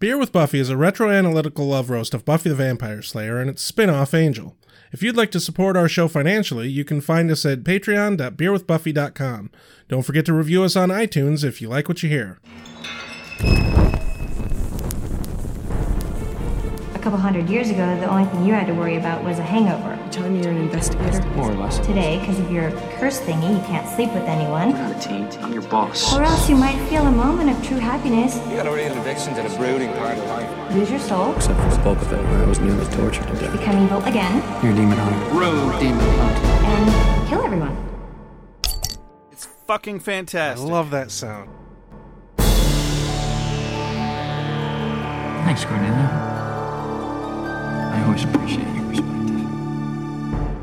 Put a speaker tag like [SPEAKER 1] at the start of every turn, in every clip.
[SPEAKER 1] Beer with Buffy is a retroanalytical love roast of Buffy the Vampire Slayer and its spin off Angel. If you'd like to support our show financially, you can find us at patreon.beerwithbuffy.com. Don't forget to review us on iTunes if you like what you hear.
[SPEAKER 2] A couple hundred years ago, the only thing you had to worry about was a hangover.
[SPEAKER 3] Tell me you're an investigator.
[SPEAKER 4] More or less.
[SPEAKER 2] Today, because of your curse thingy, you can't sleep with anyone.
[SPEAKER 4] I'm a teen. I'm your boss.
[SPEAKER 2] Or else you might feel a moment of true happiness,
[SPEAKER 5] You got a real addiction to the brooding part of life.
[SPEAKER 2] lose your soul,
[SPEAKER 4] Except for the bulk of it, where I was nearly tortured to death.
[SPEAKER 2] become evil again,
[SPEAKER 4] You're a demon hunter. Road demon hunter.
[SPEAKER 2] and kill everyone.
[SPEAKER 6] It's fucking fantastic.
[SPEAKER 1] love that sound.
[SPEAKER 4] Thanks, Cornelia. I always appreciate your perspective.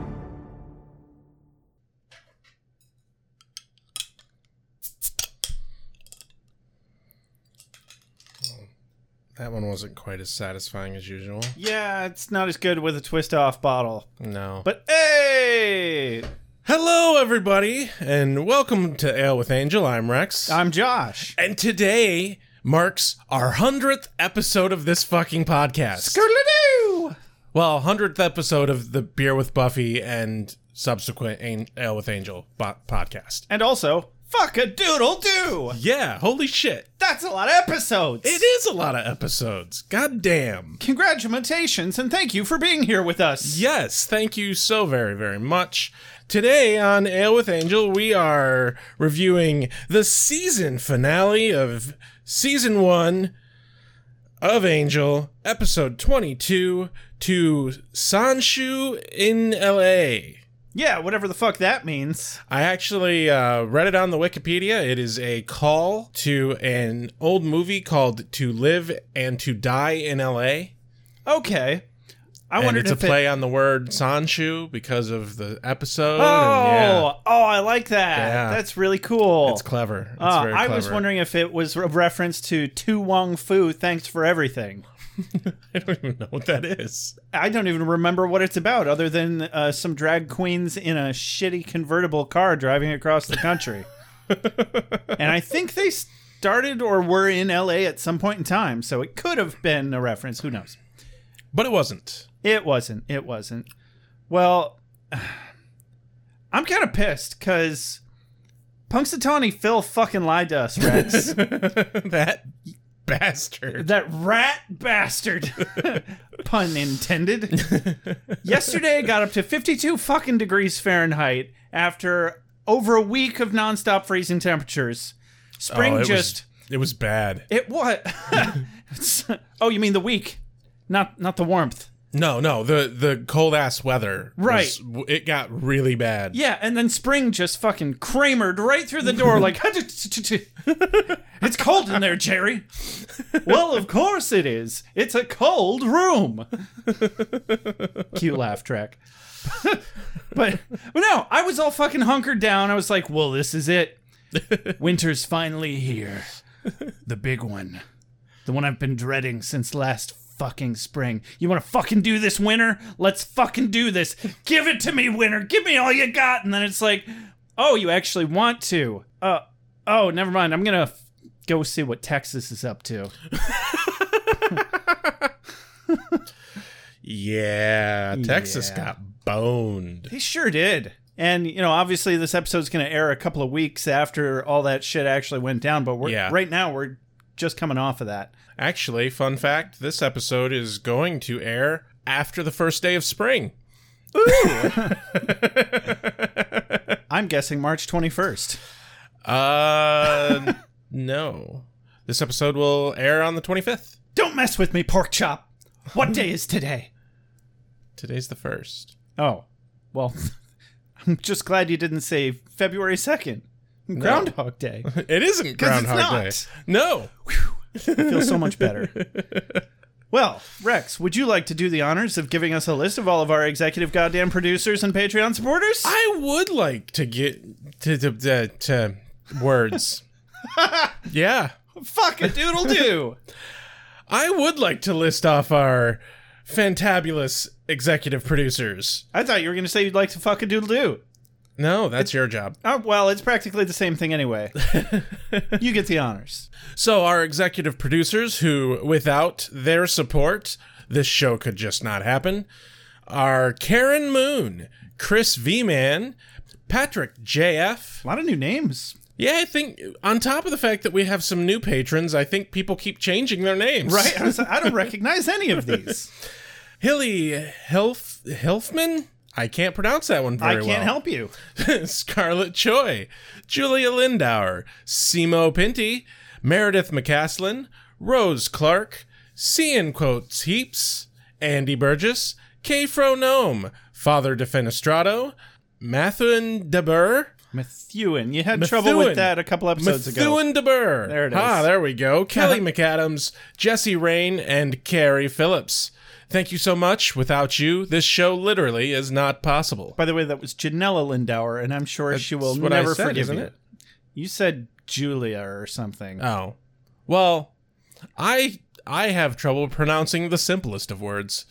[SPEAKER 1] That one wasn't quite as satisfying as usual.
[SPEAKER 6] yeah, it's not as good with a twist off bottle.
[SPEAKER 1] No.
[SPEAKER 6] But hey,
[SPEAKER 1] hello, everybody, and welcome to Ale with Angel. I'm Rex.
[SPEAKER 6] I'm Josh.
[SPEAKER 1] and today marks our 100th episode of this fucking podcast.
[SPEAKER 6] Skrrladoo!
[SPEAKER 1] Well, hundredth episode of the Beer with Buffy and subsequent An- Ale with Angel bo- podcast.
[SPEAKER 6] And also, fuck a doodle do.
[SPEAKER 1] Yeah, holy shit!
[SPEAKER 6] That's a lot of episodes.
[SPEAKER 1] It is a lot of episodes. God damn.
[SPEAKER 6] Congratulations and thank you for being here with us.
[SPEAKER 1] Yes, thank you so very very much. Today on Ale with Angel, we are reviewing the season finale of season one of Angel, episode twenty-two, to Sanshu in L.A.
[SPEAKER 6] Yeah, whatever the fuck that means.
[SPEAKER 1] I actually uh, read it on the Wikipedia. It is a call to an old movie called "To Live and to Die in L.A."
[SPEAKER 6] Okay. I
[SPEAKER 1] and
[SPEAKER 6] wondered
[SPEAKER 1] it's a
[SPEAKER 6] if it-
[SPEAKER 1] play on the word "sanshu" because of the episode.
[SPEAKER 6] Oh,
[SPEAKER 1] and yeah,
[SPEAKER 6] oh, I like that.
[SPEAKER 1] Yeah.
[SPEAKER 6] That's really cool.
[SPEAKER 1] it's clever. It's
[SPEAKER 6] Uh,
[SPEAKER 1] very
[SPEAKER 6] I was
[SPEAKER 1] clever.
[SPEAKER 6] wondering if it was a reference to Tu Wong Fu, thanks for everything.
[SPEAKER 1] I don't even know what that is.
[SPEAKER 6] I don't even remember what it's about, other than uh, some drag queens in a shitty convertible car driving across the country. and I think they started or were in LA at some point in time, so it could have been a reference. Who knows?
[SPEAKER 1] But it wasn't.
[SPEAKER 6] It wasn't. It wasn't. Well, I'm kind of pissed because Punxsutawney Phil fucking lied to us, Rex.
[SPEAKER 1] that bastard.
[SPEAKER 6] that rat bastard pun intended yesterday I got up to 52 fucking degrees fahrenheit after over a week of nonstop freezing temperatures spring
[SPEAKER 1] Oh, it was-
[SPEAKER 6] just
[SPEAKER 1] it was bad.
[SPEAKER 6] it what oh you mean the week not not the warmth
[SPEAKER 1] No, no, the the cold ass weather.
[SPEAKER 6] Right.
[SPEAKER 1] was- it got really bad.
[SPEAKER 6] yeah and then spring just fucking kramered right through the door like it's cold in there jerry well of course it is it's a cold room cute laugh track. but but no, I was all fucking hunkered down. I was like, well, this is it. Winter's finally here. The big one. The one I've been dreading since last fucking spring. You want to fucking do this winter? Let's fucking do this. Give it to me, winter. Give me all you got. And then it's like, oh, you actually want to. Uh oh, never mind. I'm going to f- go see what Texas is up to.
[SPEAKER 1] Yeah, Texas
[SPEAKER 6] Yeah.
[SPEAKER 1] got boned.
[SPEAKER 6] He sure did. And you know, obviously, this episode's going to air a couple of weeks after all that shit actually went down. But we're
[SPEAKER 1] Yeah.
[SPEAKER 6] right now we're just coming off of that.
[SPEAKER 1] Actually, fun fact this episode is going to air after the first day of spring.
[SPEAKER 6] I'm guessing March 21st.
[SPEAKER 1] Uh, no. This episode will air on the 25th.
[SPEAKER 6] Don't mess with me, pork chop. What day is today?
[SPEAKER 1] Today's the first.
[SPEAKER 6] Oh, well, I'm just glad you didn't say February 2nd, Groundhog Day.
[SPEAKER 1] It isn't
[SPEAKER 6] 'Cause it's
[SPEAKER 1] Groundhog
[SPEAKER 6] not.
[SPEAKER 1] Day. No.
[SPEAKER 6] I feel so much better. Well, Rex, would you like to do the honors of giving us a list of all of our executive goddamn producers and Patreon supporters?
[SPEAKER 1] I would like to get to, to, to, to words. yeah.
[SPEAKER 6] Fuck a doodle do.
[SPEAKER 1] I would like to list off our fantabulous executive producers.
[SPEAKER 6] I thought you were going to say you'd like to fuck a doodle do.
[SPEAKER 1] No, that's your job.
[SPEAKER 6] Oh, well, it's practically the same thing anyway. you get the honors.
[SPEAKER 1] So, our executive producers, who without their support, this show could just not happen, are Karen Moon, Chris V Man, Patrick JF.
[SPEAKER 6] A lot of new names.
[SPEAKER 1] Yeah, I think on top of the fact that we have some new patrons, I think people keep changing their names.
[SPEAKER 6] Right? I, was, I don't recognize any of these.
[SPEAKER 1] Hilly Helf Helfman? I can't pronounce that one
[SPEAKER 6] I
[SPEAKER 1] very
[SPEAKER 6] can't
[SPEAKER 1] well.
[SPEAKER 6] help you.
[SPEAKER 1] Scarlett Choi, Julia Lindauer, Simo Pinty, Meredith McCaslin, Rose Clark, C in quotes heaps, Andy Burgess, K. Fro Gnome, Father Defenestrado, Mathuen DeBurr,
[SPEAKER 6] Methuen. You had trouble with that a couple episodes ago.
[SPEAKER 1] Methuen DeBurr.
[SPEAKER 6] There it is.
[SPEAKER 1] Ah, there we go. Kelly McAdams, Jesse Rain, and Carrie Phillips. Thank you so much. Without you, this show literally is not possible.
[SPEAKER 6] By the way, that was Janella Lindauer, and I'm sure she will
[SPEAKER 1] That's what I
[SPEAKER 6] never
[SPEAKER 1] said,
[SPEAKER 6] forgive
[SPEAKER 1] isn't
[SPEAKER 6] you.
[SPEAKER 1] it?
[SPEAKER 6] You said Julia or something.
[SPEAKER 1] Oh. Well, I I have trouble pronouncing the simplest of words.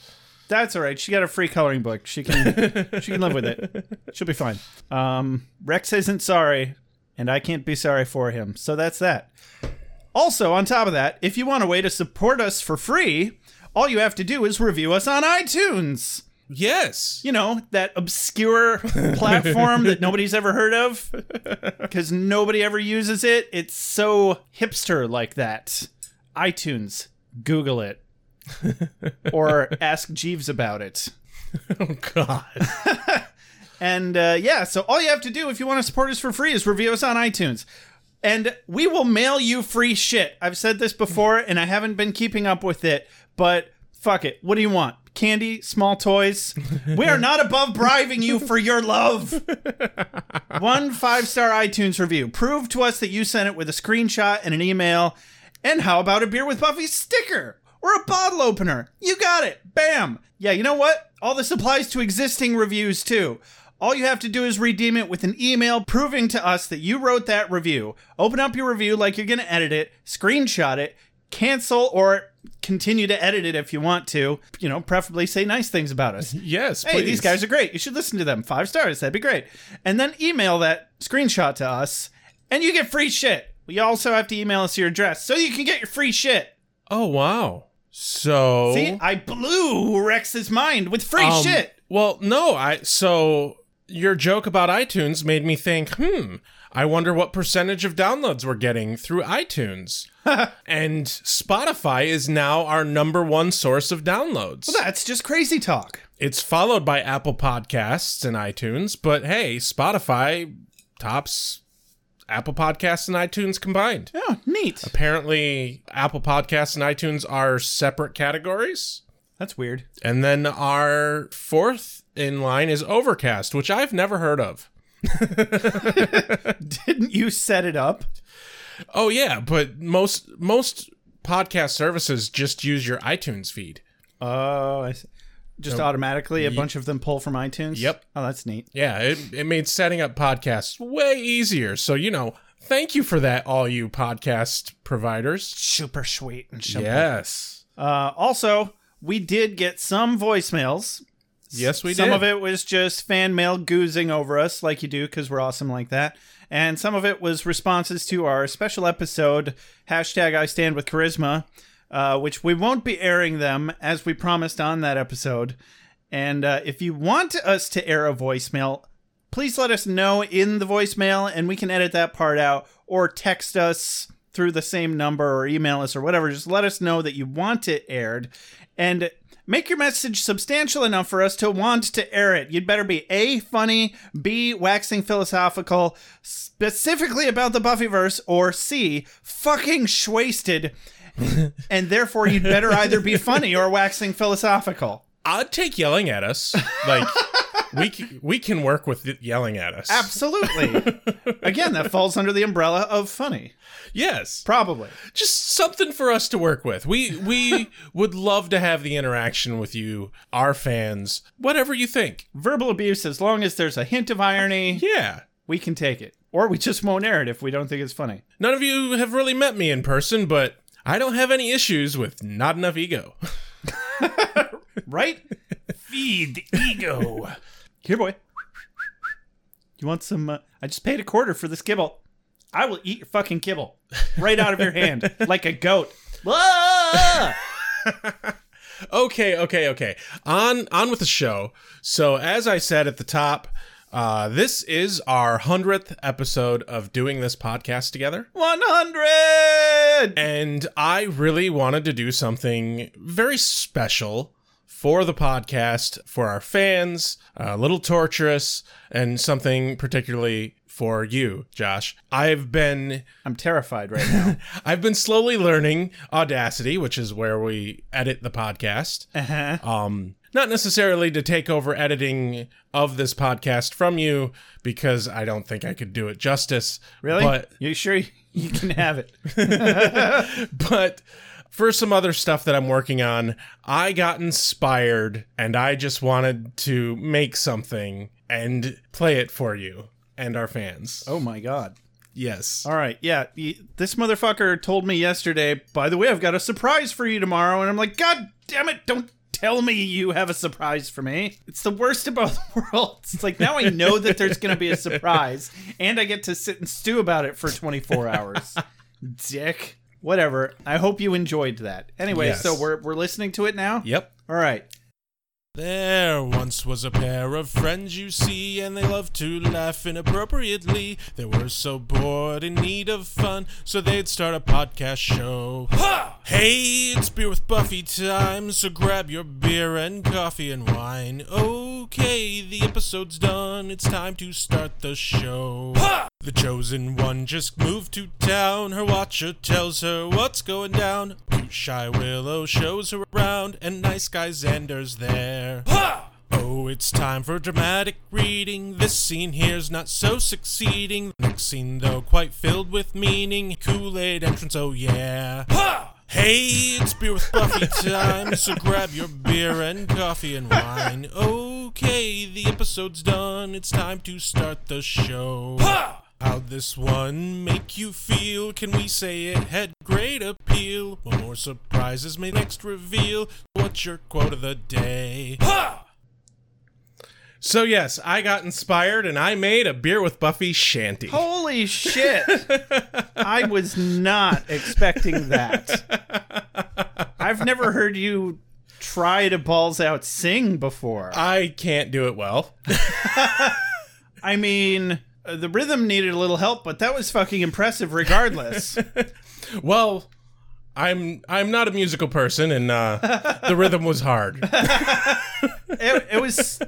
[SPEAKER 6] That's all right. She got a free coloring book. She can she can live with it. She'll be fine. Um, Rex isn't sorry, and I can't be sorry for him. So that's that. Also, on top of that, if you want a way to support us for free, all you have to do is review us on iTunes.
[SPEAKER 1] Yes.
[SPEAKER 6] You know, that obscure platform that nobody's ever heard of because nobody ever uses it. It's so hipster like that. iTunes, Google it, or ask Jeeves about it.
[SPEAKER 1] Oh god.
[SPEAKER 6] And uh, yeah, so all you have to do if you want to support us for free is review us on iTunes. And we will mail you free shit. I've said this before and I haven't been keeping up with it, but fuck it. What do you want? Candy, small toys. We are not above bribing you for your love. One five star iTunes review. Prove to us that you sent it with a screenshot and an email. And how about a beer with Buffy sticker or a bottle opener? You got it. Bam. Yeah, you know what? All this applies to existing reviews too. All you have to do is redeem it with an email proving to us that you wrote that review. Open up your review like you're going to edit it, screenshot it, cancel or continue to edit it if you want to. You know, preferably say nice things about us.
[SPEAKER 1] Yes,
[SPEAKER 6] Hey, these guys are great. You should listen to them. Five stars. That'd be great. And then email that screenshot to us, and you get free shit. You also have to email us your address so you can get your free shit.
[SPEAKER 1] Oh wow. So
[SPEAKER 6] See, I blew Rex's mind with free
[SPEAKER 1] Oh. um,
[SPEAKER 6] shit.
[SPEAKER 1] Well, no, I so your joke about iTunes made me think, hmm, I wonder what percentage of downloads we're getting through iTunes. and Spotify is now our number one source of downloads.
[SPEAKER 6] That's just crazy talk.
[SPEAKER 1] It's followed by Apple Podcasts and iTunes, but hey, Spotify tops Apple Podcasts and iTunes combined.
[SPEAKER 6] Oh, neat.
[SPEAKER 1] Apparently, Apple Podcasts and iTunes are separate categories.
[SPEAKER 6] That's weird.
[SPEAKER 1] And then our fourth in line is Overcast, which I've never heard of.
[SPEAKER 6] Didn't you set it up?
[SPEAKER 1] Oh yeah, but most most podcast services just use your iTunes feed.
[SPEAKER 6] Oh, I see. Just automatically, a bunch of them pull from iTunes.
[SPEAKER 1] Yep.
[SPEAKER 6] Oh, that's neat.
[SPEAKER 1] Yeah, it, it made setting up podcasts way easier. So, you know, thank you for that, all you podcast providers.
[SPEAKER 6] Super sweet and simple.
[SPEAKER 1] Yes.
[SPEAKER 6] Uh, also, we did get some voicemails.
[SPEAKER 1] Yes, we
[SPEAKER 6] some
[SPEAKER 1] did.
[SPEAKER 6] of it was just fan mail goozing over us like you do because we're awesome like that and some of it was responses to our special episode hashtag i stand with charisma uh, which we won't be airing them as we promised on that episode and uh, if you want us to air a voicemail please let us know in the voicemail and we can edit that part out or text us through the same number or email us or whatever. Just let us know that you want it aired and make your message substantial enough for us to want to air it. You'd better be A, funny, B, waxing philosophical, specifically about the Buffyverse, or C, fucking shwasted. and therefore, you'd better either be funny or waxing philosophical.
[SPEAKER 1] I'd take yelling at us. Like, we, c- we can work with it yelling at us.
[SPEAKER 6] Absolutely. Again, that falls under the umbrella of funny.
[SPEAKER 1] Yes.
[SPEAKER 6] Probably.
[SPEAKER 1] Just something for us to work with. We, we would love to have the interaction with you, our fans, whatever you think.
[SPEAKER 6] Verbal abuse, as long as there's a hint of irony,
[SPEAKER 1] Yeah.
[SPEAKER 6] we can take it. Or we just won't air it if we don't think it's funny.
[SPEAKER 1] None of you have really met me in person, but I don't have any issues with not enough ego.
[SPEAKER 6] Right?
[SPEAKER 1] Feed the ego.
[SPEAKER 6] Here, boy. You want some? Uh, I just paid a quarter for this kibble. I will eat your fucking kibble right out of your hand like a goat. Ah!
[SPEAKER 1] okay okay okay on on with the show so as i said at the top uh, this is our 100th episode of doing this podcast together
[SPEAKER 6] 100!
[SPEAKER 1] and i really wanted to do something very special for the podcast for our fans a little torturous and something particularly for you josh i've been
[SPEAKER 6] I'm terrified right now.
[SPEAKER 1] I've been slowly learning Audacity, which is where we edit the podcast.
[SPEAKER 6] Uh-huh.
[SPEAKER 1] Um, not necessarily to take over editing of this podcast from you, because I don't think I could do it justice.
[SPEAKER 6] Really?
[SPEAKER 1] But
[SPEAKER 6] you sure you, you can have it?
[SPEAKER 1] but for some other stuff that I'm working on, I got inspired and I just wanted to make something and play it for you and our fans.
[SPEAKER 6] Oh my god.
[SPEAKER 1] Yes.
[SPEAKER 6] All right, yeah. y- This motherfucker told me yesterday, by the way, I've got a surprise for you tomorrow. And I'm like, God damn it, don't tell me you have a surprise for me. It's the worst of both worlds. It's like, now I know that there's going to be a surprise, and I get to sit and stew about it for 24 hours. Dick. Whatever. I hope you enjoyed that. Anyway,
[SPEAKER 1] Yes.
[SPEAKER 6] so we're, we're listening to it now?
[SPEAKER 1] Yep.
[SPEAKER 6] All right.
[SPEAKER 1] There once was a pair of friends, you see, and they loved to laugh inappropriately. They were so bored in need of fun, so they'd start a podcast show. Ha! Hey, it's beer with Buffy time, so grab your beer and coffee and wine. Okay, the episode's done, it's time to start the show. Ha! The chosen one just moved to town. Her watcher tells her what's going down. Cute shy Willow shows her around, and nice guy Xander's there. Oh, it's time for dramatic reading. This scene here's not so succeeding. Next scene, though, quite filled with meaning. Kool Aid entrance, oh yeah. Hey, it's beer with Buffy time, so grab your beer and coffee and wine. Okay, the episode's done. It's time to start the show. How'd this one make you feel? Can we say it had great appeal? Well, more surprises may next reveal. What's your quote of the day? So, yes, I got inspired and I made a beer with Buffy shanty.
[SPEAKER 6] Holy shit. I was not expecting that. I've never heard you try to balls out sing before.
[SPEAKER 1] I can't do it well.
[SPEAKER 6] I mean, uh, the rhythm needed a little help, but that was fucking impressive regardless.
[SPEAKER 1] Well, I'm I'm not a musical person, and uh, the rhythm was hard.
[SPEAKER 6] it, it was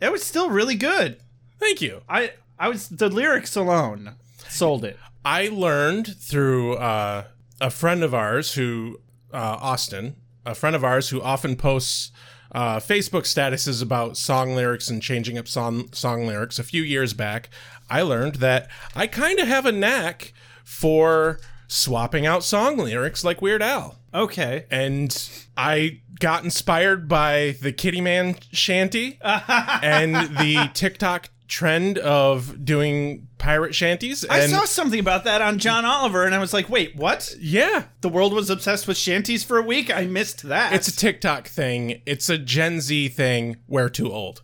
[SPEAKER 6] it was still really good.
[SPEAKER 1] Thank you.
[SPEAKER 6] I I was the lyrics alone sold it.
[SPEAKER 1] I learned through uh, a friend of ours who, uh, Austin, a friend of ours who often posts uh, Facebook statuses about song lyrics and changing up song, song lyrics. A few years back, I learned that I kind of have a knack for swapping out song lyrics like Weird Al.
[SPEAKER 6] Okay.
[SPEAKER 1] And I got inspired by the Kitty Man shanty and the TikTok trend of doing pirate shanties.
[SPEAKER 6] I
[SPEAKER 1] and
[SPEAKER 6] saw something about that on John Oliver and I was like, "Wait, what?
[SPEAKER 1] yeah,
[SPEAKER 6] The world was obsessed with shanties for a week? I missed that."
[SPEAKER 1] it's a TikTok thing. It's a Gen Z thing. We're too old.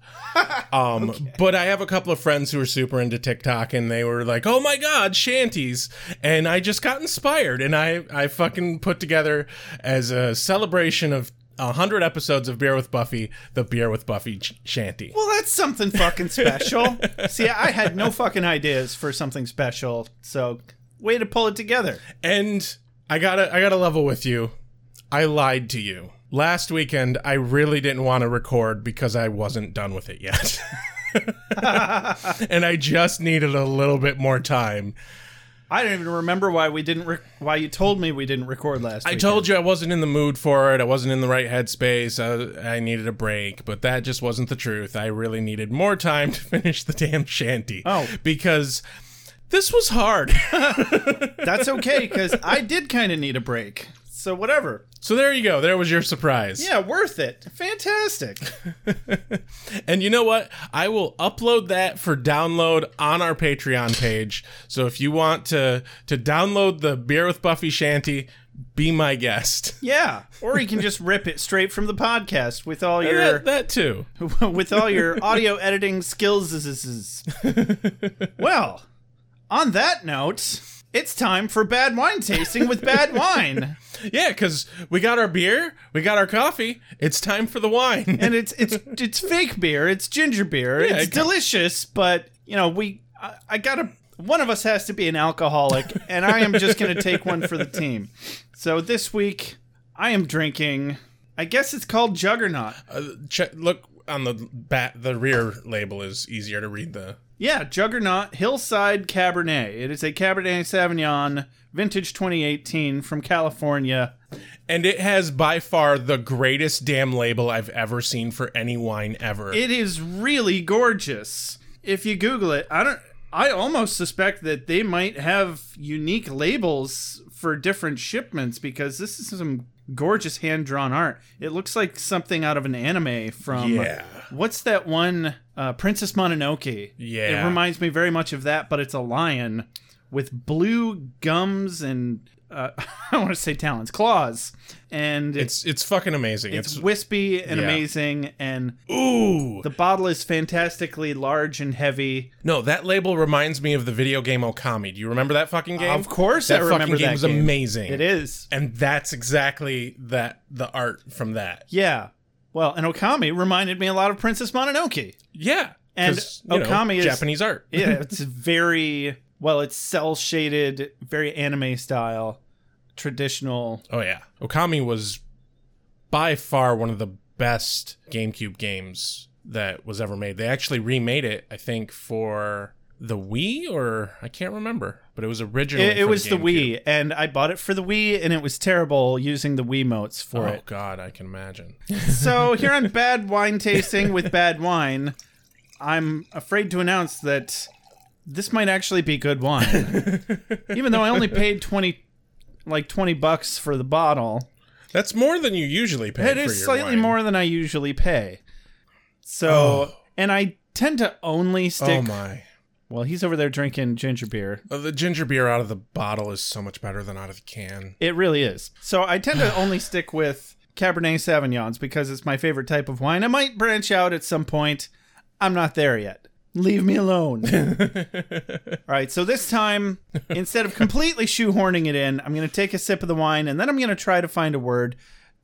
[SPEAKER 1] Um, But I have a couple of friends who are super into TikTok, and they were like, "Oh my god, shanties!" And I just got inspired, and I I fucking put together as a celebration of. 100 episodes of Beer with Buffy, the Beer with Buffy sh- shanty.
[SPEAKER 6] Well, that's something fucking special. See, I had no fucking ideas for something special, so way to pull it together.
[SPEAKER 1] And I gotta I gotta level with you. I lied to you. Last weekend I really didn't want to record because I wasn't done with it yet. and I just needed a little bit more time.
[SPEAKER 6] I don't even remember why we didn't. Rec- why you told me we didn't record last.
[SPEAKER 1] I told you I wasn't in the mood for it. I wasn't in the right headspace. I, I needed a break, but that just wasn't the truth. I really needed more time to finish the damn shanty.
[SPEAKER 6] Oh.
[SPEAKER 1] Because this was hard.
[SPEAKER 6] that's okay because I did kind of need a break. So whatever.
[SPEAKER 1] so there you go. There was your surprise.
[SPEAKER 6] Yeah, worth it. Fantastic.
[SPEAKER 1] And you know what? I will upload that for download on our Patreon page. So if you want to to download the Beer with Buffy Shanty, Be my guest.
[SPEAKER 6] Yeah, or you can just rip it straight from the podcast with all your
[SPEAKER 1] That, that too.
[SPEAKER 6] with all your audio editing skills. well, on that note, it's time for bad wine tasting with bad wine,
[SPEAKER 1] Yeah, because we got our beer, we got our coffee. It's time for the wine.
[SPEAKER 6] and it's it's it's fake beer, it's ginger beer,
[SPEAKER 1] Yeah,
[SPEAKER 6] it's
[SPEAKER 1] it-
[SPEAKER 6] delicious, but you know we I, I gotta. One of us has to be an alcoholic, and I am just going to take one for the team. So this week, I am drinking. I guess it's called Juggernaut.
[SPEAKER 1] Check, look on the bat. The rear label is easier to read. The
[SPEAKER 6] Yeah, Juggernaut Hillside Cabernet. It is a Cabernet Sauvignon, vintage 2018 from California.
[SPEAKER 1] and it has by far the greatest damn label I've ever seen for any wine ever.
[SPEAKER 6] It is really gorgeous. If you Google it, I don't. I almost suspect that they might have unique labels for different shipments because this is some gorgeous hand drawn art. It looks like something out of an anime from
[SPEAKER 1] Yeah.
[SPEAKER 6] what's that one uh, Princess Mononoke.
[SPEAKER 1] Yeah.
[SPEAKER 6] it reminds me very much of that, but it's a lion with blue gums and uh, I want to say talons, claws, and it's
[SPEAKER 1] it's it's fucking amazing.
[SPEAKER 6] it's,
[SPEAKER 1] It's,
[SPEAKER 6] wispy and
[SPEAKER 1] yeah.
[SPEAKER 6] amazing and
[SPEAKER 1] ooh
[SPEAKER 6] the bottle is fantastically large and heavy.
[SPEAKER 1] no. That label reminds me of the video game Okami. Do you remember that fucking game?
[SPEAKER 6] Of course,
[SPEAKER 1] that
[SPEAKER 6] I remember
[SPEAKER 1] fucking
[SPEAKER 6] that
[SPEAKER 1] game was
[SPEAKER 6] game.
[SPEAKER 1] amazing.
[SPEAKER 6] It is.
[SPEAKER 1] and that's exactly that the art from that.
[SPEAKER 6] Yeah. Well, and Okami reminded me a lot of Princess Mononoke.
[SPEAKER 1] Yeah,
[SPEAKER 6] And
[SPEAKER 1] 'cause, you know,
[SPEAKER 6] Okami is-
[SPEAKER 1] Japanese art.
[SPEAKER 6] Yeah, it's very well, it's cell shaded, very anime style, traditional.
[SPEAKER 1] Oh yeah, Okami was by far one of the best GameCube games that was ever made. They actually remade it, I think, for the Wii or I can't remember, but it was originally.
[SPEAKER 6] It, it
[SPEAKER 1] for
[SPEAKER 6] was the
[SPEAKER 1] GameCube.
[SPEAKER 6] Wii, and I bought it for the Wii, and it was terrible using the Wii motes for
[SPEAKER 1] Oh
[SPEAKER 6] it.
[SPEAKER 1] God, I can imagine.
[SPEAKER 6] So here on Bad Wine Tasting with Bad Wine, I'm afraid to announce that this might actually be good wine. Even though I only paid 20 like 20 bucks for the bottle,
[SPEAKER 1] That's more than you usually pay.
[SPEAKER 6] it
[SPEAKER 1] for
[SPEAKER 6] is
[SPEAKER 1] your
[SPEAKER 6] slightly
[SPEAKER 1] wine.
[SPEAKER 6] more than I usually pay. So, and I tend to only
[SPEAKER 1] Oh
[SPEAKER 6] stick
[SPEAKER 1] my!
[SPEAKER 6] Well, he's over there drinking ginger beer.
[SPEAKER 1] Oh, The ginger beer out of the bottle is so much better than out of the can.
[SPEAKER 6] It really is. So I tend to only stick with Cabernet Sauvignons because it's my favorite type of wine. I might branch out at some point. I'm not there yet. Leave me alone. All right, so this time, instead of completely shoehorning it in, I'm going to take a sip of the wine and then I'm going to try to find a word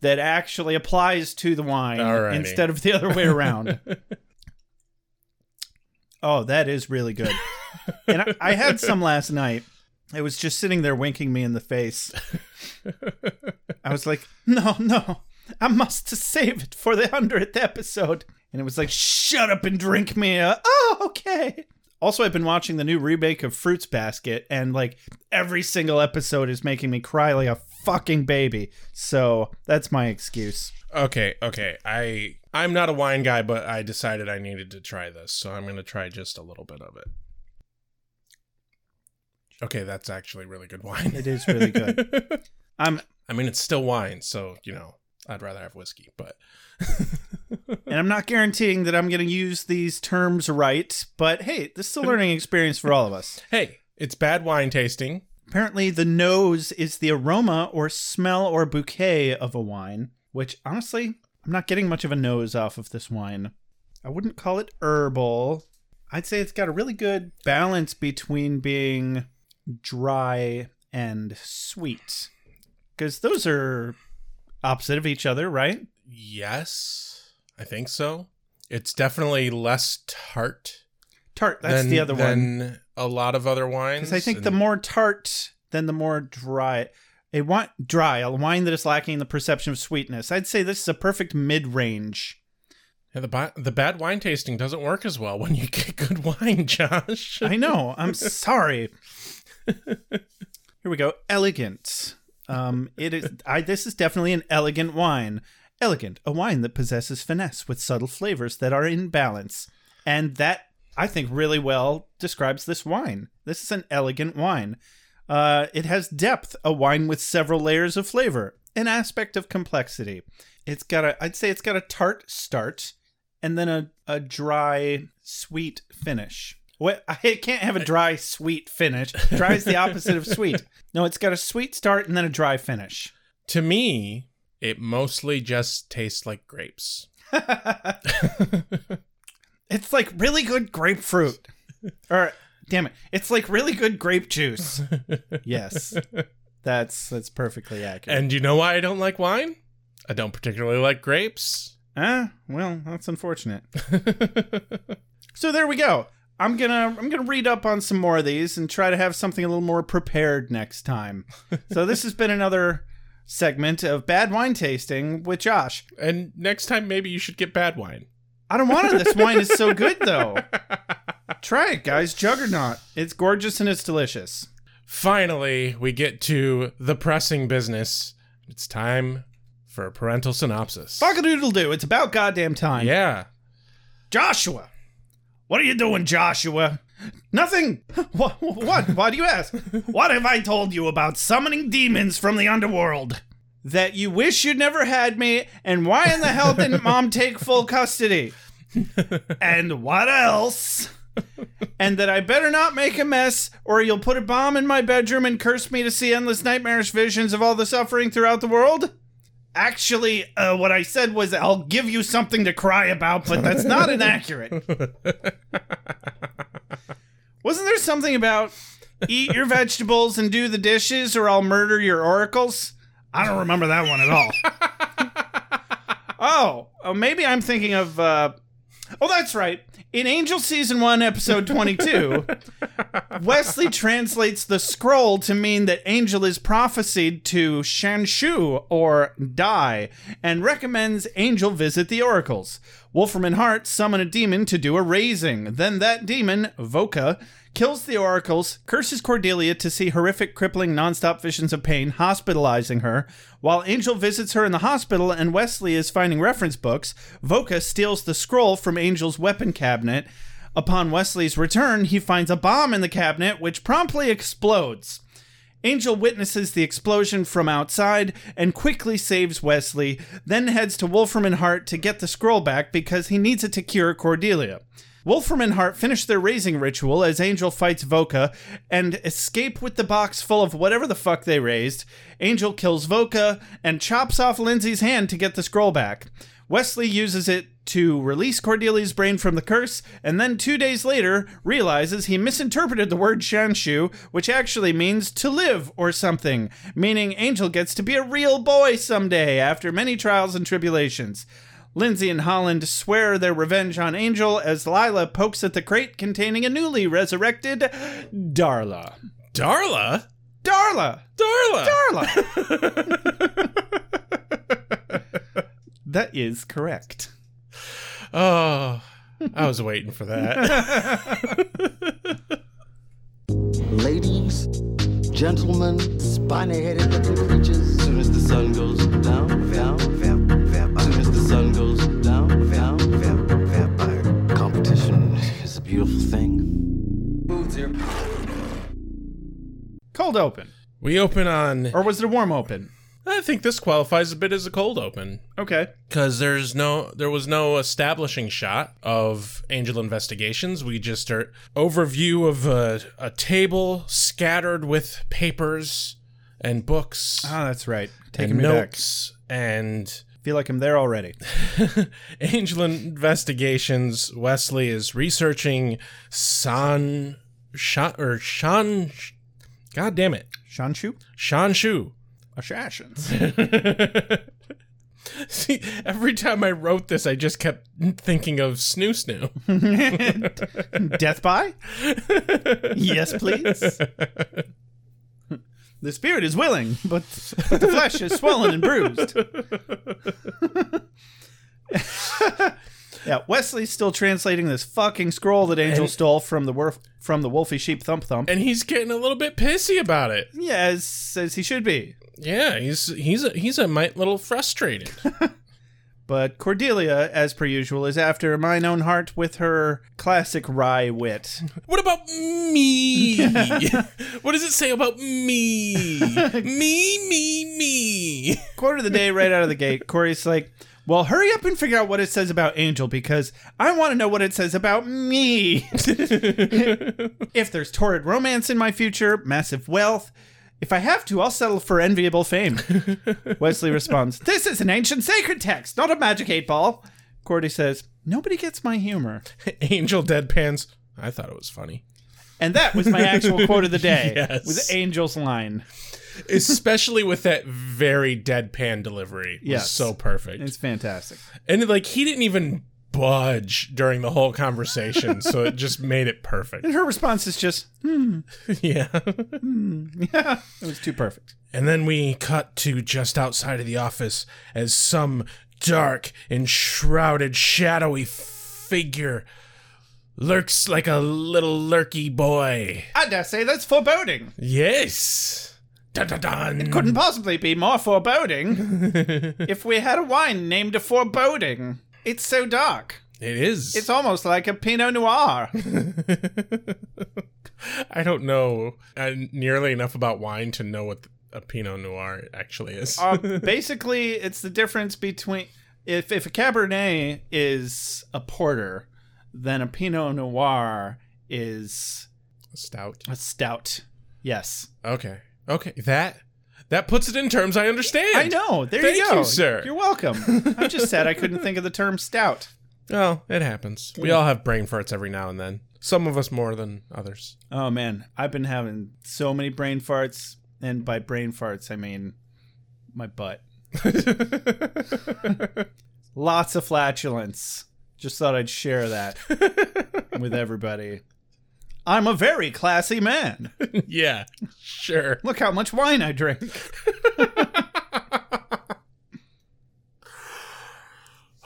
[SPEAKER 6] that actually applies to the wine
[SPEAKER 1] Alrighty.
[SPEAKER 6] instead of the other way around. oh, that is really good. And I, I had some last night. It was just sitting there winking me in the face. I was like, no, no, I must save it for the 100th episode. And it was like, shut up and drink me. a- oh, okay. Also, I've been watching the new remake of Fruits Basket, and like every single episode is making me cry like a fucking baby. So that's my excuse.
[SPEAKER 1] Okay, okay. I I'm not a wine guy, but I decided I needed to try this, so I'm gonna try just a little bit of it. Okay, that's actually really good wine.
[SPEAKER 6] It is really good. I'm,
[SPEAKER 1] I mean, it's still wine, so you know, I'd rather have whiskey, but
[SPEAKER 6] and I'm not guaranteeing that I'm going to use these terms right, but hey, this is a learning experience for all of us.
[SPEAKER 1] hey, it's bad wine tasting.
[SPEAKER 6] Apparently, the nose is the aroma or smell or bouquet of a wine, which honestly, I'm not getting much of a nose off of this wine. I wouldn't call it herbal. I'd say it's got a really good balance between being dry and sweet. Because those are opposite of each other, right?
[SPEAKER 1] Yes, I think so. It's definitely less tart.
[SPEAKER 6] Tart, that's
[SPEAKER 1] than,
[SPEAKER 6] the other one.
[SPEAKER 1] than a lot of other wines.
[SPEAKER 6] Because I think the
[SPEAKER 1] and-
[SPEAKER 6] more tart, then the more dry. A wine, dry, a wine that is lacking the perception of sweetness. I'd say this is a perfect mid-range.
[SPEAKER 1] Yeah, the bi- the bad wine tasting doesn't work as well when you get good wine, Josh.
[SPEAKER 6] I know. I'm sorry. Here we go. Elegant. Um, it is. I. This is definitely an elegant wine. Elegant, a wine that possesses finesse with subtle flavors that are in balance, and that I think really well describes this wine. This is an elegant wine. Uh, it has depth, a wine with several layers of flavor, an aspect of complexity. It's got a. I'd say it's got a tart start and then a, a dry sweet finish. What I can't have a dry sweet finish. Dry is the opposite of sweet. No, it's got a sweet start and then a dry finish.
[SPEAKER 1] To me, it mostly just tastes like grapes.
[SPEAKER 6] It's like really good grapefruit. or damn it, it's like really good grape juice. yes. That's that's perfectly accurate.
[SPEAKER 1] And you know why I don't like wine? I don't particularly like grapes.
[SPEAKER 6] ah, well, that's unfortunate. so there we go. I'm gonna I'm gonna read up on some more of these and try to have something a little more prepared next time. so this has been another segment of bad wine tasting with Josh.
[SPEAKER 1] And next time, maybe you should get bad wine.
[SPEAKER 6] I don't want it. This wine is so good though. Try it, guys. Juggernaut. It's gorgeous and it's delicious.
[SPEAKER 1] Finally, we get to the pressing business. It's time for a parental synopsis.
[SPEAKER 6] Fuckadoodle do. It's about goddamn time.
[SPEAKER 1] Yeah.
[SPEAKER 6] Joshua, what are you doing, Joshua? Nothing. What? What? Why do you ask? What have I told you about summoning demons from the underworld? That you wish you'd never had me, and why in the hell didn't mom take full custody? and what else? And that I better not make a mess, or you'll put a bomb in my bedroom and curse me to see endless nightmarish visions of all the suffering throughout the world? Actually, uh, what I said was I'll give you something to cry about, but that's not inaccurate. Wasn't there something about eat your vegetables and do the dishes, or I'll murder your oracles? I don't remember that one at all. oh, uh, maybe I'm thinking of. Uh, oh, that's right. In Angel Season 1, Episode 22, Wesley translates the scroll to mean that Angel is prophesied to Shanshu or die and recommends Angel visit the oracles. Wolfram and Hart summon a demon to do a raising. Then that demon, Voka, kills the oracles, curses Cordelia to see horrific, crippling, nonstop visions of pain, hospitalizing her. While Angel visits her in the hospital and Wesley is finding reference books, Voka steals the scroll from Angel's weapon cabinet. Upon Wesley's return, he finds a bomb in the cabinet, which promptly explodes. Angel witnesses the explosion from outside and quickly saves Wesley, then heads to Wolfram and Hart to get the scroll back because he needs it to cure Cordelia. Wolfram and Hart finish their raising ritual as Angel fights Voka and escape with the box full of whatever the fuck they raised. Angel kills Voka and chops off Lindsay's hand to get the scroll back. Wesley uses it to release Cordelia's brain from the curse, and then two days later realizes he misinterpreted the word Shanshu, which actually means to live or something, meaning Angel gets to be a real boy someday after many trials and tribulations. Lindsay and Holland swear their revenge on Angel as Lila pokes at the crate containing a newly resurrected Darla.
[SPEAKER 1] Darla?
[SPEAKER 6] Darla!
[SPEAKER 1] Darla!
[SPEAKER 6] Darla! that is correct.
[SPEAKER 1] Oh, I was waiting for that.
[SPEAKER 3] Ladies, gentlemen, spiny headed looking creatures. Soon as the sun goes down, down, down, down. Soon as the sun goes down, down, down, vampire. Competition is a beautiful thing.
[SPEAKER 6] Cold open.
[SPEAKER 1] we open on.
[SPEAKER 6] Or was it a warm open?
[SPEAKER 1] I think this qualifies a bit as a cold open
[SPEAKER 6] Okay.
[SPEAKER 1] because there's no, there was no establishing shot of Angel Investigations. We just are overview of a, a table scattered with papers and books
[SPEAKER 6] Ah, that's right. Taking
[SPEAKER 1] and
[SPEAKER 6] me
[SPEAKER 1] notes and
[SPEAKER 6] back. Feel like I'm there already.
[SPEAKER 1] Angel Investigations. Wesley is researching San Shan or Shan. God damn it,
[SPEAKER 6] Shanshu?
[SPEAKER 1] Shan Shu.
[SPEAKER 6] Assassins.
[SPEAKER 1] See, every time I wrote this, I just kept thinking of Snoo Snoo.
[SPEAKER 6] Death by? yes, please. The spirit is willing, but, but the flesh is swollen and bruised. yeah, Wesley's still translating this fucking scroll that Angel stole from the werf- from the Wolfie Sheep Thump Thump.
[SPEAKER 1] and he's getting a little bit pissy about it.
[SPEAKER 6] yeah, as, as he should be.
[SPEAKER 1] Yeah, he's he's a, he's a mite little frustrated.
[SPEAKER 6] But Cordelia, as per usual, is after mine own heart with her classic wry wit.
[SPEAKER 1] What about me? what does it say about me? me, me, me.
[SPEAKER 6] Quarter of the day, right out of the gate, Corey's like, Well, hurry up and figure out what it says about Angel because I want to know what it says about me. if there's torrid romance in my future, massive wealth, If I have to, I'll settle for enviable fame. Wesley responds, This is an ancient sacred text, not a magic eight ball. Cordy says, Nobody gets my humor.
[SPEAKER 1] Angel deadpans. I thought it was funny.
[SPEAKER 6] And that was my actual quote of the day.
[SPEAKER 1] Yes.
[SPEAKER 6] Was Angel's line.
[SPEAKER 1] Especially with that very deadpan delivery. It was
[SPEAKER 6] Yes.
[SPEAKER 1] so perfect.
[SPEAKER 6] It's fantastic.
[SPEAKER 1] and like he didn't even budge during the whole conversation, so it just made it perfect.
[SPEAKER 6] And her response is just,
[SPEAKER 1] Yeah.
[SPEAKER 6] Yeah. It was too perfect.
[SPEAKER 1] And then we cut to just outside of the office as some dark, enshrouded, shadowy figure lurks like a little lurky boy.
[SPEAKER 6] I dare say that's foreboding.
[SPEAKER 1] Yes. Dun dun dun.
[SPEAKER 6] Couldn't possibly be more foreboding if we had a wine named foreboding. It's so dark.
[SPEAKER 1] It is.
[SPEAKER 6] It's almost like a Pinot Noir.
[SPEAKER 1] I don't know uh, nearly enough about wine to know what a Pinot Noir actually is.
[SPEAKER 6] Uh, basically, it's the difference between if if a Cabernet is a porter, then a Pinot Noir is
[SPEAKER 1] Stout.
[SPEAKER 6] a stout. Yes,
[SPEAKER 1] Okay. Okay. That that puts it in terms I understand.
[SPEAKER 6] I know. There
[SPEAKER 1] Thank
[SPEAKER 6] you go,
[SPEAKER 1] you, sir.
[SPEAKER 6] You're welcome. I just said I couldn't think of the term stout.
[SPEAKER 1] Well, it happens. We all have brain farts every now and then. Some of us more than others.
[SPEAKER 6] Oh man, I've been having so many brain farts, and by brain farts I mean my butt. Lots of flatulence. Just thought I'd share that with everybody. I'm a very classy man.
[SPEAKER 1] yeah, sure.
[SPEAKER 6] Look how much wine I drink.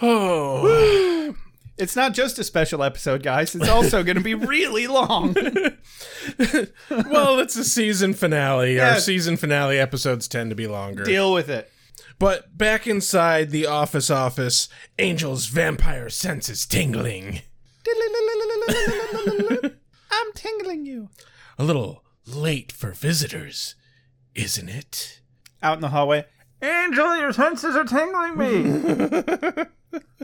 [SPEAKER 1] Oh,
[SPEAKER 6] It's not just a special episode, guys. It's also going to be really long.
[SPEAKER 1] well, it's a season finale.
[SPEAKER 6] Yeah.
[SPEAKER 1] Our season finale episodes tend to be longer.
[SPEAKER 6] Deal with it.
[SPEAKER 1] But back inside the office office, Angel's vampire sense is tingling.
[SPEAKER 6] I'm tingling you.
[SPEAKER 1] A little late for visitors, isn't it?
[SPEAKER 6] Out in the hallway. Angel, your senses are tingling me.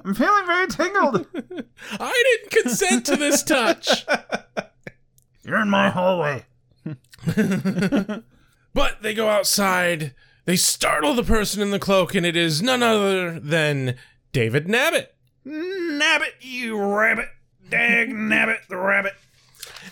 [SPEAKER 6] I'm feeling very tingled.
[SPEAKER 1] I didn't consent to this touch.
[SPEAKER 6] You're in my hallway.
[SPEAKER 1] But they go outside, they startle the person in the cloak, and it is none other than David Nabbit.
[SPEAKER 6] Nabbit, you rabbit. Dag nabbit, the rabbit.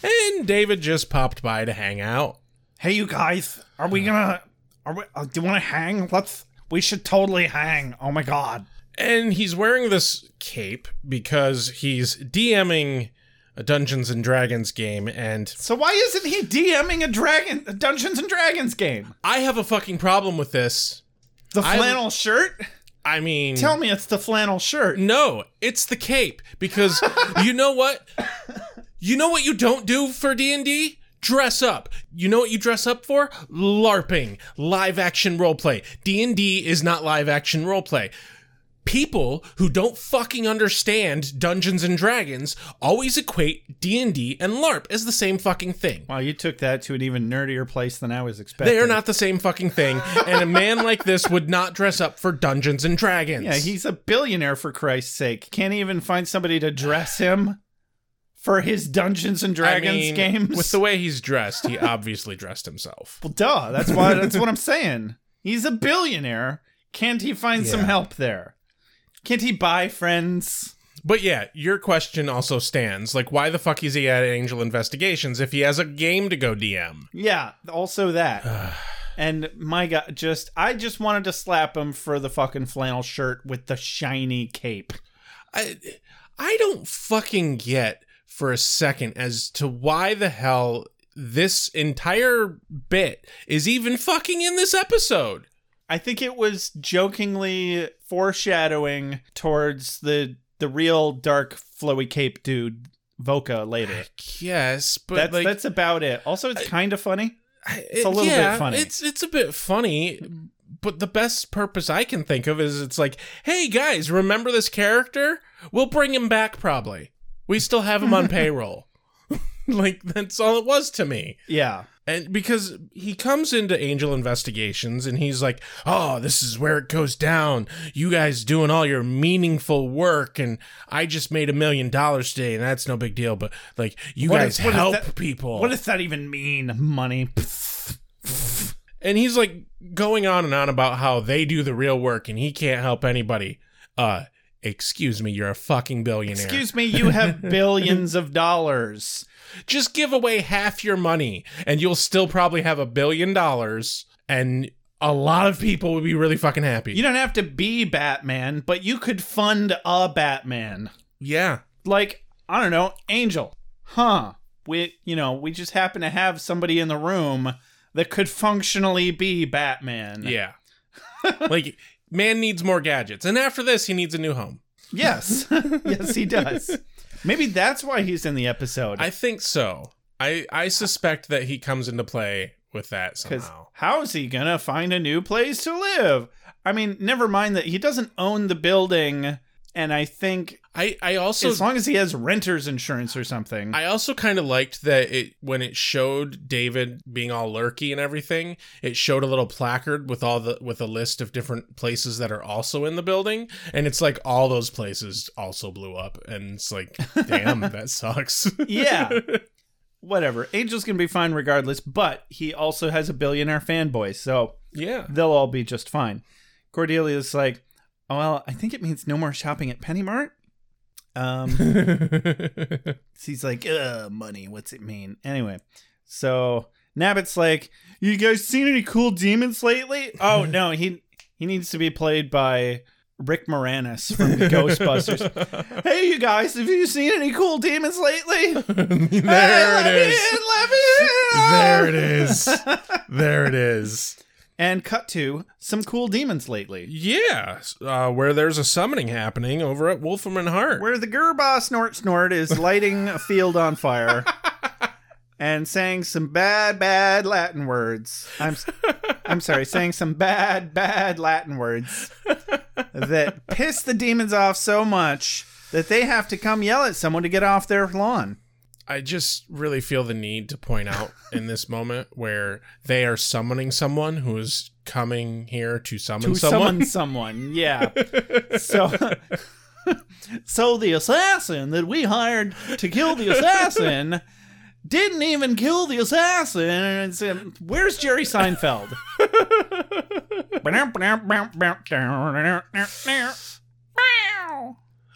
[SPEAKER 1] And David just popped by to hang out.
[SPEAKER 6] Hey, you guys. Are we gonna? Are we? Uh, do you want to hang? Let's. We should totally hang. Oh my god.
[SPEAKER 1] And he's wearing this cape because he's DMing a Dungeons and Dragons game, and
[SPEAKER 6] So why isn't he DMing a dragon, a Dungeons and Dragons game?
[SPEAKER 1] I have a fucking problem with this.
[SPEAKER 6] The
[SPEAKER 1] I-
[SPEAKER 6] flannel shirt?
[SPEAKER 1] I mean,
[SPEAKER 6] Tell me it's the flannel shirt.
[SPEAKER 1] No, it's the cape because you know what? You know what you don't do for D&D? Dress up. You know what you dress up for? LARPing, live action roleplay. D&D is not live action roleplay. People who don't fucking understand Dungeons and Dragons always equate D&D and LARP as the same fucking thing.
[SPEAKER 6] Wow, you took that to an even nerdier place than I was expecting.
[SPEAKER 1] They are not the same fucking thing, and a man like this would not dress up for Dungeons and Dragons.
[SPEAKER 6] Yeah, he's a billionaire for Christ's sake. Can't even find somebody to dress him for his Dungeons and
[SPEAKER 1] I
[SPEAKER 6] Dragons
[SPEAKER 1] mean,
[SPEAKER 6] games.
[SPEAKER 1] With the way he's dressed, he obviously dressed himself.
[SPEAKER 6] well, duh. That's why. That's what I'm saying. He's a billionaire. Can't he find some
[SPEAKER 1] Yeah.
[SPEAKER 6] help there? Can't he buy friends?
[SPEAKER 1] But yeah, your question also stands. Like, why the fuck is he at Angel Investigations if he has a game to go DM?
[SPEAKER 6] Yeah, also that. and my god, just I just wanted to slap him for the fucking flannel shirt with the shiny cape.
[SPEAKER 1] I, I don't fucking get for a second as to why the hell this entire bit is even fucking in this episode.
[SPEAKER 6] I think it was jokingly foreshadowing towards the the real dark flowy cape dude Voca later.
[SPEAKER 1] Yes, but
[SPEAKER 6] That's
[SPEAKER 1] like,
[SPEAKER 6] that's about it. Also, it's kind of funny.
[SPEAKER 1] it's
[SPEAKER 6] a little bit funny.
[SPEAKER 1] It's it's a bit funny, but the best purpose I can think of is it's like, hey guys, remember this character? We'll bring him back probably. We still have him on payroll. like that's all it was to me.
[SPEAKER 6] Yeah.
[SPEAKER 1] And because he comes into Angel Investigations and he's like, "Oh, this is where it goes down. You guys doing all your meaningful work, and I just made a million dollars today, and that's no big deal. But like, you
[SPEAKER 6] What
[SPEAKER 1] guys
[SPEAKER 6] if- what if
[SPEAKER 1] help
[SPEAKER 6] that-
[SPEAKER 1] people.
[SPEAKER 6] What does that even mean? Money. Pfft.
[SPEAKER 1] and he's like going on and on about how they do the real work and he can't help anybody. Uh, excuse me, you're a fucking billionaire.
[SPEAKER 6] Excuse me, you have billions of dollars.
[SPEAKER 1] Just give away half your money and you'll still probably have a billion dollars and a lot of people would be really fucking happy.
[SPEAKER 6] You don't have to be Batman, but you could fund a Batman.
[SPEAKER 1] yeah.
[SPEAKER 6] Like, I don't know, Angel. Huh. We, you know, we just happen to have somebody in the room that could functionally be Batman.
[SPEAKER 1] Yeah. like man needs more gadgets. And after this he needs a new home.
[SPEAKER 6] Yes. yes, he does. Maybe that's why he's in the episode.
[SPEAKER 1] I think so. I I suspect that he comes into play with that
[SPEAKER 6] Because
[SPEAKER 1] somehow.
[SPEAKER 6] how is he gonna find a new place to live? I mean, never mind that he doesn't own the building, and I think
[SPEAKER 1] I I also
[SPEAKER 6] as long as he has renter's insurance or something.
[SPEAKER 1] I also kind of liked that it when it showed David being all lurky and everything, it showed a little placard with all the with a list of different places that are also in the building, and it's like all those places also blew up, and it's like, damn, that sucks.
[SPEAKER 6] yeah. Whatever. Angel's gonna be fine regardless, but he also has a billionaire fanboy, so
[SPEAKER 1] yeah,
[SPEAKER 6] they'll all be just fine. Cordelia's like, oh, well, I think it means no more shopping at Penny Mart. Um, He's like, Ugh, money, what's it mean? Anyway, so Nabbit's like, You guys seen any cool demons lately? Oh no, he he needs to be played by Rick Moranis from the Ghostbusters. hey you guys, have you seen any cool demons lately?
[SPEAKER 1] there
[SPEAKER 6] Hey,
[SPEAKER 1] it is. There
[SPEAKER 6] let me in, let me in.
[SPEAKER 1] it is. There it is.
[SPEAKER 6] And cut to some cool demons lately.
[SPEAKER 1] Yeah, uh, where there's a summoning happening over at Wolfram and Hart.
[SPEAKER 6] Where the Gerba snort snort is lighting a field on fire. And saying some bad, bad Latin words. I'm, s- I'm sorry, saying some bad, bad Latin words that piss the demons off so much that they have to come yell at someone to get off their lawn.
[SPEAKER 1] I just really feel the need to point out in this moment where they are summoning someone who is coming here to summon
[SPEAKER 6] to
[SPEAKER 1] someone.
[SPEAKER 6] summon someone. Yeah. so so the assassin that we hired to kill the assassin didn't even kill the assassin. And it's, um, where's Jerry Seinfeld?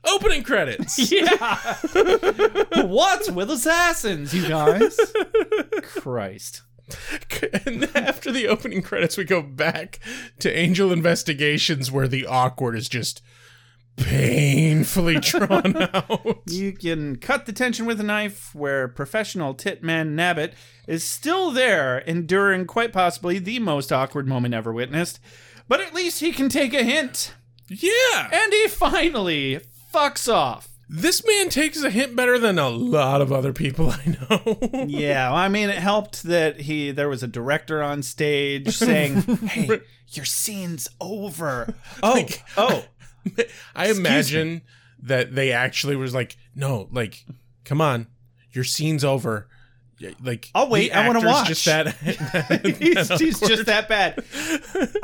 [SPEAKER 1] Opening credits.
[SPEAKER 6] yeah. What's with assassins, you guys? Christ.
[SPEAKER 1] and then after the opening credits, we go back to Angel Investigations where the awkward is just painfully drawn out.
[SPEAKER 6] You can cut the tension with a knife, where professional titman Nabbit is still there, enduring quite possibly the most awkward moment ever witnessed. But at least he can take a hint,
[SPEAKER 1] Yeah.
[SPEAKER 6] and he finally fucks off.
[SPEAKER 1] This man takes a hint better than a lot of other people I know.
[SPEAKER 6] Yeah, well, I mean, it helped that he there was a director on stage saying, "Hey, your scene's over." Oh,
[SPEAKER 1] Like-
[SPEAKER 6] oh,
[SPEAKER 1] I imagine that they actually was like, no, like, come on, your scene's over. Yeah, Like,
[SPEAKER 6] I'll wait,
[SPEAKER 1] the
[SPEAKER 6] I wanna
[SPEAKER 1] actor's
[SPEAKER 6] watch.
[SPEAKER 1] Just that. that
[SPEAKER 6] he's, he's just
[SPEAKER 1] awkward.
[SPEAKER 6] that bad.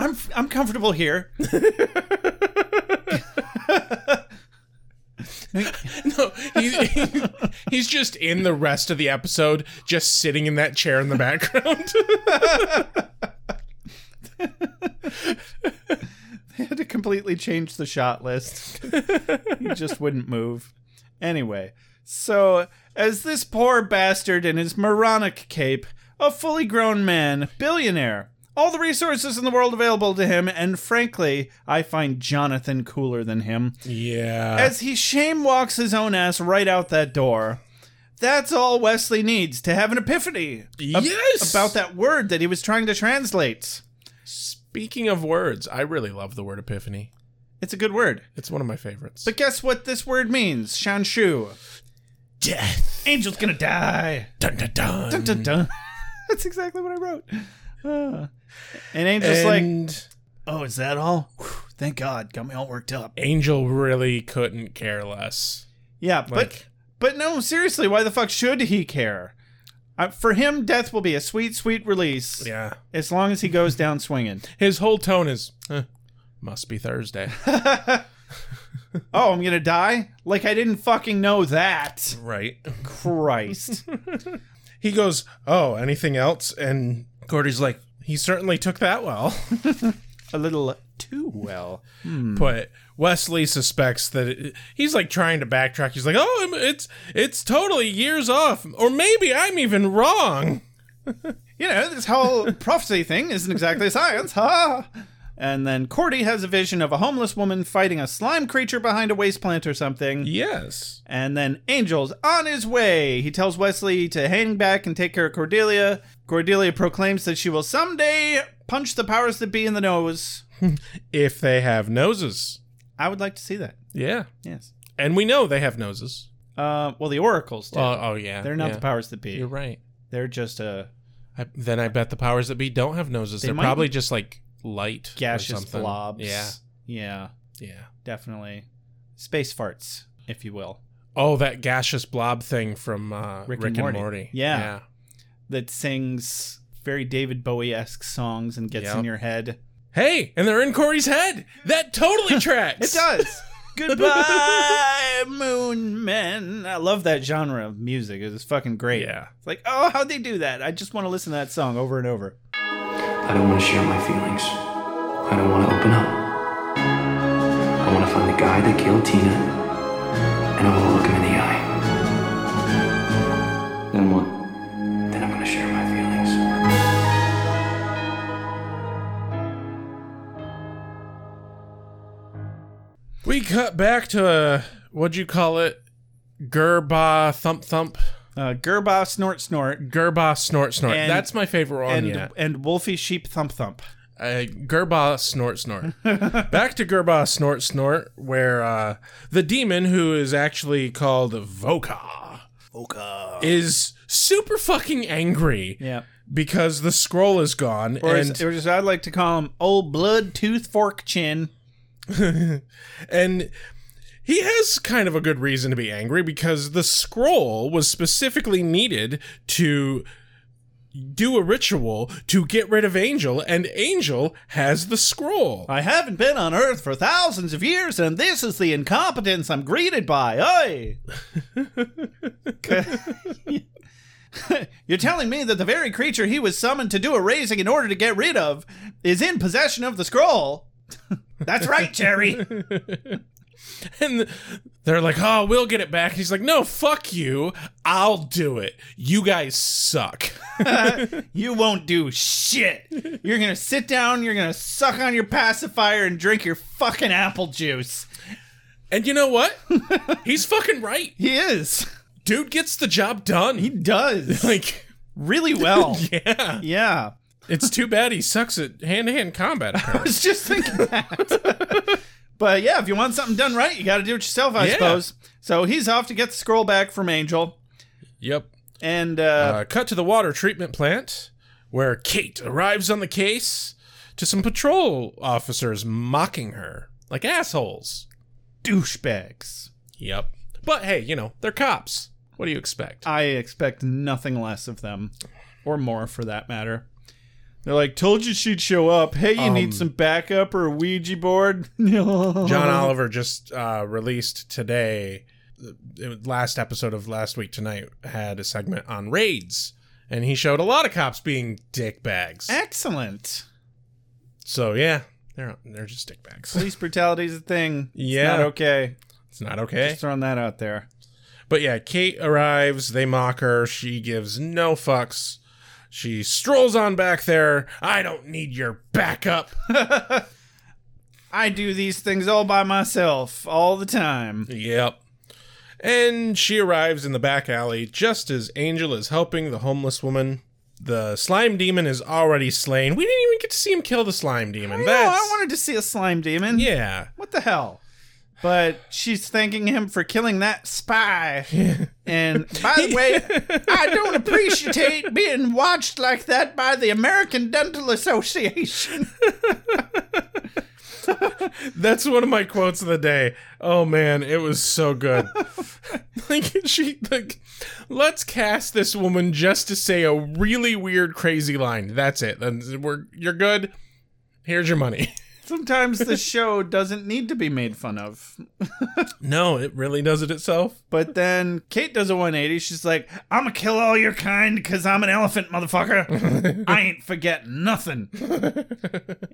[SPEAKER 6] I'm I'm comfortable here.
[SPEAKER 1] No, he- he- he's just in the rest of the episode, just sitting in that chair in the background.
[SPEAKER 6] had to completely change the shot list. he just wouldn't move. Anyway, so as this poor bastard in his moronic cape, a fully grown man, billionaire, all the resources in the world available to him, and frankly, I find Jonathan cooler than him,
[SPEAKER 1] yeah.
[SPEAKER 6] as he shame walks his own ass right out that door. That's all Wesley needs to have an epiphany ab-
[SPEAKER 1] yes.
[SPEAKER 6] about that word that he was trying to translate.
[SPEAKER 1] Speaking of words, I really love the word epiphany.
[SPEAKER 6] It's a good word.
[SPEAKER 1] It's one of my favorites.
[SPEAKER 6] But guess what this word means? Shanshu.
[SPEAKER 1] death.
[SPEAKER 6] Angel's gonna die.
[SPEAKER 1] Dun, dun, dun.
[SPEAKER 6] Dun, dun, dun. That's exactly what I wrote. Uh, and Angel's like,
[SPEAKER 1] and
[SPEAKER 6] oh, is that all? Whew, thank God, got me all worked up.
[SPEAKER 1] Angel really couldn't care less.
[SPEAKER 6] Yeah, but
[SPEAKER 1] Like-
[SPEAKER 6] but no, seriously, why the fuck should he care? Uh, for him, death will be a sweet, sweet release.
[SPEAKER 1] Yeah.
[SPEAKER 6] As long as he goes down swinging.
[SPEAKER 1] His whole tone is "Huh, must be Thursday.
[SPEAKER 6] Oh, I'm gonna die? Like I didn't fucking know that.
[SPEAKER 1] right.
[SPEAKER 6] Christ.
[SPEAKER 1] He goes, "Oh, anything else?" And Cordy's like, "He- He certainly took that well.
[SPEAKER 6] a little too well.
[SPEAKER 1] but Wesley suspects that it, he's like trying to backtrack. He's like, "Oh, I'm- it's it's totally years off, or maybe I'm even wrong."
[SPEAKER 6] You know, this whole prophecy thing isn't exactly science, ha! And then Cordy has a vision of a homeless woman fighting a slime creature behind a waste plant or something.
[SPEAKER 1] Yes.
[SPEAKER 6] And then Angel's on his way. He tells Wesley to hang back and take care of Cordelia. Cordelia proclaims that she will someday punch the powers that be in the nose.
[SPEAKER 1] If they have noses.
[SPEAKER 6] I would like to see that.
[SPEAKER 1] Yeah.
[SPEAKER 6] Yes.
[SPEAKER 1] And we know they have noses.
[SPEAKER 6] Uh, well, the oracles do.
[SPEAKER 1] Oh, oh yeah.
[SPEAKER 6] They're not
[SPEAKER 1] yeah.
[SPEAKER 6] the powers that be.
[SPEAKER 1] You're right.
[SPEAKER 6] They're just uh, a
[SPEAKER 1] I, then I bet the powers that be don't have noses.
[SPEAKER 6] They
[SPEAKER 1] They are
[SPEAKER 6] might-
[SPEAKER 1] probably just like light or
[SPEAKER 6] gaseous
[SPEAKER 1] something.
[SPEAKER 6] blobs.
[SPEAKER 1] Yeah.
[SPEAKER 6] Yeah,
[SPEAKER 1] Yeah.
[SPEAKER 6] definitely. Space farts, if you will.
[SPEAKER 1] Oh, that gaseous blob thing from uh,
[SPEAKER 6] Rick
[SPEAKER 1] Rick,
[SPEAKER 6] and
[SPEAKER 1] and,
[SPEAKER 6] Morty.
[SPEAKER 1] Morty.
[SPEAKER 6] Yeah. That sings very David Bowie esque songs and gets
[SPEAKER 1] Yep.
[SPEAKER 6] in your head.
[SPEAKER 1] Hey, and they're in Corey's head. That totally tracks.
[SPEAKER 6] It does. Goodbye, Moon Men. I love that genre of music. It's fucking great.
[SPEAKER 1] Yeah.
[SPEAKER 6] It's like, oh, how'd they do that? I just want to listen to that song over and over.
[SPEAKER 4] I don't want to share my feelings. I don't want to open up. I want to find the guy that killed Tina, and I want to look him in the eye. Then what? Then I'm going to share my feelings.
[SPEAKER 1] We cut back to uh, what'd you call it? Gerba thump thump.
[SPEAKER 6] Uh, Gerba snort snort
[SPEAKER 1] Gerba snort snort.
[SPEAKER 6] And-
[SPEAKER 1] That's my favorite one
[SPEAKER 6] and
[SPEAKER 1] yet.
[SPEAKER 6] and Wolfie sheep thump thump.
[SPEAKER 1] uh, Gerba snort snort. Back to Gerba snort snort, where uh, the demon who is actually called Voka, Voka is super fucking angry
[SPEAKER 6] Yeah.
[SPEAKER 1] because the scroll is gone,
[SPEAKER 6] Or,
[SPEAKER 1] and
[SPEAKER 6] as, or as I'd like to call him, old blood tooth fork chin.
[SPEAKER 1] and he has kind of a good reason to be angry because the scroll was specifically needed to do a ritual to get rid of Angel, and Angel has the scroll.
[SPEAKER 6] I haven't been on Earth for thousands of years, and this is the incompetence I'm greeted by. Oi! You're telling me that the very creature he was summoned to do a raising in order to get rid of is in possession of the scroll? That's right, Jerry.
[SPEAKER 1] And they're like, oh, we'll get it back. He's like, no, fuck you. I'll do it. You guys suck.
[SPEAKER 6] you won't do shit. You're gonna sit down, you're gonna suck on your pacifier, and drink your fucking apple juice.
[SPEAKER 1] And you know what? He's fucking right.
[SPEAKER 6] He is.
[SPEAKER 1] Dude gets the job done.
[SPEAKER 6] He
[SPEAKER 1] He,
[SPEAKER 6] does.
[SPEAKER 1] like,
[SPEAKER 6] really well.
[SPEAKER 1] yeah.
[SPEAKER 6] yeah.
[SPEAKER 1] It's too bad he sucks at hand to hand combat.
[SPEAKER 6] I was just thinking that. but yeah, if you want something done right, you got to do it yourself, I
[SPEAKER 1] Yeah.
[SPEAKER 6] suppose. So he's off to get the scroll back from Angel,
[SPEAKER 1] yep.
[SPEAKER 6] and uh,
[SPEAKER 1] Uh, cut to the water treatment plant where Kate arrives on the case to some patrol officers mocking her like assholes.
[SPEAKER 6] douchebags.
[SPEAKER 1] Yep. But hey, you know, they're cops. What do you expect?
[SPEAKER 6] I expect nothing less of them, or more for that matter. They're like, told you she'd show up. Hey, you
[SPEAKER 1] Um,
[SPEAKER 6] need some backup or a Ouija board?
[SPEAKER 1] John
[SPEAKER 6] John
[SPEAKER 1] Oliver just uh, released today. The the last episode of last week tonight had a segment on raids, and he showed a lot of cops being dickbags.
[SPEAKER 6] Eh. Excellent.
[SPEAKER 1] So yeah, they're they're just dickbags.
[SPEAKER 6] Police brutality is a thing. It's
[SPEAKER 1] Yeah.
[SPEAKER 6] not okay.
[SPEAKER 1] It's not okay.
[SPEAKER 6] Just throwing that out there.
[SPEAKER 1] But yeah, Kate arrives. They mock her. She gives no fucks. She strolls on back there. I don't need your backup.
[SPEAKER 6] I do these things all by myself, all the time.
[SPEAKER 1] Yep. And she arrives in the back alley just as Angel is helping the homeless woman. The slime demon is already slain. We didn't even get to see him kill the slime demon.
[SPEAKER 6] I know,
[SPEAKER 1] That's
[SPEAKER 6] I wanted to see a slime demon.
[SPEAKER 1] yeah.
[SPEAKER 6] What the hell? But she's thanking him for killing that spy. and by the way, I don't appreciate being watched like that by the American Dental Association.
[SPEAKER 1] That's one of my quotes of the day. Oh man, it was so good. like she like let's cast this woman just to say a really weird crazy line. That's it. Then we're you're good. Here's your money.
[SPEAKER 6] Sometimes the show doesn't need to be made fun of.
[SPEAKER 1] No, it really does it itself.
[SPEAKER 6] But then Kate does a 180. She's like, I'm going to kill all your kind because I'm an elephant, motherfucker. I ain't forgetting nothing.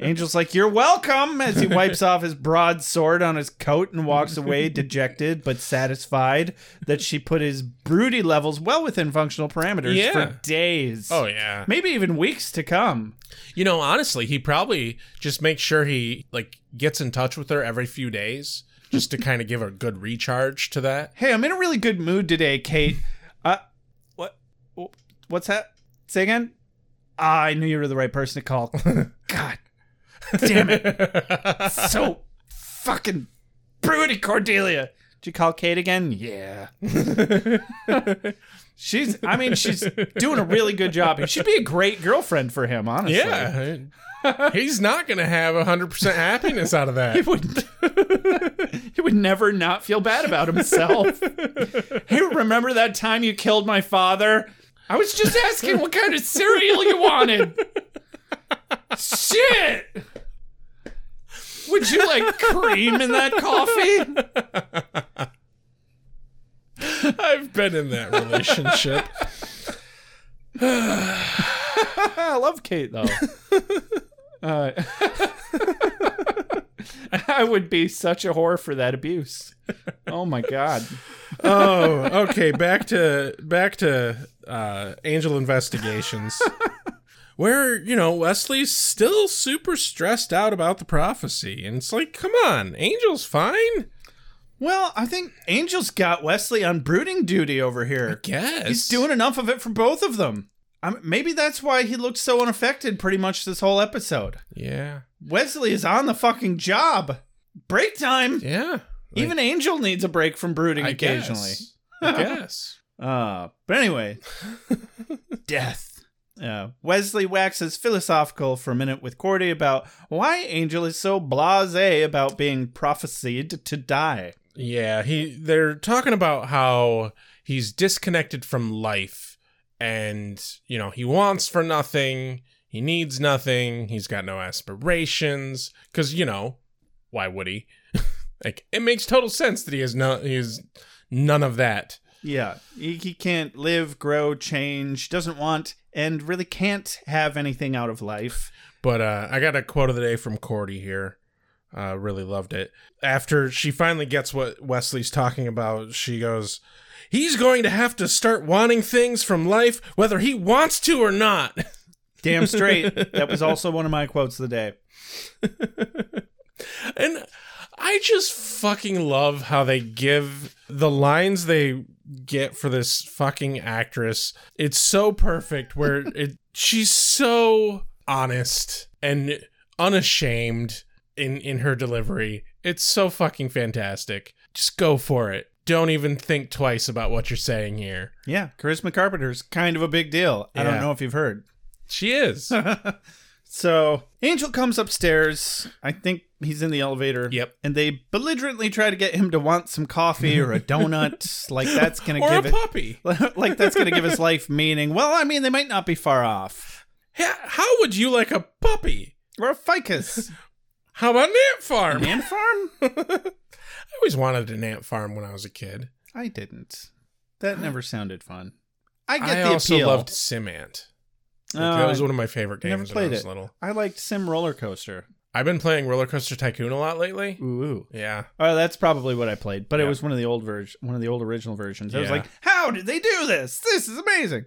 [SPEAKER 6] Angel's like, You're welcome, as he wipes off his broadsword on his coat and walks away, dejected but satisfied that she put his broody levels well within functional parameters
[SPEAKER 1] Yeah.
[SPEAKER 6] for days.
[SPEAKER 1] Oh yeah.
[SPEAKER 6] Maybe even weeks to come.
[SPEAKER 1] You know, honestly, he probably just makes sure he like gets in touch with her every few days just to kind of give a good recharge to that.
[SPEAKER 6] Hey, I'm in a really good mood today, Kate. Uh, what? What's that? Say again. Ah, I knew you were the right person to call. God, damn it! so fucking broody, Cordelia. Did you call Kate again? Yeah. she's. I mean, she's doing a really good job. She'd be a great girlfriend for him, honestly.
[SPEAKER 1] Yeah. He's not going to have 100% happiness out of
[SPEAKER 6] He
[SPEAKER 1] that.
[SPEAKER 6] would, he would never not feel bad about himself. hey, remember that time you killed my father? I was just asking what kind of cereal you wanted. Shit! Would you like cream in that coffee?
[SPEAKER 1] I've been in that relationship.
[SPEAKER 6] I love Kate though. Uh, I would be such a whore for that abuse. Oh my god.
[SPEAKER 1] oh, okay. Back to back to uh, Angel Investigations, where you know Wesley's still super stressed out about the prophecy, and it's like, come on, Angel's fine.
[SPEAKER 6] Well, I think Angel's got Wesley on brooding duty over here.
[SPEAKER 1] Yes,
[SPEAKER 6] He's doing enough of it for both of them. I'm, maybe that's why he looked so unaffected pretty much this whole episode.
[SPEAKER 1] Yeah,
[SPEAKER 6] Wesley is on the fucking job. Break time.
[SPEAKER 1] yeah.
[SPEAKER 6] Even Angel needs a break from brooding
[SPEAKER 1] I
[SPEAKER 6] occasionally.
[SPEAKER 1] guess. I guess.
[SPEAKER 6] Uh, but anyway, death. Uh, Wesley waxes philosophical for a minute with Cordy about why Angel is so blasé about being prophesied to die.
[SPEAKER 1] Yeah, he. They're talking about how he's disconnected from life, and you know he wants for nothing. He needs nothing. He's got no aspirations. Because you know, why would he? like, it makes total sense that he has no. He has none of that.
[SPEAKER 6] Yeah, he, he can't live, grow, change, doesn't want, and really can't have anything out of life.
[SPEAKER 1] But uh, I got a quote of the day from Cordy here. Uh, really loved it. After she finally gets what Wesley's talking about, she goes, "He's going to have to start wanting things from life, whether he wants to or not."
[SPEAKER 6] Damn straight. that was also one of my quotes of the day.
[SPEAKER 1] And I just fucking love how they give the lines they get for this fucking actress. It's so perfect where it she's so honest and unashamed in in her delivery. It's so fucking fantastic. Just go for it. Don't even think twice about what you're saying here.
[SPEAKER 6] Yeah, Charisma Carpenter's kind of a big deal. I
[SPEAKER 1] Yeah.
[SPEAKER 6] don't know if you've heard.
[SPEAKER 1] She is.
[SPEAKER 6] So Angel comes upstairs. I think he's in the elevator.
[SPEAKER 1] Yep.
[SPEAKER 6] And they belligerently try to get him to want some coffee or a donut. like that's gonna
[SPEAKER 1] or a
[SPEAKER 6] give
[SPEAKER 1] puppy.
[SPEAKER 6] it like that's gonna give his life meaning. Well, I mean, they might not be far off.
[SPEAKER 1] Ha- How would you like a puppy?
[SPEAKER 6] Or a ficus.
[SPEAKER 1] How about an ant farm?
[SPEAKER 6] Man farm?
[SPEAKER 1] I always wanted an ant farm when I was a kid.
[SPEAKER 6] I didn't. That never sounded fun. I get
[SPEAKER 1] I
[SPEAKER 6] the
[SPEAKER 1] also
[SPEAKER 6] appeal.
[SPEAKER 1] loved Simant. Like,
[SPEAKER 6] Oh,
[SPEAKER 1] that was one of my favorite
[SPEAKER 6] I
[SPEAKER 1] games
[SPEAKER 6] never
[SPEAKER 1] when I
[SPEAKER 6] played
[SPEAKER 1] was
[SPEAKER 6] it.
[SPEAKER 1] little.
[SPEAKER 6] I liked Sim Roller Coaster.
[SPEAKER 1] I've been playing Roller Coaster Tycoon a lot lately.
[SPEAKER 6] Ooh. ooh.
[SPEAKER 1] Yeah.
[SPEAKER 6] Oh, that's probably what I played, but
[SPEAKER 1] Yeah.
[SPEAKER 6] it was one of the old version, one of the old original versions. I was
[SPEAKER 1] Yeah.
[SPEAKER 6] like, "How did they do this? This is amazing."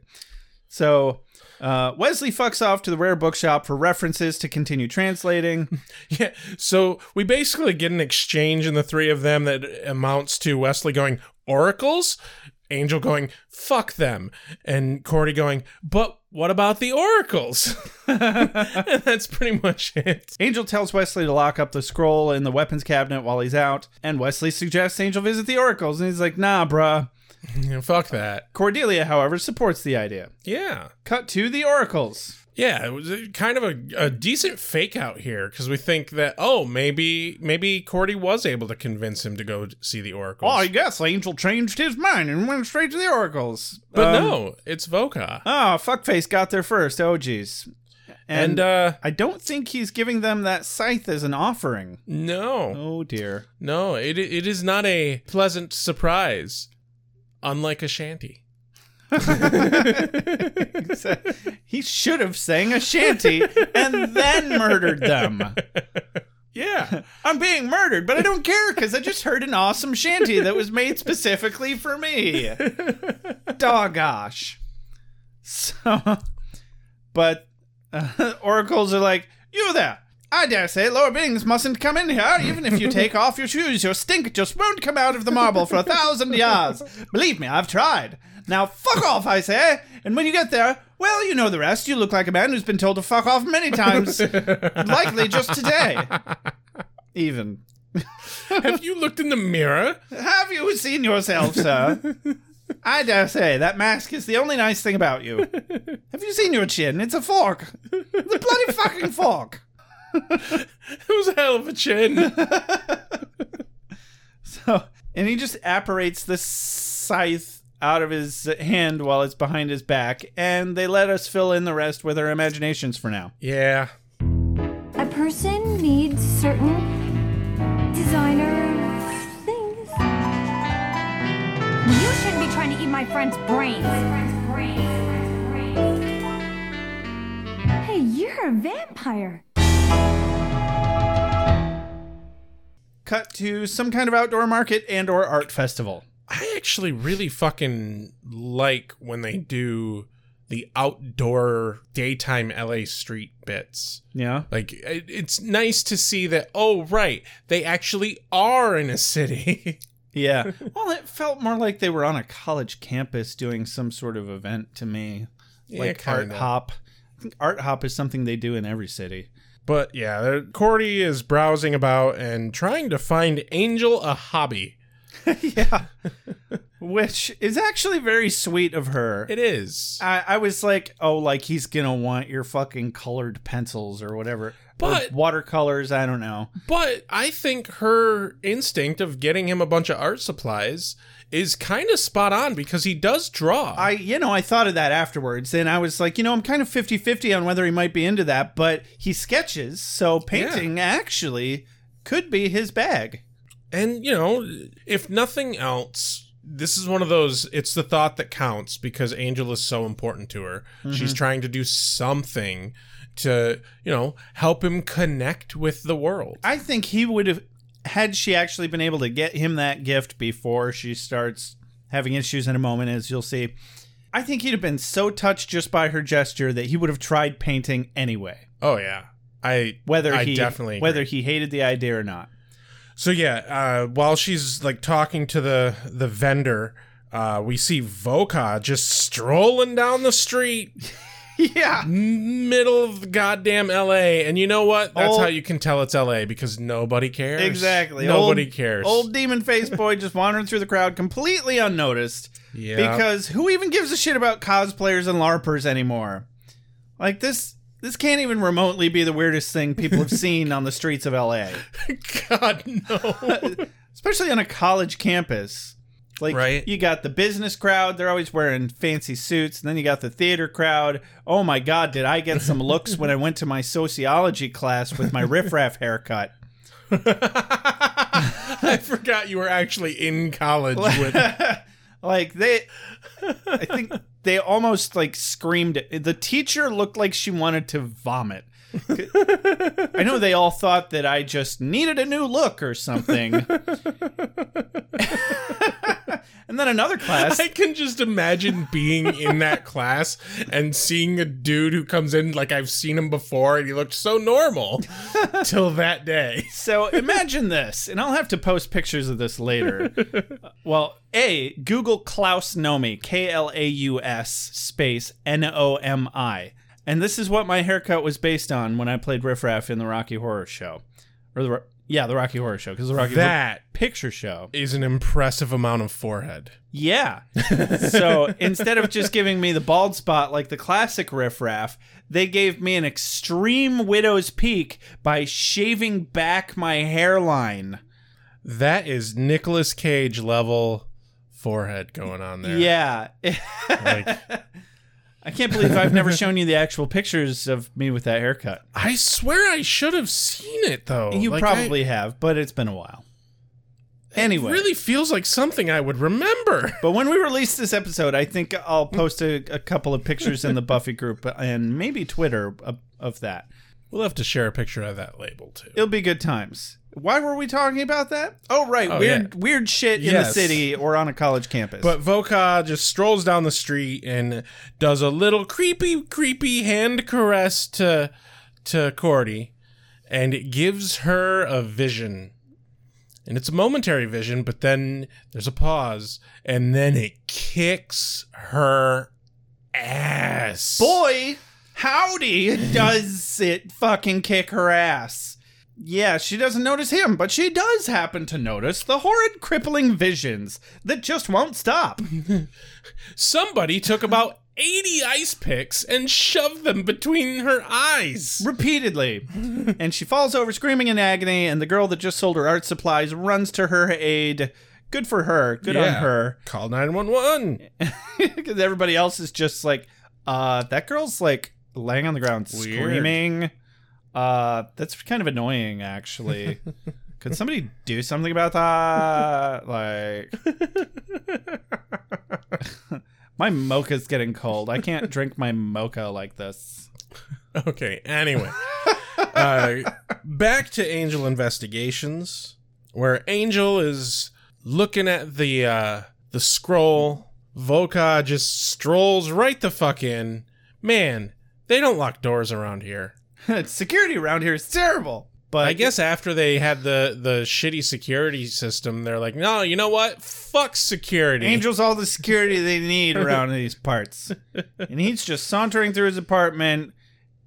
[SPEAKER 6] So, uh, Wesley fucks off to the rare bookshop for references to continue translating.
[SPEAKER 1] Yeah. So we basically get an exchange in the three of them that amounts to Wesley going, Oracles? Angel going, fuck them. And Cordy going, but what about the oracles? and that's pretty much it.
[SPEAKER 6] Angel tells Wesley to lock up the scroll in the weapons cabinet while he's out, and Wesley suggests Angel visit the oracles, and he's like, "Nah, bruh."
[SPEAKER 1] You know, fuck that.
[SPEAKER 6] Cordelia, however, supports the idea.
[SPEAKER 1] Yeah.
[SPEAKER 6] Cut to the oracles.
[SPEAKER 1] Yeah, it was a- kind of a, a decent fake out here because we think that oh maybe maybe Cordy was able to convince him to go d- see the oracles.
[SPEAKER 6] Well, Oh, I guess Angel changed his mind and went straight to the oracles.
[SPEAKER 1] but
[SPEAKER 6] Um,
[SPEAKER 1] no, it's Voca.
[SPEAKER 6] Ah, Oh, fuckface got there first. Oh, jeez.
[SPEAKER 1] And, uh,
[SPEAKER 6] I don't think he's giving them that scythe as an offering.
[SPEAKER 1] no,
[SPEAKER 6] Oh dear.
[SPEAKER 1] no, it it is not a pleasant surprise, unlike Ashanti.
[SPEAKER 6] he should have sang a shanty and then murdered them.
[SPEAKER 1] Yeah,
[SPEAKER 6] I'm being murdered, but I don't care because I just heard an awesome shanty that was made specifically for me. Dogosh. So, but uh, oracles are like, you there. I dare say lower beings mustn't come in here. Even if you take off your shoes, your stink just won't come out of the marble for a thousand years. Believe me, I've tried. Now fuck off, I say. And when you get there, well, you know the rest. You look like a man who's been told to fuck off many times, likely just today. Even.
[SPEAKER 1] have you looked in the mirror?
[SPEAKER 6] Have you seen yourself, sir? I dare say that mask is the only nice thing about you. Have you seen your chin? It's a fork. The bloody fucking fork.
[SPEAKER 1] It was a hell of a chin.
[SPEAKER 6] So, and he just apparates the scythe out of his hand while it's behind his back, and they let us fill in the rest with our imaginations for now.
[SPEAKER 1] yeah,
[SPEAKER 2] A person needs certain designer things. You shouldn't be trying to eat my friend's brains. Hey, you're a vampire.
[SPEAKER 6] Cut to some kind of outdoor market and or art festival.
[SPEAKER 1] I actually really fucking like when they do the outdoor daytime LA street bits.
[SPEAKER 6] Yeah.
[SPEAKER 1] Like it- it's nice to see that. Oh, right, they actually are in a city.
[SPEAKER 6] Yeah. well, it felt more like they were on a college campus doing some sort of event to me. like art
[SPEAKER 1] kinda.
[SPEAKER 6] hop. I think art hop is something they do in every city.
[SPEAKER 1] But yeah, there- Cordy is browsing about and trying to find Angel a hobby.
[SPEAKER 6] yeah. Which is actually very sweet of her.
[SPEAKER 1] It is.
[SPEAKER 6] I, I was like, oh, like he's gonna want your fucking colored pencils or whatever.
[SPEAKER 1] But-
[SPEAKER 6] or watercolors, I don't know.
[SPEAKER 1] But I think her instinct of getting him a bunch of art supplies is kind of spot on because he does draw.
[SPEAKER 6] I you know, I thought of that afterwards and I was like, you know, I'm kind of 50-50 on whether he might be into that, but he sketches, so painting actually could be his bag.
[SPEAKER 1] And, you know, if nothing else, this is one of those, it's the thought that counts because Angel is so important to her.
[SPEAKER 6] Mm-hmm.
[SPEAKER 1] She's trying to do something to, you know, help him connect with the world.
[SPEAKER 6] I think he would have had she actually been able to get him that gift before she starts having issues in a moment, as you'll see. I think he'd have been so touched just by her gesture that he would have tried painting anyway.
[SPEAKER 1] oh, yeah. I
[SPEAKER 6] Whether
[SPEAKER 1] I
[SPEAKER 6] he
[SPEAKER 1] definitely
[SPEAKER 6] whether
[SPEAKER 1] agree.
[SPEAKER 6] he hated the idea or not.
[SPEAKER 1] so yeah uh, while she's like talking to the the vendor uh, we see Voka just strolling down the street
[SPEAKER 6] Yeah.
[SPEAKER 1] middle of goddamn LA and you know what that's
[SPEAKER 6] Old-
[SPEAKER 1] how you can tell it's LA because nobody cares
[SPEAKER 6] Exactly.
[SPEAKER 1] nobody
[SPEAKER 6] Old-
[SPEAKER 1] cares
[SPEAKER 6] Old demon face boy just wandering through the crowd completely unnoticed.
[SPEAKER 1] Yeah.
[SPEAKER 6] Because who even gives a shit about cosplayers and LARPers anymore? Like this this can't even remotely be the weirdest thing people have seen on the streets of LA.
[SPEAKER 1] God no.
[SPEAKER 6] especially on a college campus. Like
[SPEAKER 1] Right.
[SPEAKER 6] you got the business crowd, they're always wearing fancy suits, and then you got the theater crowd. Oh my god, did I get some looks when I went to my sociology class with my riffraff haircut?
[SPEAKER 1] I forgot you were actually in college with
[SPEAKER 6] Like they I think they almost like screamed it. the teacher looked like she wanted to vomit. I know they all thought that I just needed a new look or something. and then another class
[SPEAKER 1] I can just imagine being in that class and seeing a dude who comes in like I've seen him before and he looked so normal till that day.
[SPEAKER 6] So imagine this, and I'll have to post pictures of this later. well, A, Google Klaus Nomi, K L A U S space N O M I. And this is what my haircut was based on when I played Riff Raff in the Rocky Horror Show. Or the, Ro- yeah, the Rocky Horror Show, because the Rocky Horror
[SPEAKER 1] That
[SPEAKER 6] Picture Show.
[SPEAKER 1] is an impressive amount of forehead.
[SPEAKER 6] Yeah. so instead of just giving me the bald spot like the classic riffraff, they gave me an extreme widow's peak by shaving back my hairline.
[SPEAKER 1] That is Nicolas Cage level forehead going on there.
[SPEAKER 6] Yeah.
[SPEAKER 1] Like,
[SPEAKER 6] I can't believe I've never shown you the actual pictures of me with that haircut.
[SPEAKER 1] I swear I should have seen it though.
[SPEAKER 6] You
[SPEAKER 1] Oh, Like, I-
[SPEAKER 6] probably have, but it's been a while. Anyway,
[SPEAKER 1] really feels like something I would remember.
[SPEAKER 6] but when we release this episode, I think I'll post a, a couple of pictures in the Buffy group and maybe Twitter of, of that.
[SPEAKER 1] We'll have to share a picture of that label too.
[SPEAKER 6] It'll be good times. Why were we talking about that? Oh, right, weird,
[SPEAKER 1] yeah.
[SPEAKER 6] weird shit in the
[SPEAKER 1] Yes.
[SPEAKER 6] city or on a college campus.
[SPEAKER 1] But Voka just strolls down the street and does a little creepy, creepy hand caress to to Cordy, and it gives her a vision. And it's a momentary vision, but then there's a pause, and then it kicks her ass.
[SPEAKER 6] boy, howdy, does it fucking kick her ass. Yeah, she doesn't notice him, but she does happen to notice the horrid, crippling visions that just won't stop.
[SPEAKER 1] Somebody took about 80 ice picks and shoved them between her eyes.
[SPEAKER 6] repeatedly. and she falls over screaming in agony, and the girl that just sold her art supplies runs to her aid. Good for her. Good on
[SPEAKER 1] Yeah.
[SPEAKER 6] her.
[SPEAKER 1] Call 911.
[SPEAKER 6] Because everybody else is just like, uh, that girl's like laying on the ground
[SPEAKER 1] Weird.
[SPEAKER 6] screaming. Uh, that's kind of annoying, actually. Could somebody do something about that? Like, my mocha's getting cold. I can't drink my mocha like this.
[SPEAKER 1] Okay, anyway. uh, back to Angel Investigations, where Angel is looking at the uh, the scroll. Volka just strolls right the fuck in. Man, they don't lock doors around here.
[SPEAKER 6] Security around here is terrible. But
[SPEAKER 1] I guess after they had the, the shitty security system, they're like, no, you know what? Fuck security.
[SPEAKER 6] Angel's all the security they need around these parts. And he's just sauntering through his apartment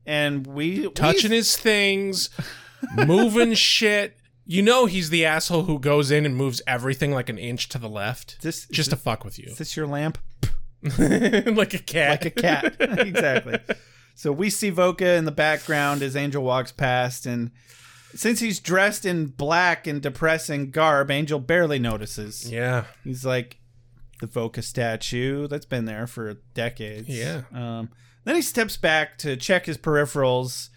[SPEAKER 6] and we
[SPEAKER 1] touching
[SPEAKER 6] we,
[SPEAKER 1] his things, moving shit. You know he's the asshole who goes in and moves everything like an inch to the left,
[SPEAKER 6] This-
[SPEAKER 1] just to fuck with you,
[SPEAKER 6] Is this your lamp?
[SPEAKER 1] like a cat.
[SPEAKER 6] Like a cat. exactly. So we see Voca in the background as Angel walks past and since he's dressed in black and depressing garb, Angel barely notices.
[SPEAKER 1] yeah,
[SPEAKER 6] He's like the Voca statue that's been there for decades.
[SPEAKER 1] Yeah.
[SPEAKER 6] Um, then he steps back to check his peripherals,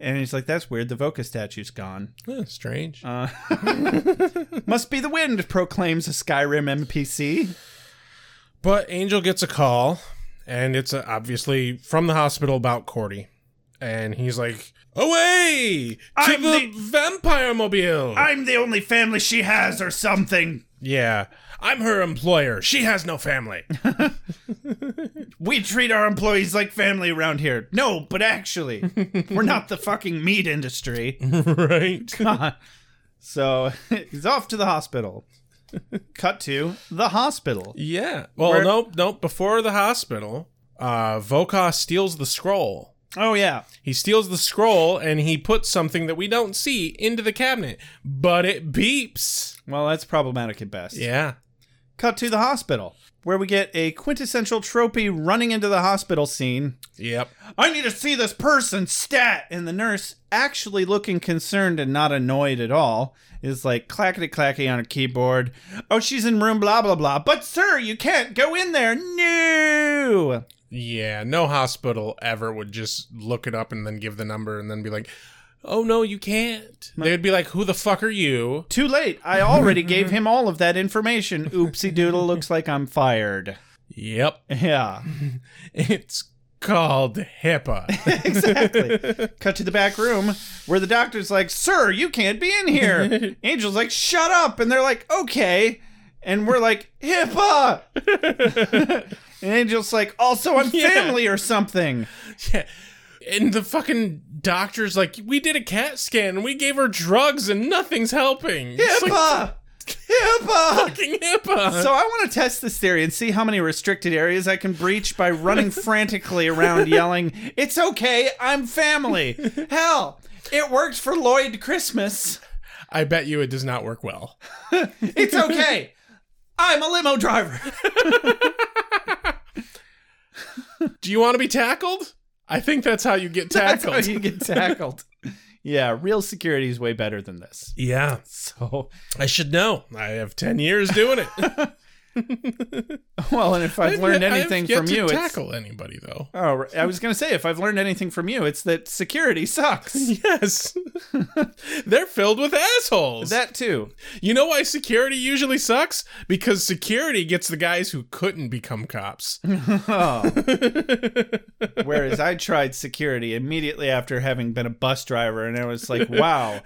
[SPEAKER 6] and he's like, "That's weird. The Voca statue's gone.
[SPEAKER 1] Huh, strange.
[SPEAKER 6] Must be the wind," proclaims a Skyrim NPC.
[SPEAKER 1] but Angel gets a call, and it's uh, obviously from the hospital about Cordy, and he's like, "Away to
[SPEAKER 6] I'm
[SPEAKER 1] the,
[SPEAKER 6] the-
[SPEAKER 1] vampire mobile."
[SPEAKER 6] I'm the only family she has, or something.
[SPEAKER 1] yeah, I'm her employer. She has no family.
[SPEAKER 6] We treat our employees like family around here. No, but actually, we're not the fucking meat industry.
[SPEAKER 1] right?
[SPEAKER 6] So he's off to the hospital. Cut to the hospital.
[SPEAKER 1] Yeah. Well,
[SPEAKER 6] Where-
[SPEAKER 1] nope, nope. Before the hospital, uh, Voka steals the scroll.
[SPEAKER 6] Oh yeah.
[SPEAKER 1] He steals the scroll and he puts something that we don't see into the cabinet, but it beeps.
[SPEAKER 6] Well, that's problematic at best.
[SPEAKER 1] Yeah.
[SPEAKER 6] Cut to the hospital, where we get a quintessential tropey running into the hospital scene.
[SPEAKER 1] Yep.
[SPEAKER 6] I need to see this person, stat! And the nurse, actually looking concerned and not annoyed at all, is like clackety clacky on her keyboard. Oh, she's in room blah blah blah. But sir, you can't go in there. No!
[SPEAKER 1] Yeah. No hospital ever would just look it up and then give the number and then be like, "Oh no, you can't." They'd be like, "Who the fuck are you?"
[SPEAKER 6] Too late. I already gave him all of that information. Oopsie doodle, looks like I'm fired.
[SPEAKER 1] Yep.
[SPEAKER 6] Yeah.
[SPEAKER 1] It's called HIPAA.
[SPEAKER 6] exactly. Cut to the back room where the doctor's like, "Sir, you can't be in here." Angel's like, "Shut up!" And they're like, "Okay." And we're like, "HIPAA." and Angel's like, "Also, I'm
[SPEAKER 1] Yeah.
[SPEAKER 6] family or something."
[SPEAKER 1] yeah. And the fucking doctor's like, "We did a CAT scan and we gave her drugs and nothing's helping." It's like,
[SPEAKER 6] HIPAA. HIPAA.
[SPEAKER 1] fucking HIPAA.
[SPEAKER 6] So I want to test this theory and see how many restricted areas I can breach by running frantically around yelling, "It's okay, I'm family." Hell, it worked for Lloyd Christmas.
[SPEAKER 1] I bet you it does not work well.
[SPEAKER 6] It's okay. I'm a limo driver.
[SPEAKER 1] Do you want to be tackled? I think that's how you get
[SPEAKER 6] That's
[SPEAKER 1] tackled.
[SPEAKER 6] how you get tackled. yeah, real security is way better than this.
[SPEAKER 1] yeah.
[SPEAKER 6] So
[SPEAKER 1] I should know. I have 10 years doing it.
[SPEAKER 6] Well, and if I've learned
[SPEAKER 1] yet-
[SPEAKER 6] anything
[SPEAKER 1] I've yet
[SPEAKER 6] from
[SPEAKER 1] to
[SPEAKER 6] you, it's
[SPEAKER 1] tackle anybody though.
[SPEAKER 6] oh, right. I was gonna say if I've learned anything from you, it's that security sucks.
[SPEAKER 1] Yes, they're filled with assholes.
[SPEAKER 6] that too.
[SPEAKER 1] you know why security usually sucks? Because security gets the guys who couldn't become cops.
[SPEAKER 6] Whereas I tried security immediately after having been a bus driver, and I was like, wow.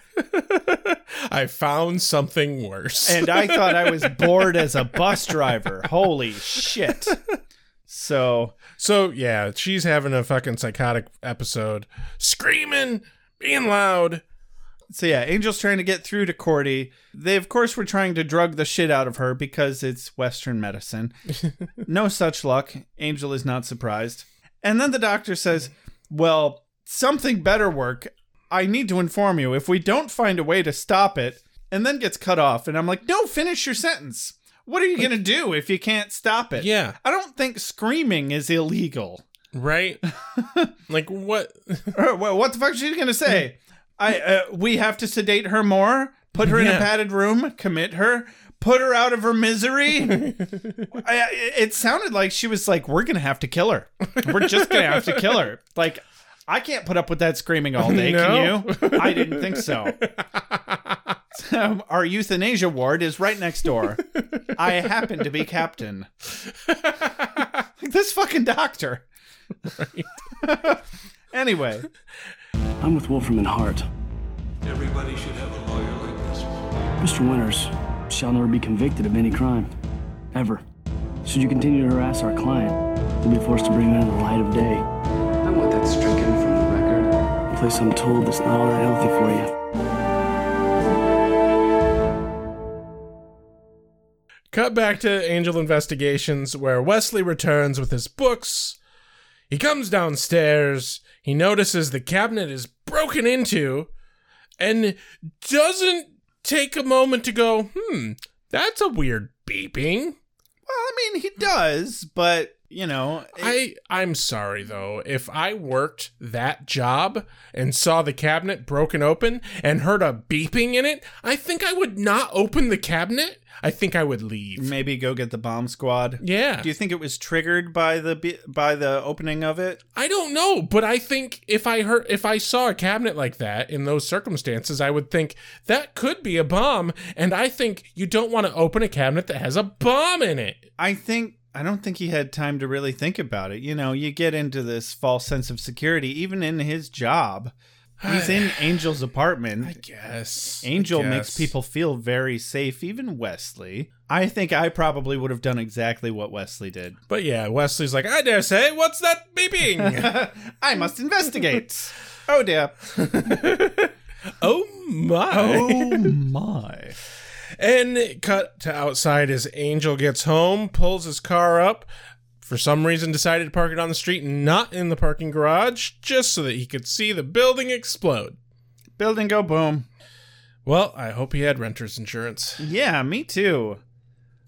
[SPEAKER 1] I found something worse.
[SPEAKER 6] And I thought I was bored as a bus driver. Holy shit. So
[SPEAKER 1] So yeah, she's having a fucking psychotic episode, screaming, being loud.
[SPEAKER 6] So yeah, Angel's trying to get through to Cordy. They of course were trying to drug the shit out of her because it's Western medicine. no such luck. Angel is not surprised. And then the doctor says, Well, something better work. I need to inform you. If we don't find a way to stop it, and then gets cut off, and I'm like, No, finish your sentence. What are you gonna do if you can't stop it?
[SPEAKER 1] Yeah.
[SPEAKER 6] I don't think screaming is illegal.
[SPEAKER 1] Right? like what?
[SPEAKER 6] Or, well, what the fuck is she gonna say? I uh, we have to sedate her more, put her in a
[SPEAKER 1] Yeah.
[SPEAKER 6] padded room, commit her, put her out of her misery. I, I- it sounded like she was like, "We're gonna have to kill her. We're just gonna have to kill her." Like, I can't put up with that screaming all day. Can you? I didn't think so. so. Our euthanasia ward is right next door. I happen to be captain. like this fucking doctor. anyway.
[SPEAKER 4] I'm with Wolfram and Hart.
[SPEAKER 7] Everybody should have a lawyer like this.
[SPEAKER 4] Mr. Winters shall never be convicted of any crime. Ever. Should you continue to harass our client, we'll be forced to bring that into the light of day. I want that stricken from the record. A place I'm told that's not all that healthy for you.
[SPEAKER 1] Cut back to Angel Investigations, where Wesley returns with his books. He comes downstairs. He notices the cabinet is broken into and doesn't take a moment to go, hmm, that's a weird beeping.
[SPEAKER 6] Well, I mean, he does, but you know, it-
[SPEAKER 1] I I'm sorry though. If I worked that job and saw the cabinet broken open and heard a beeping in it, I think I would not open the cabinet. I think I would leave.
[SPEAKER 6] maybe go get the bomb squad.
[SPEAKER 1] Yeah.
[SPEAKER 6] Do you think it was triggered by the be- by the opening of it?
[SPEAKER 1] I don't know, but I think if I heard if I saw a cabinet like that in those circumstances, I would think that could be a bomb and I think you don't want to open a cabinet that has a bomb in it.
[SPEAKER 6] I think I don't think he had time to really think about it. You know, you get into this false sense of security even in his job. He's in Angel's apartment.
[SPEAKER 1] Yes.
[SPEAKER 6] Angel makes people feel very safe, even Wesley. I think I probably would have done exactly what Wesley did.
[SPEAKER 1] But yeah, Wesley's like, "I dare say, what's that beeping?"
[SPEAKER 6] I must investigate. oh dear.
[SPEAKER 1] oh my.
[SPEAKER 6] Oh my.
[SPEAKER 1] And cut to outside as Angel gets home, pulls his car up. For some reason, decided to park it on the street and not in the parking garage, just so that he could see the building explode.
[SPEAKER 6] Building go boom.
[SPEAKER 1] Well, I hope he had renter's insurance.
[SPEAKER 6] Yeah, me too.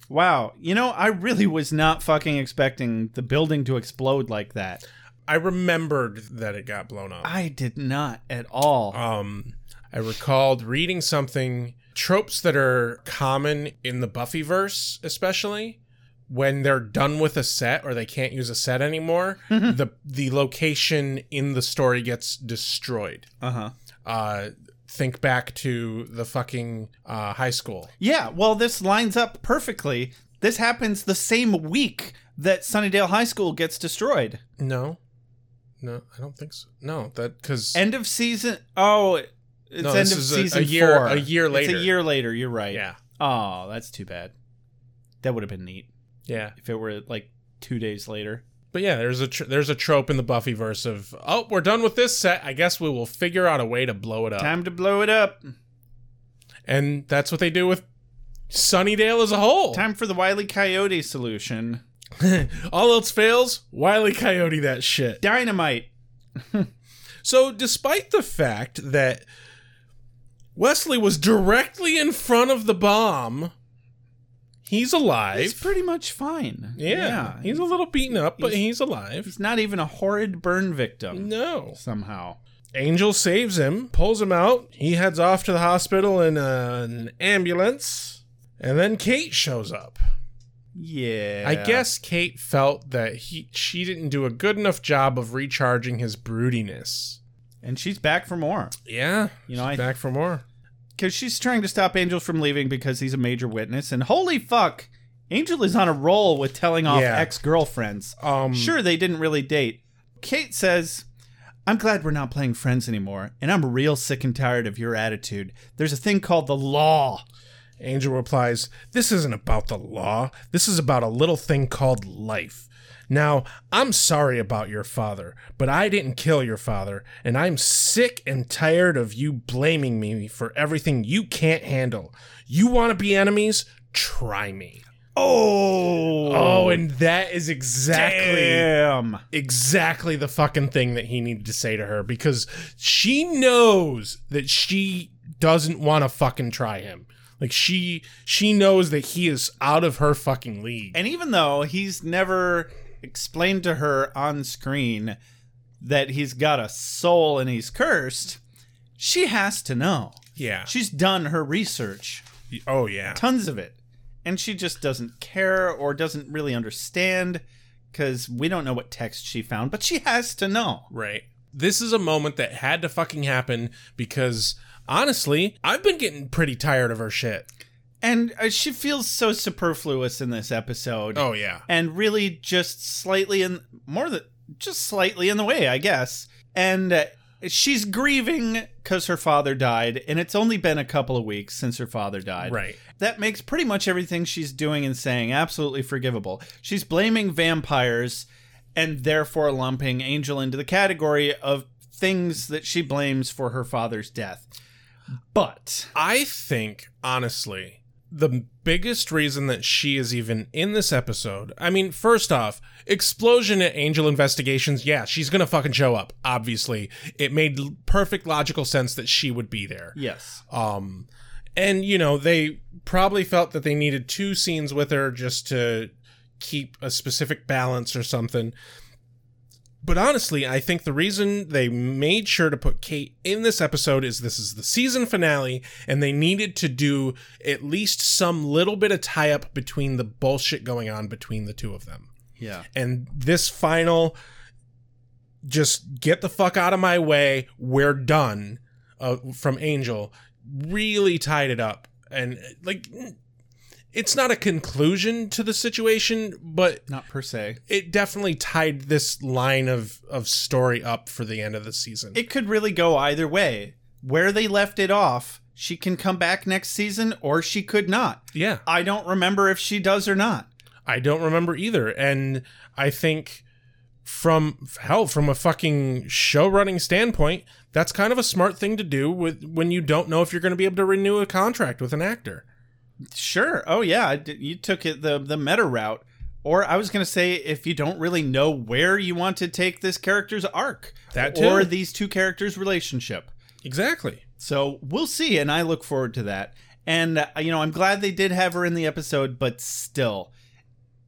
[SPEAKER 6] Wow. You know, I really was not fucking expecting the building to explode like that.
[SPEAKER 1] I remembered that it got blown up.
[SPEAKER 6] I did not at all.
[SPEAKER 1] Um, I recalled reading something tropes that are common in the Buffyverse, especially when they're done with a set or they can't use a set anymore. the the location in the story gets destroyed.
[SPEAKER 6] Uh huh.
[SPEAKER 1] uh think back to the fucking uh high school
[SPEAKER 6] Yeah, well, this lines up perfectly. This happens the same week that Sunnydale High School gets destroyed.
[SPEAKER 1] no no i don't think so no that because
[SPEAKER 6] End of season. Oh, it's
[SPEAKER 1] No,
[SPEAKER 6] end
[SPEAKER 1] this
[SPEAKER 6] of
[SPEAKER 1] is a- a
[SPEAKER 6] season
[SPEAKER 1] year-
[SPEAKER 6] four.
[SPEAKER 1] a year later.
[SPEAKER 6] It's a year later. You're right.
[SPEAKER 1] yeah
[SPEAKER 6] Oh, that's too bad. That would have been neat
[SPEAKER 1] yeah
[SPEAKER 6] if it were like two days later.
[SPEAKER 1] but yeah there's a tr- there's a trope in the buffyverse of oh we're done with this set i guess we will figure out a way to blow it up
[SPEAKER 6] Time to blow it up.
[SPEAKER 1] and that's what they do with sunnydale as a whole
[SPEAKER 6] Time for the Wily Coyote solution.
[SPEAKER 1] all else fails wiley coyote that shit
[SPEAKER 6] Dynamite.
[SPEAKER 1] So, despite the fact that Wesley was directly in front of the bomb, he's alive.
[SPEAKER 6] He's pretty much fine.
[SPEAKER 1] yeah, he's a little beaten up, but
[SPEAKER 6] he's-
[SPEAKER 1] he's, alive.
[SPEAKER 6] He's not even a horrid burn victim.
[SPEAKER 1] No.
[SPEAKER 6] Somehow.
[SPEAKER 1] Angel saves him, pulls him out. He heads off uh, to the hospital in an ambulance. And then Kate shows up.
[SPEAKER 6] Yeah.
[SPEAKER 1] I guess Kate felt that he she didn't do a good enough job of recharging his broodiness.
[SPEAKER 6] And she's back for more.
[SPEAKER 1] Yeah,
[SPEAKER 6] You know,
[SPEAKER 1] she's
[SPEAKER 6] I-
[SPEAKER 1] back for more.
[SPEAKER 6] Because she's trying to stop Angel from leaving because he's a major witness. And holy fuck, Angel is on a roll with telling off
[SPEAKER 1] Yeah.
[SPEAKER 6] ex girlfriends.
[SPEAKER 1] Um,
[SPEAKER 6] Sure, they didn't really date. Kate says, I'm glad we're not playing friends anymore, and I'm real sick and tired of your attitude. There's a thing called the law.
[SPEAKER 1] Angel replies, "This isn't about the law. This is about a little thing called life." Now, I'm sorry about your father, but I didn't kill your father, and I'm sick and tired of you blaming me for everything you can't handle. You want to be enemies? Try me.
[SPEAKER 6] Oh,
[SPEAKER 1] Oh, and that is exactly
[SPEAKER 6] damn.
[SPEAKER 1] exactly the fucking thing that he needed to say to her because she knows that she doesn't want to fucking try him. Like she she knows that he is out of her fucking league.
[SPEAKER 6] And even though he's never explained to her on screen that he's got a soul and he's cursed, she has to know.
[SPEAKER 1] yeah.
[SPEAKER 6] She's done her research,
[SPEAKER 1] oh yeah.
[SPEAKER 6] tons of it. And she just doesn't care or doesn't really understand because we don't know what text she found, but she has to know.
[SPEAKER 1] Right. This is a moment that had to fucking happen because honestly, I've been getting pretty tired of her shit.
[SPEAKER 6] And uh, she feels so superfluous in this episode.
[SPEAKER 1] Oh yeah.
[SPEAKER 6] and really just slightly in more than just slightly in the way, I guess. And uh, she's grieving because her father died, and it's only been a couple of weeks since her father died.
[SPEAKER 1] Right.
[SPEAKER 6] That makes pretty much everything she's doing and saying absolutely forgivable. She's blaming vampires and therefore lumping Angel into the category of things that she blames for her father's death. But
[SPEAKER 1] I think, honestly, the biggest reason that she is even in this episode, I mean, first off, explosion at Angel Investigations, yeah, she's gonna fucking show up, obviously. It made l- perfect logical sense that she would be there.
[SPEAKER 6] yes.
[SPEAKER 1] Um, and you know, they probably felt that they needed two scenes with her just to keep a specific balance or something. But honestly, I think the reason they made sure to put Kate in this episode is this is the season finale, and they needed to do at least some little bit of tie up between the bullshit going on between the two of them
[SPEAKER 6] Yeah.
[SPEAKER 1] and this final just get the fuck out of my way we're done uh, from angel really tied it up and like it's not a conclusion to the situation but
[SPEAKER 6] Not per se.
[SPEAKER 1] it definitely tied this line of of story up for the end of the season
[SPEAKER 6] it could really go either way. Where they left it off, she can come back next season or she could not.
[SPEAKER 1] yeah
[SPEAKER 6] I don't remember if she does or not.
[SPEAKER 1] I don't remember either. And I think from hell, from a fucking show running standpoint, that's kind of a smart thing to do with when you don't know if you're going to be able to renew a contract with an actor.
[SPEAKER 6] Sure. Oh yeah, I did- you took it the the meta route. Or I was going to say if you don't really know where you want to take this character's arc
[SPEAKER 1] That
[SPEAKER 6] or
[SPEAKER 1] too.
[SPEAKER 6] these two characters' relationship.
[SPEAKER 1] Exactly.
[SPEAKER 6] So we'll see, and I look forward to that. And uh, you know, I'm glad they did have her in the episode, but still,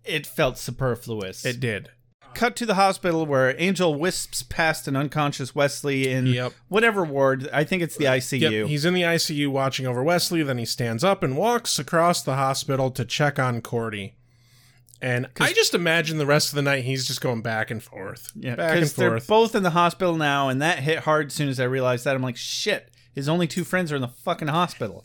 [SPEAKER 6] it felt superfluous.
[SPEAKER 1] It did.
[SPEAKER 6] cut to the hospital where Angel wisps past an unconscious Wesley in
[SPEAKER 1] Yep.
[SPEAKER 6] whatever ward. I think it's the ICU.
[SPEAKER 1] Yep, he's in the ICU watching over Wesley. Then he stands up and walks across the hospital to check on Cordy. And I just imagine the rest of the night he's just going back and forth,
[SPEAKER 6] yeah,
[SPEAKER 1] back and
[SPEAKER 6] because they're
[SPEAKER 1] forth.
[SPEAKER 6] both in the hospital now, and that hit hard as soon as I realized that. I'm like, shit, his only two friends are in the fucking hospital.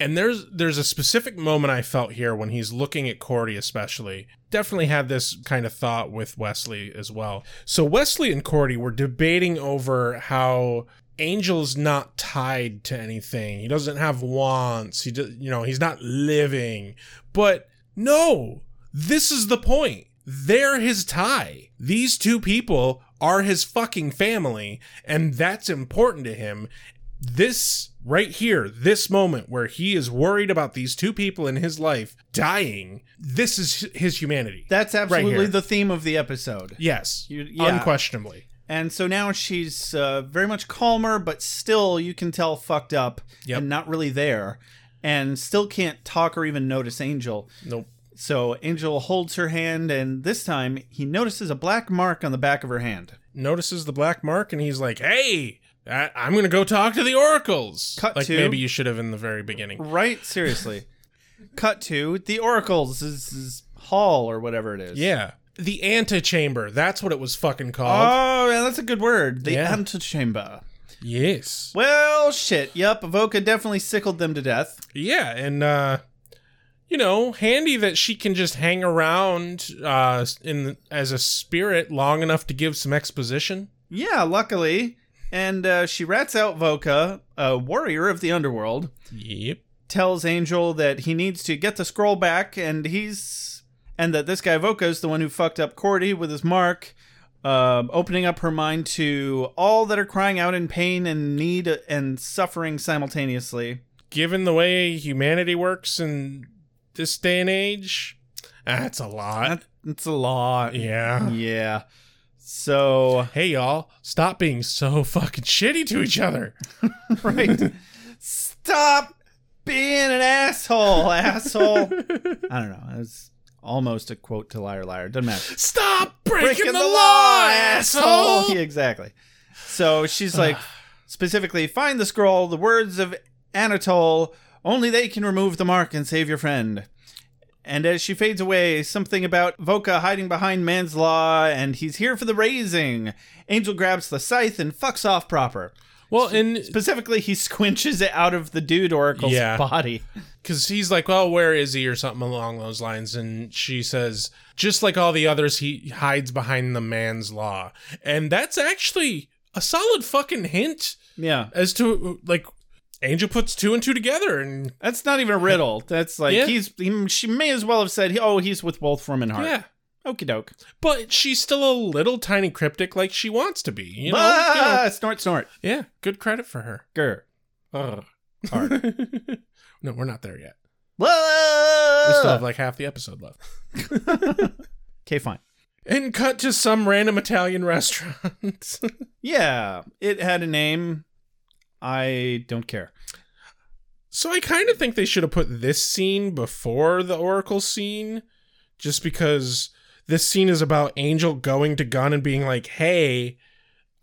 [SPEAKER 1] And there's there's a specific moment I felt here when he's looking at Cordy, especially. Definitely had this kind of thought with Wesley as well. So Wesley and Cordy were debating over how Angel's not tied to anything. He doesn't have wants. He, do, you know, he's not living. But no, this is the point. They're his tie. These two people are his fucking family, and that's important to him this right here, this moment where he is worried about these two people in his life dying, this is hi- his humanity.
[SPEAKER 6] That's absolutely
[SPEAKER 1] here.
[SPEAKER 6] the theme of the episode.
[SPEAKER 1] yes,
[SPEAKER 6] You- yeah.
[SPEAKER 1] unquestionably.
[SPEAKER 6] And so now she's uh, very much calmer, but still, you can tell fucked up
[SPEAKER 1] Yep.
[SPEAKER 6] and not really there, and still can't talk or even notice Angel.
[SPEAKER 1] Nope.
[SPEAKER 6] So Angel holds her hand, and this time he notices a black mark on the back of her hand.
[SPEAKER 1] Notices the black mark and he's like, "Hey, I, I'm gonna go talk to the oracles."
[SPEAKER 6] Cut
[SPEAKER 1] like
[SPEAKER 6] to-
[SPEAKER 1] maybe you should have in the very beginning.
[SPEAKER 6] Right? Seriously. Cut to the Oracles is, is hall or whatever it is.
[SPEAKER 1] Yeah. The antechamber. That's what it was fucking called.
[SPEAKER 6] Oh, yeah, that's a good word. The
[SPEAKER 1] Yeah.
[SPEAKER 6] antechamber.
[SPEAKER 1] yes.
[SPEAKER 6] Well, shit. Yep, Avoca definitely sickled them to death.
[SPEAKER 1] Yeah, and uh you know, handy that she can just hang around uh in as a spirit long enough to give some exposition.
[SPEAKER 6] Yeah, luckily. And uh, she rats out Voca, a warrior of the underworld,
[SPEAKER 1] Yep.
[SPEAKER 6] tells Angel that he needs to get the scroll back, and he's. And that this guy Voca is the one who fucked up Cordy with his mark, um, opening up her mind to all that are crying out in pain and need and suffering simultaneously.
[SPEAKER 1] Given the way humanity works in this day and age, that's a lot.
[SPEAKER 6] That- That's a lot.
[SPEAKER 1] yeah.
[SPEAKER 6] Yeah. So
[SPEAKER 1] Hey y'all, stop being so fucking shitty to each other.
[SPEAKER 6] right. Stop being an asshole, asshole. I don't know. It's almost a quote to liar liar. Doesn't matter.
[SPEAKER 1] Stop breaking, the, law, asshole.
[SPEAKER 6] Yeah, exactly. So she's like specifically find the scroll, the words of Anatole, only they can remove the mark and save your friend. And as she fades away, something about Voca hiding behind man's law and he's here for the raising. Angel grabs the scythe and fucks off proper.
[SPEAKER 1] Well, and
[SPEAKER 6] Specifically, he squinches it out of the dude oracle's
[SPEAKER 1] Yeah.
[SPEAKER 6] body.
[SPEAKER 1] because he's like, "Well, where is he?" or something along those lines, and she says, "Just like all the others, he hides behind the man's law," and that's actually a solid fucking hint
[SPEAKER 6] Yeah.
[SPEAKER 1] as to like Angel puts two and two together, and
[SPEAKER 6] That's not even a riddle. That's like
[SPEAKER 1] Yeah.
[SPEAKER 6] he's he, she may as well have said, "Oh, he's with Wolf Woman Heart."
[SPEAKER 1] yeah,
[SPEAKER 6] Okie doke.
[SPEAKER 1] but she's still a little tiny cryptic, like she wants to be, you know? You know?
[SPEAKER 6] Ah, snort snort.
[SPEAKER 1] Yeah, good credit for her.
[SPEAKER 6] Grr.
[SPEAKER 1] Ugh. no, we're not there yet. We still have
[SPEAKER 6] Blah.
[SPEAKER 1] like half the episode left.
[SPEAKER 6] Okay, fine.
[SPEAKER 1] And cut to some random Italian restaurant.
[SPEAKER 6] Yeah, it had a name. I don't care.
[SPEAKER 1] So I kind of think they should have put this scene before the Oracle scene, just because this scene is about Angel going to Gun and being like, "Hey,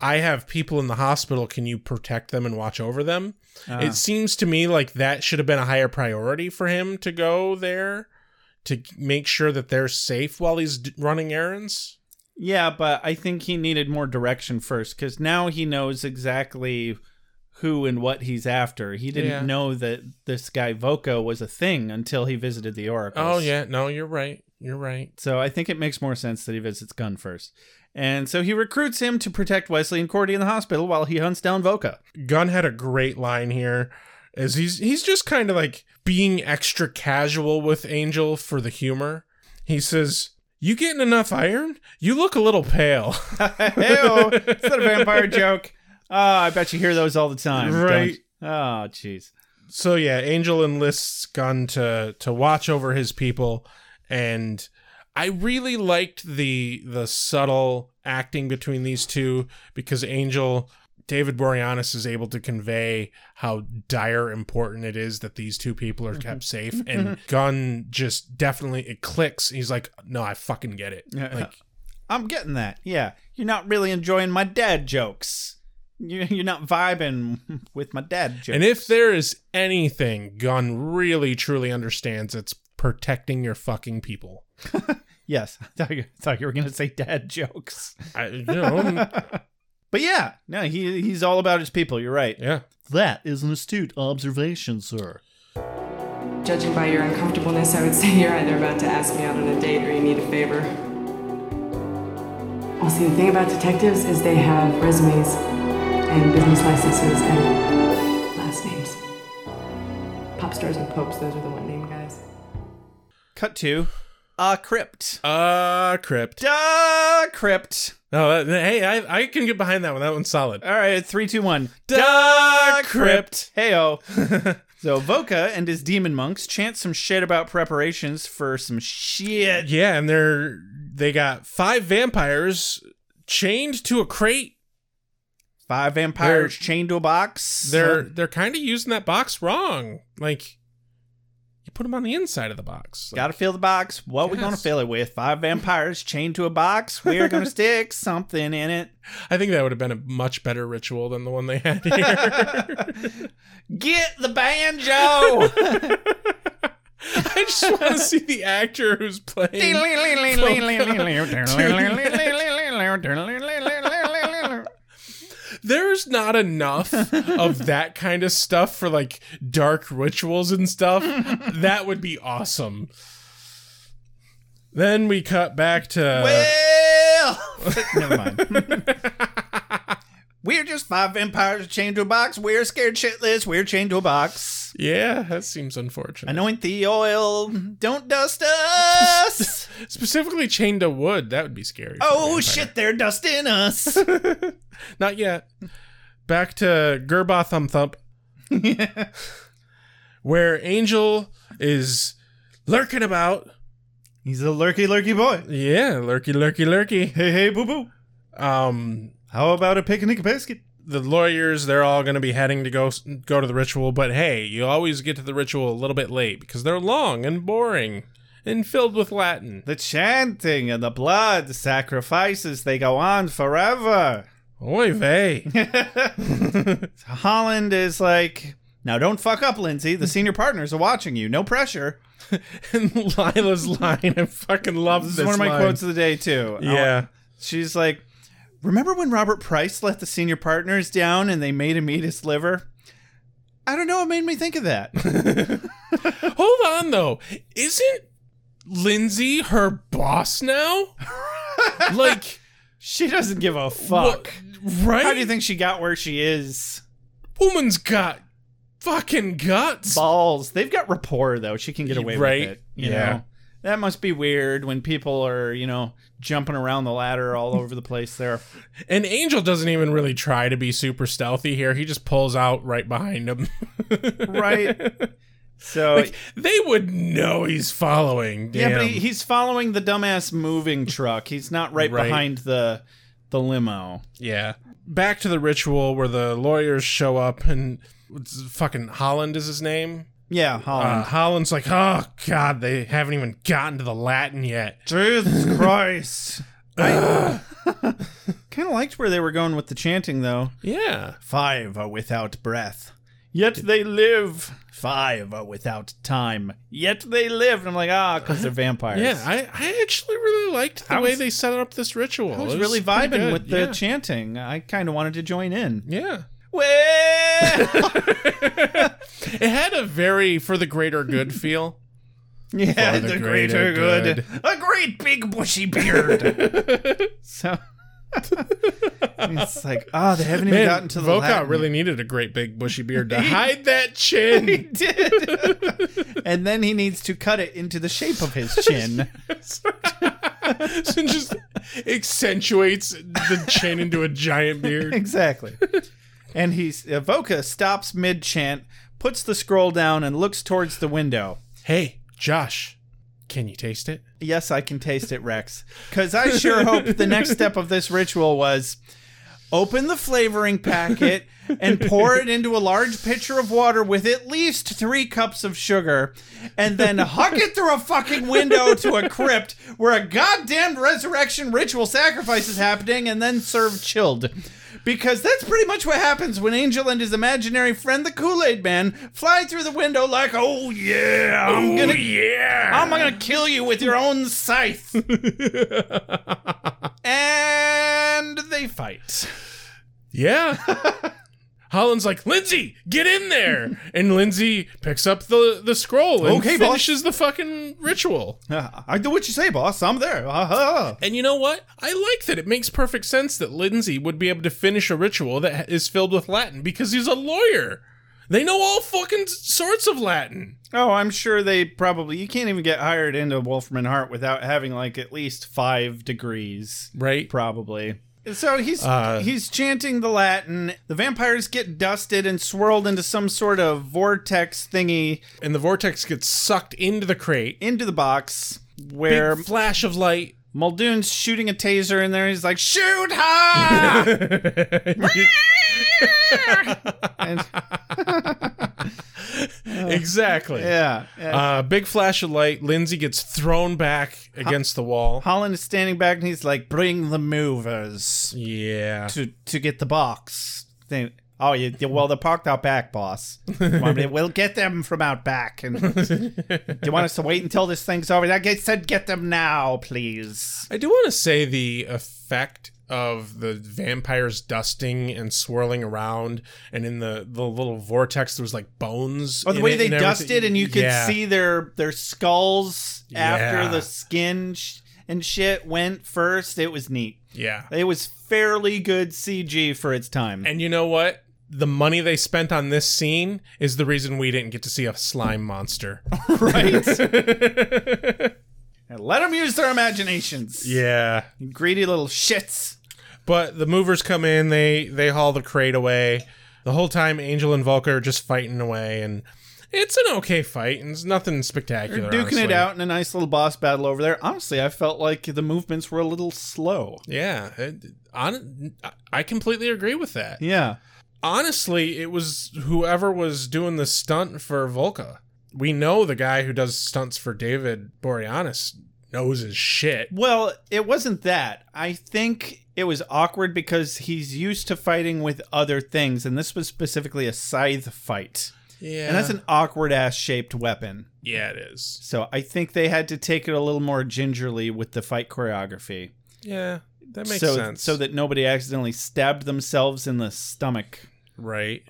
[SPEAKER 1] I have people in the hospital. Can you protect them and watch over them?"
[SPEAKER 6] Ah.
[SPEAKER 1] It seems to me like that should have been a higher priority for him to go there to make sure that they're safe while he's d- running errands.
[SPEAKER 6] Yeah, but I think he needed more direction first because now he knows exactly who and what he's after. He didn't
[SPEAKER 1] Yeah.
[SPEAKER 6] know that this guy Voco was a thing until he visited the Oracle.
[SPEAKER 1] Oh yeah, no, you're right. You're right.
[SPEAKER 6] So I think it makes more sense that he visits Gunn first. And so he recruits him to protect Wesley and Cordy in the hospital while he hunts down Voca.
[SPEAKER 1] Gunn had a great line here as he's he's just kind of like being extra casual with Angel for the humor. He says, "You getting enough iron? You look a little pale."
[SPEAKER 6] Heyo, it's not a vampire joke. Ah, I bet you hear those all the time. don't-
[SPEAKER 1] Right.
[SPEAKER 6] Oh, jeez.
[SPEAKER 1] so yeah, Angel enlists Gunn to to watch over his people and I really liked the the subtle acting between these two because Angel David Boreanaz is able to convey how dire important it is that these two people are kept safe and Gunn just definitely it clicks. He's like, "No, I fucking get it."
[SPEAKER 6] Yeah.
[SPEAKER 1] Like
[SPEAKER 6] I'm getting that. Yeah. You're not really enjoying my dad jokes. You- You're not vibing with my dad jokes.
[SPEAKER 1] And if there is anything Gunn really truly understands, it's protecting your fucking people.
[SPEAKER 6] yes, I thought you, I thought you were going to say dad jokes.
[SPEAKER 1] I, you know,
[SPEAKER 6] But yeah, no, he he's all about his people. You're right.
[SPEAKER 1] yeah.
[SPEAKER 6] That is an astute observation, sir.
[SPEAKER 8] Judging by your uncomfortableness, I would say you're either about to ask me out on a date or you need a favor. Well, see, the thing about detectives is they have resumes and business licenses and last names. Pop stars and popes, those are the one name guys.
[SPEAKER 6] Cut to a crypt.
[SPEAKER 1] Uh, crypt.
[SPEAKER 6] Da crypt.
[SPEAKER 1] No, that, hey, I, I can get behind that one. That one's solid.
[SPEAKER 6] All right, three, two, one.
[SPEAKER 1] Da
[SPEAKER 6] crypt. Heyo. so Voca and his demon monks chant some shit about preparations for some shit.
[SPEAKER 1] Yeah, and they're they got five vampires chained to a crate.
[SPEAKER 6] Five vampires
[SPEAKER 1] They're-
[SPEAKER 6] chained to a box.
[SPEAKER 1] They're they're kind of using that box wrong. Like you put them on the inside of the box.
[SPEAKER 6] gotta fill the box. What we gonna
[SPEAKER 1] Yes.
[SPEAKER 6] fill it with? Five vampires chained to a box. We're gonna stick something in it.
[SPEAKER 1] I think that would have been a much better ritual than the one they had here.
[SPEAKER 6] Get the banjo.
[SPEAKER 1] I just want to see the actor who's playing. There's not enough of that kind of stuff for like dark rituals and stuff. That would be awesome. Then we cut back to
[SPEAKER 6] Well, never mind. We're just five vampires chained to a box. We're scared shitless. We're chained to a box.
[SPEAKER 1] yeah, that seems unfortunate.
[SPEAKER 6] Anoint the oil. Don't dust us.
[SPEAKER 1] Specifically chained to wood, that would be scary. for a
[SPEAKER 6] Oh
[SPEAKER 1] vampire.
[SPEAKER 6] shit, they're dusting us.
[SPEAKER 1] Not yet. Back to Gerba Thumb Thump. Where Angel is lurking about.
[SPEAKER 6] He's a lurky lurky boy.
[SPEAKER 1] Yeah, lurky, lurky, lurky.
[SPEAKER 6] Hey hey boo boo.
[SPEAKER 1] Um,
[SPEAKER 6] How about a picnic basket?
[SPEAKER 1] the lawyers, they're all going to be heading to go go to the ritual, but hey, you always get to the ritual a little bit late because they're long and boring and filled with Latin.
[SPEAKER 6] The chanting and the blood sacrifices, they go on forever.
[SPEAKER 1] Oy vey.
[SPEAKER 6] Holland is like, now don't fuck up, Lindsay. The senior partners are watching you. No pressure.
[SPEAKER 1] and Lila's line, I fucking love
[SPEAKER 6] This
[SPEAKER 1] this.
[SPEAKER 6] is one of my
[SPEAKER 1] line.
[SPEAKER 6] quotes of the day, too.
[SPEAKER 1] Yeah.
[SPEAKER 6] She's like, remember when Robert Price let the senior partners down and they made him eat his liver? I don't know. It made me think of that.
[SPEAKER 1] Hold on though. Isn't Lindsay her boss now? like
[SPEAKER 6] she doesn't give a
[SPEAKER 1] what-
[SPEAKER 6] fuck.
[SPEAKER 1] right?
[SPEAKER 6] How do you think she got where she is?
[SPEAKER 1] woman's got fucking guts?
[SPEAKER 6] balls. They've got rapport though. She can get away
[SPEAKER 1] Right.
[SPEAKER 6] with it. You
[SPEAKER 1] Yeah.
[SPEAKER 6] know? That must be weird when people are, you know, jumping around the ladder all over the place there.
[SPEAKER 1] and Angel doesn't even really try to be super stealthy here. He just pulls out right behind him.
[SPEAKER 6] Right. So
[SPEAKER 1] they would know he's following.
[SPEAKER 6] Yeah,
[SPEAKER 1] Damn.
[SPEAKER 6] but he, he's following the dumbass moving truck. He's not right,
[SPEAKER 1] Right.
[SPEAKER 6] behind the the limo.
[SPEAKER 1] Yeah. Back to the ritual where the lawyers show up and it's fucking Holland is his name.
[SPEAKER 6] Yeah,
[SPEAKER 1] Uh,
[SPEAKER 6] Holland.
[SPEAKER 1] Holland's like, oh god, they haven't even gotten to the Latin yet.
[SPEAKER 6] Jesus Christ. I kind of liked where they were going with the chanting though.
[SPEAKER 1] Yeah.
[SPEAKER 6] Five are without breath, yet they live. Five are without time, yet they live. And I'm like, ah, because they're vampires.
[SPEAKER 1] Yeah, I, I actually really liked the
[SPEAKER 6] I
[SPEAKER 1] way
[SPEAKER 6] was-
[SPEAKER 1] they set up this ritual.
[SPEAKER 6] I was,
[SPEAKER 1] It
[SPEAKER 6] really
[SPEAKER 1] pretty
[SPEAKER 6] vibing
[SPEAKER 1] good,
[SPEAKER 6] with the
[SPEAKER 1] yeah.
[SPEAKER 6] chanting. I kind of wanted to join in.
[SPEAKER 1] yeah.
[SPEAKER 6] Well,
[SPEAKER 1] It had a very for the greater good feel.
[SPEAKER 6] yeah,
[SPEAKER 1] For
[SPEAKER 6] the,
[SPEAKER 1] the
[SPEAKER 6] greater
[SPEAKER 1] greater
[SPEAKER 6] good. A great big bushy beard. so it's like, ah, they haven't even
[SPEAKER 1] Man,
[SPEAKER 6] gotten to the
[SPEAKER 1] Volkow
[SPEAKER 6] Latin.
[SPEAKER 1] really needed a great big bushy beard to hide that chin.
[SPEAKER 6] did. and then he needs to cut it into the shape of his chin.
[SPEAKER 1] so it just accentuates the chin into a giant beard.
[SPEAKER 6] exactly. And he's Evoca stops mid chant, puts the scroll down, and looks towards the window.
[SPEAKER 1] Hey, Josh, can you taste it?
[SPEAKER 6] Yes, I can taste it, Rex. Because I sure hope the next step of this ritual was open the flavoring packet and pour it into a large pitcher of water with at least three cups of sugar, and then huck it through a fucking window to a crypt where a goddamn resurrection ritual sacrifice is happening, and then serve chilled. Because that's pretty much what happens when Angel and his imaginary friend, the Kool Aid Man, fly through the window like, oh yeah, I'm
[SPEAKER 1] Oh,
[SPEAKER 6] gonna
[SPEAKER 1] yeah.
[SPEAKER 6] I'm gonna kill you with your own scythe. and they fight.
[SPEAKER 1] Yeah. Holland's like, Lindsay, get in there. And Lindsay picks up the, the scroll and
[SPEAKER 6] Okay, boss.
[SPEAKER 1] finishes the fucking ritual.
[SPEAKER 6] I do what you say, boss. I'm there. Uh-huh.
[SPEAKER 1] And you know what? I like that. It makes perfect sense that Lindsay would be able to finish a ritual that is filled with Latin because he's a lawyer. They know all fucking sorts of Latin.
[SPEAKER 6] Oh, I'm sure they probably. You can't even get hired into Wolfman Hart without having like at least five degrees,
[SPEAKER 1] Right.
[SPEAKER 6] probably. So he's he's chanting the Latin. The vampires get dusted and swirled into some sort of vortex thingy
[SPEAKER 1] And the vortex gets sucked into the crate.
[SPEAKER 6] into the box where
[SPEAKER 1] Big flash of light.
[SPEAKER 6] Muldoon's shooting a taser in there. He's like, "Shoot her!" And-
[SPEAKER 1] exactly.
[SPEAKER 6] yeah, yeah.
[SPEAKER 1] Uh, big flash of light. Lindsay gets thrown back against the wall.
[SPEAKER 6] Holland is standing back and he's like, "Bring the movers
[SPEAKER 1] Yeah.
[SPEAKER 6] to to get the box." They, Oh, you, you- well, they're parked out back, boss. Want me to- we'll get them from out back. And do you want us to wait until this thing's over? I get- said get them now, please.
[SPEAKER 1] I do want to say the effect of the vampires dusting and swirling around, and in the, the little vortex, there was like bones.
[SPEAKER 6] Oh, the
[SPEAKER 1] in
[SPEAKER 6] way
[SPEAKER 1] it
[SPEAKER 6] they
[SPEAKER 1] and everything.
[SPEAKER 6] dusted, and you could
[SPEAKER 1] Yeah.
[SPEAKER 6] see their their skulls
[SPEAKER 1] Yeah.
[SPEAKER 6] after the skin sh- and shit went first. It was neat.
[SPEAKER 1] Yeah.
[SPEAKER 6] It was fairly good CG for its time.
[SPEAKER 1] And you know what? The money they spent on this scene is the reason we didn't get to see a slime monster.
[SPEAKER 6] And let them use their imaginations.
[SPEAKER 1] yeah.
[SPEAKER 6] Greedy little shits.
[SPEAKER 1] But the movers come in, they they haul the crate away. The whole time Angel and Volker are just fighting away and it's an okay fight and it's nothing spectacular.
[SPEAKER 6] They're duking it
[SPEAKER 1] honestly.
[SPEAKER 6] out in a nice little boss battle over there. Honestly, I felt like the movements were a little slow.
[SPEAKER 1] Yeah. it- on, I completely agree with that.
[SPEAKER 6] Yeah.
[SPEAKER 1] Honestly, it was whoever was doing the stunt for Volka. We know the guy who does stunts for David Boreanaz knows his shit.
[SPEAKER 6] Well, it wasn't that. I think it was awkward because he's used to fighting with other things, and this was specifically a scythe fight.
[SPEAKER 1] Yeah.
[SPEAKER 6] And that's an awkward ass shaped weapon.
[SPEAKER 1] Yeah, it is.
[SPEAKER 6] So I think they had to take it a little more gingerly with the fight choreography.
[SPEAKER 1] Yeah, that makes
[SPEAKER 6] so,
[SPEAKER 1] sense.
[SPEAKER 6] So that nobody accidentally stabbed themselves in the stomach.
[SPEAKER 1] right.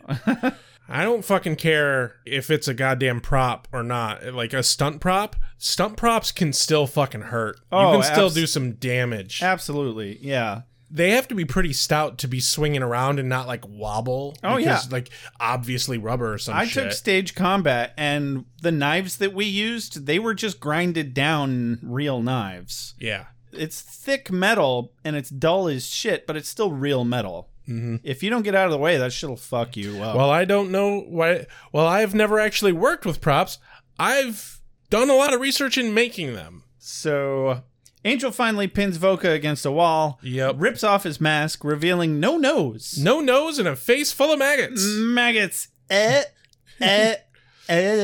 [SPEAKER 1] I don't fucking care if it's a goddamn prop or not. Like a stunt prop, stunt props can still fucking hurt.
[SPEAKER 6] Oh,
[SPEAKER 1] you can still
[SPEAKER 6] abs-
[SPEAKER 1] do some damage.
[SPEAKER 6] Absolutely. Yeah.
[SPEAKER 1] they have to be pretty stout to be swinging around and not like wobble.
[SPEAKER 6] Oh,
[SPEAKER 1] because,
[SPEAKER 6] yeah.
[SPEAKER 1] like obviously rubber or some
[SPEAKER 6] I
[SPEAKER 1] shit.
[SPEAKER 6] took stage combat, and the knives that we used, they were just grinded down real knives.
[SPEAKER 1] yeah,
[SPEAKER 6] It's thick metal, and it's dull as shit, but it's still real metal. Mm-hmm. If you don't get out of the way, that shit'll fuck you up.
[SPEAKER 1] Well, I don't know why. Well, I've never actually worked with props. I've done a lot of research in making them.
[SPEAKER 6] so Angel finally pins Voca against a wall.
[SPEAKER 1] Yep.
[SPEAKER 6] Rips off his mask, revealing no nose.
[SPEAKER 1] No nose and a face full of maggots.
[SPEAKER 6] Mm. Maggots. Eh, eh,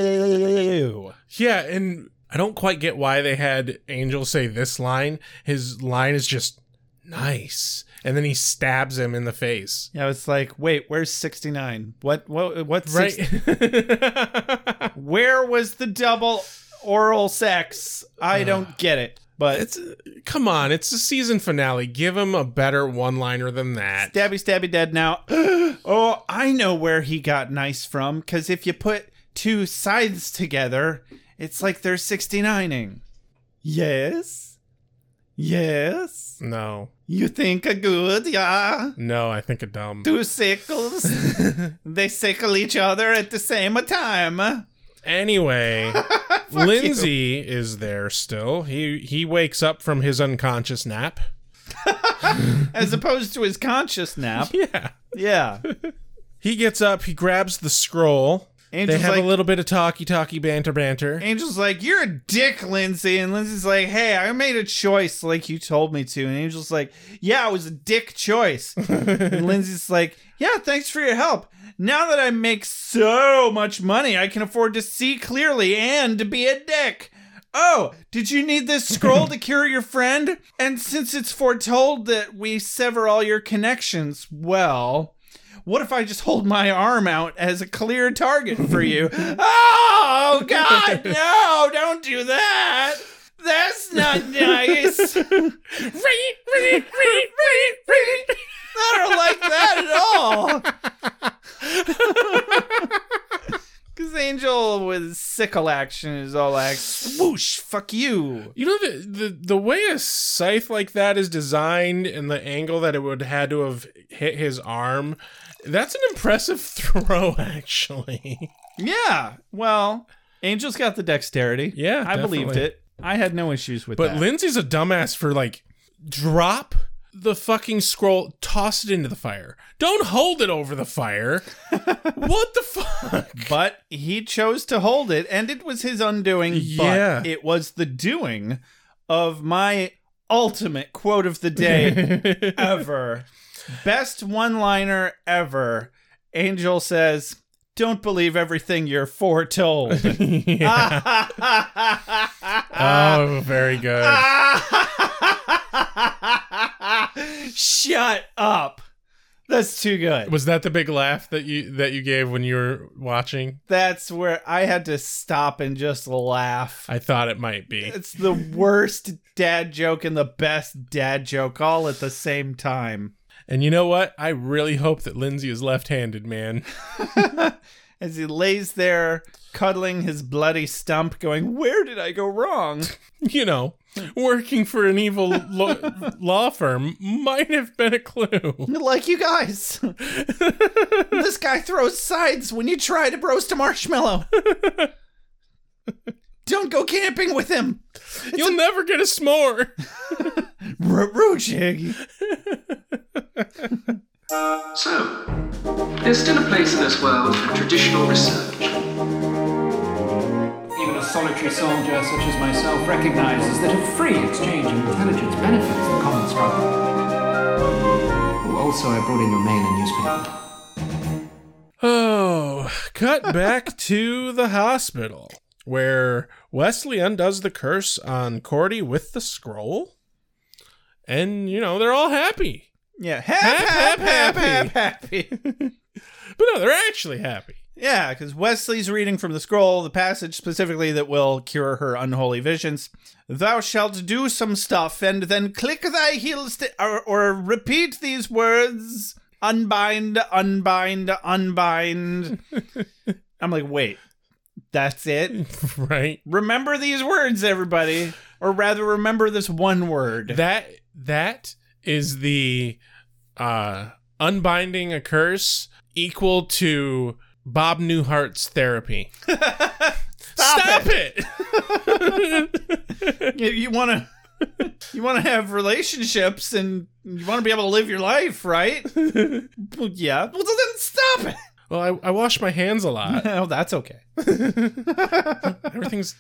[SPEAKER 6] ew.
[SPEAKER 1] Yeah, and I don't quite get why they had Angel say this line. His line is just nice, and then he stabs him in the face.
[SPEAKER 6] Yeah, it's like, wait, where's sixty nine? What? What? What's
[SPEAKER 1] Right?
[SPEAKER 6] 60 Where was the double oral sex? I don't get it. But
[SPEAKER 1] it's come on. It's the season finale. Give him a better one-liner than that.
[SPEAKER 6] stabby stabby dead now. oh, I know where he got nice from cuz if you put two sides together, it's like they're 69ing. Yes. Yes.
[SPEAKER 1] no,
[SPEAKER 6] You think a good, yeah.
[SPEAKER 1] no, I think a dumb.
[SPEAKER 6] Two sickles. they sickle each other at the same time.
[SPEAKER 1] Anyway, Lindsay is there still. He he wakes up from his unconscious nap.
[SPEAKER 6] As opposed to his conscious nap.
[SPEAKER 1] Yeah.
[SPEAKER 6] Yeah.
[SPEAKER 1] He gets up, he grabs the scroll.
[SPEAKER 6] Angel's
[SPEAKER 1] they have
[SPEAKER 6] like-
[SPEAKER 1] a little bit of talkie talkie banter banter.
[SPEAKER 6] Angel's like, You're a dick, Lindsay. And Lindsay's like, Hey, I made a choice like you told me to. And Angel's like, Yeah, it was a dick choice. and Lindsay's like, Yeah, thanks for your help. Now that I make so much money, I can afford to see clearly and to be a dick. Oh, did you need this scroll to cure your friend? And since it's foretold that we sever all your connections, well, what if I just hold my arm out as a clear target for you? oh, God, no, don't do that. That's not nice. I don't like that at all. Because Angel with sickle action is all like, swoosh, fuck you.
[SPEAKER 1] You know the, the the way a scythe like that is designed and the angle that it would had to have hit his arm, that's an impressive throw actually.
[SPEAKER 6] Yeah, well, Angel's got the dexterity.
[SPEAKER 1] Yeah,
[SPEAKER 6] I believed
[SPEAKER 1] definitely.
[SPEAKER 6] it. I had no issues with
[SPEAKER 1] But
[SPEAKER 6] that.
[SPEAKER 1] Lindsay's a dumbass for like drop the fucking scroll, toss it into the fire. Don't hold it over the fire. what the fuck?
[SPEAKER 6] But he chose to hold it, and it was his undoing.
[SPEAKER 1] Yeah.
[SPEAKER 6] But it was the doing of my ultimate quote of the day ever. Best one liner ever. Angel says, Don't believe everything you're foretold.
[SPEAKER 1] Oh, very good.
[SPEAKER 6] Shut up. The was too good.
[SPEAKER 1] Was that the big laugh that you that you gave when you were watching?
[SPEAKER 6] That's where I had to stop and just laugh.
[SPEAKER 1] I thought it might be.
[SPEAKER 6] It's the worst dad joke and the best dad joke all at the same time.
[SPEAKER 1] And you know what? I really hope that Lindsay is left-handed, man.
[SPEAKER 6] As he lays there cuddling his bloody stump, going, Where did I go wrong?
[SPEAKER 1] You know, working for an evil lo- law firm might have been a clue.
[SPEAKER 6] Like you guys. this guy throws sides when you try to roast a marshmallow. Don't go camping with him.
[SPEAKER 1] You'll never get a s'more.
[SPEAKER 6] Roo jig.
[SPEAKER 9] So, there's still a place in this world for traditional research.
[SPEAKER 4] Even a solitary soldier such as myself recognizes that a free exchange of intelligence benefits the common struggle. Oh, Also, I brought in your mail and newspaper.
[SPEAKER 1] Oh, cut back to the hospital where Wesley undoes the curse on Cordy with the scroll. And, you know, they're all happy.
[SPEAKER 6] Yeah. Hap, hap, hap, hap, happy.
[SPEAKER 1] But no, they're actually happy.
[SPEAKER 6] Yeah, because Wesley's reading from the scroll, the passage specifically that will cure her unholy visions. Thou shalt do some stuff, and then click thy heels to, or, or repeat these words unbind, unbind, unbind. I'm like, wait, that's it?
[SPEAKER 1] Right?
[SPEAKER 6] Remember these words, everybody. Or rather, remember this one word.
[SPEAKER 1] That that is the uh unbinding a curse equal to Bob Newhart's therapy. Stop, it.
[SPEAKER 6] you, you want to you want to have relationships and you want to be able to live your life right Well, yeah well then stop it
[SPEAKER 1] Well, I, I wash my hands a lot.
[SPEAKER 6] oh that's okay
[SPEAKER 1] Everything's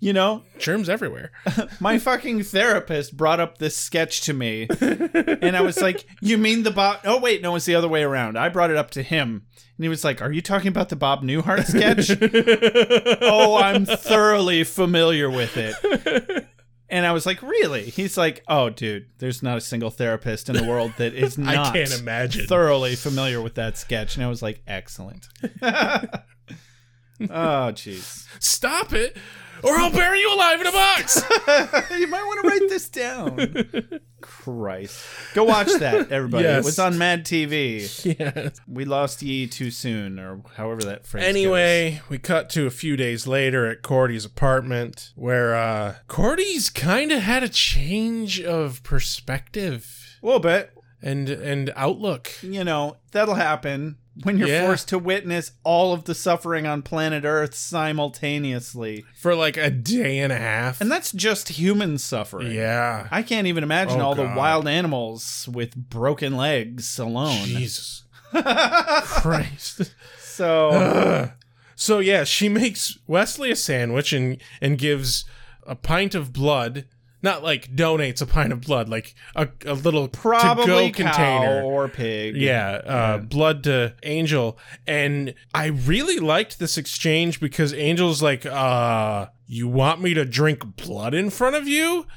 [SPEAKER 6] you know
[SPEAKER 1] germs everywhere.
[SPEAKER 6] my fucking therapist brought up this sketch to me and i was like you mean the bob oh wait no it's the other way around i brought it up to him and he was like are you talking about the bob newhart sketch oh i'm thoroughly familiar with it and i was like really he's like oh dude there's not a single therapist in the world that is not
[SPEAKER 1] can't imagine.
[SPEAKER 6] thoroughly familiar with that sketch and i was like excellent oh jeez
[SPEAKER 1] Stop it, or I'll bury you alive in a box.
[SPEAKER 6] you might want to write this down. Christ. Go watch that, everybody.
[SPEAKER 1] Yes.
[SPEAKER 6] It was on Mad TV.
[SPEAKER 1] yeah.
[SPEAKER 6] We lost ye too soon, or however that phrase
[SPEAKER 1] Anyway, we cut to a few days later at Cordy's apartment where uh Cordy's kind of had a change of perspective
[SPEAKER 6] goes. A little bit.
[SPEAKER 1] and and outlook.
[SPEAKER 6] You know, that'll happen when you're
[SPEAKER 1] Yeah.
[SPEAKER 6] forced to witness all of the suffering on planet Earth simultaneously.
[SPEAKER 1] for like a day and a half.
[SPEAKER 6] And that's just human suffering.
[SPEAKER 1] yeah.
[SPEAKER 6] I can't even imagine
[SPEAKER 1] Oh,
[SPEAKER 6] all the
[SPEAKER 1] God.
[SPEAKER 6] wild animals with broken legs alone.
[SPEAKER 1] Jesus Christ.
[SPEAKER 6] So,
[SPEAKER 1] So yeah, she makes Wesley a sandwich and and gives a pint of blood. Not like donates a pint of blood, like a, a little
[SPEAKER 6] probably
[SPEAKER 1] to-go
[SPEAKER 6] cow
[SPEAKER 1] container.
[SPEAKER 6] or pig.
[SPEAKER 1] Yeah, uh, blood to Angel, and I really liked this exchange because Angel's like, uh, "You want me to drink blood in front of you?"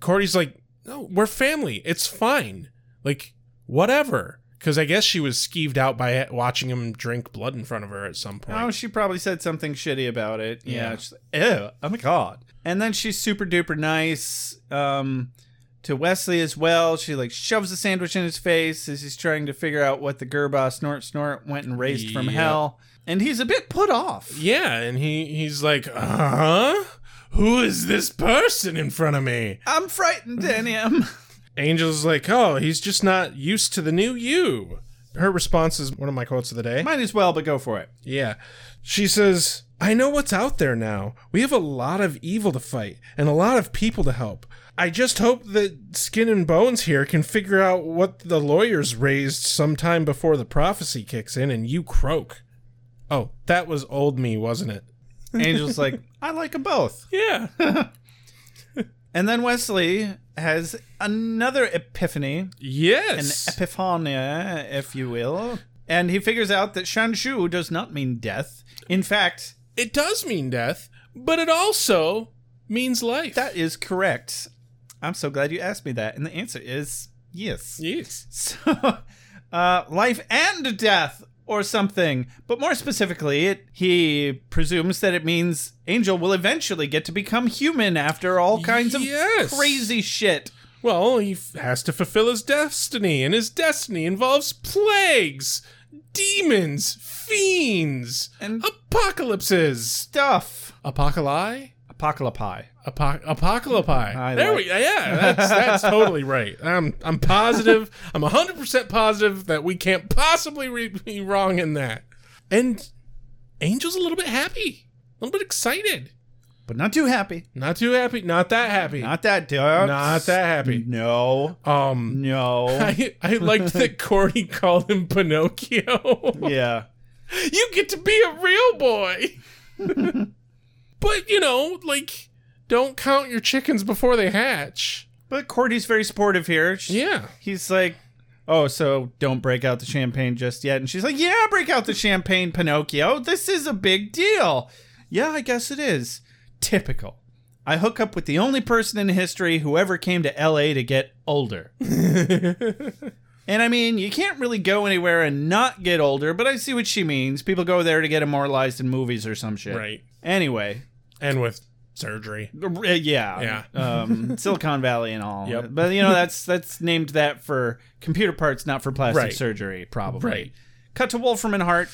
[SPEAKER 1] Cordy's like, "No, we're family. It's fine. Like, whatever." Because I guess she was skeeved out by it- watching him drink blood in front of her at some point.
[SPEAKER 6] Oh, she probably said something shitty about it. Yeah.
[SPEAKER 1] Yeah.
[SPEAKER 6] She's like, Ew, oh my god. And then she's super duper nice um, to Wesley as well. She like shoves a sandwich in his face as he's trying to figure out what the Gerba snort snort went and raised from
[SPEAKER 1] Yep.
[SPEAKER 6] hell. And he's a bit put off.
[SPEAKER 1] yeah, and he he's like, "Huh? Who is this person in front of me?"
[SPEAKER 6] I'm frightened, Daniel.
[SPEAKER 1] Angel's like, "Oh, he's just not used to the new you." Her response is one of my quotes of the day.
[SPEAKER 6] Might as well, but go for it.
[SPEAKER 1] Yeah. She says, I know what's out there now. We have a lot of evil to fight and a lot of people to help. I just hope that Skin and Bones here can figure out what the lawyers raised sometime before the prophecy kicks in and you croak. Oh, that was old me, wasn't it?
[SPEAKER 6] Angel's like, I like them both.
[SPEAKER 1] Yeah.
[SPEAKER 6] And then Wesley has another epiphany an
[SPEAKER 1] yes.
[SPEAKER 6] epiphania, if you will. And he figures out that Shanshu does not mean death. In fact,
[SPEAKER 1] it does mean death, but it also means life.
[SPEAKER 6] that is correct. I'm so glad you asked me that. And the answer is yes.
[SPEAKER 1] yes.
[SPEAKER 6] So, uh, life and death or something. But more specifically, it, he presumes that it means Angel will eventually get to become human after all kinds of crazy shit.
[SPEAKER 1] Well, he f- has to fulfill his destiny, and his destiny involves plagues, demons, fiends, and apocalypses.
[SPEAKER 6] Stuff.
[SPEAKER 1] Apocalypse?
[SPEAKER 6] Apocalypse.
[SPEAKER 1] Apo- apocalypse. there
[SPEAKER 6] like-
[SPEAKER 1] we Yeah, that's, that's totally right. I'm, I'm positive. I'm 100% positive that we can't possibly re- be wrong in that. And Angel's a little bit happy, a little bit excited.
[SPEAKER 6] But not too happy.
[SPEAKER 1] Not too happy. Not that happy.
[SPEAKER 6] Not that dark.
[SPEAKER 1] Not that happy.
[SPEAKER 6] No.
[SPEAKER 1] Um,
[SPEAKER 6] No.
[SPEAKER 1] I, I liked that Corey called him Pinocchio.
[SPEAKER 6] yeah.
[SPEAKER 1] you get to be a real boy. but, you know, like, don't count your chickens before they hatch.
[SPEAKER 6] But Cordy's very supportive here. She-
[SPEAKER 1] Yeah.
[SPEAKER 6] He's like, oh, so don't break out the champagne just yet. And she's like, yeah, break out the champagne, Pinocchio. This is a big deal. Yeah, I guess it is. Typical. I hook up with the only person in history who ever came to LA to get older. and I mean, you can't really go anywhere and not get older, but I see what she means. People go there to get immortalized in movies or some shit.
[SPEAKER 1] Right.
[SPEAKER 6] Anyway,
[SPEAKER 1] And with surgery.
[SPEAKER 6] uh, Yeah,
[SPEAKER 1] Yeah.
[SPEAKER 6] Um, Silicon Valley and all.
[SPEAKER 1] Yep.
[SPEAKER 6] But you know that's that's named that for computer parts, not for plastic
[SPEAKER 1] Right.
[SPEAKER 6] surgery, probably.
[SPEAKER 1] Right.
[SPEAKER 6] Cut to Wolfram and Hart.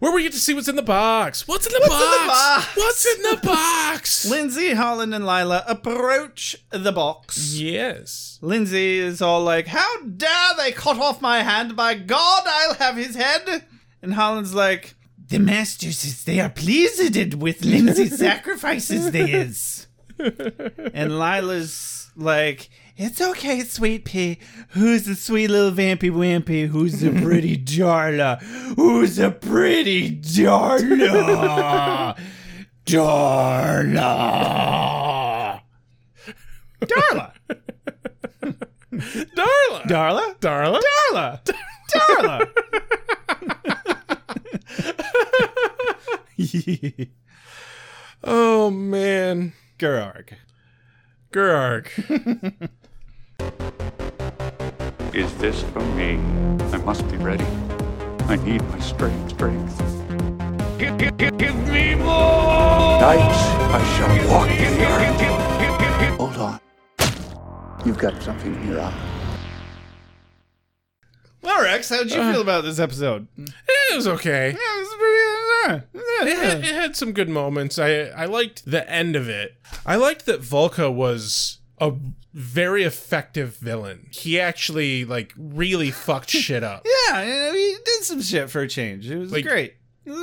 [SPEAKER 1] Where we get to see what's in the box. What's in the,
[SPEAKER 6] What's
[SPEAKER 1] box?
[SPEAKER 6] in the box?
[SPEAKER 1] What's in the box?
[SPEAKER 6] Lindsay, Holland, and Lila approach the box.
[SPEAKER 1] yes.
[SPEAKER 6] Lindsay is all like, "How dare they cut off my hand? By God, I'll have his head." And Holland's like, "The masters, they are pleased with Lindsay's sacrifices. They is." And Lila's like, it's okay, sweet pea. Who's the sweet little vampy wimpy? Who's the pretty Darla? Who's the pretty Darla? Darla. Darla.
[SPEAKER 1] Darla.
[SPEAKER 6] Darla.
[SPEAKER 1] Darla.
[SPEAKER 6] Darla. Darla.
[SPEAKER 1] Oh, man.
[SPEAKER 6] Gerarg.
[SPEAKER 1] Gerarg.
[SPEAKER 10] Is this for me? I must be ready. I need my strength. strength.
[SPEAKER 11] Give, give, give, give me more!
[SPEAKER 12] Night I shall walk in the earth. Hold on. You've got something in your eye.
[SPEAKER 6] Well, Rex, how did you feel about this episode?
[SPEAKER 1] It was okay.
[SPEAKER 6] Yeah, it was pretty.
[SPEAKER 1] It had, it had some good moments. I I liked the end of it. I liked that Volca was a very effective villain. He actually like really fucked shit up.
[SPEAKER 6] Yeah, you know, he did some shit for a change. It was
[SPEAKER 1] Like-
[SPEAKER 6] great.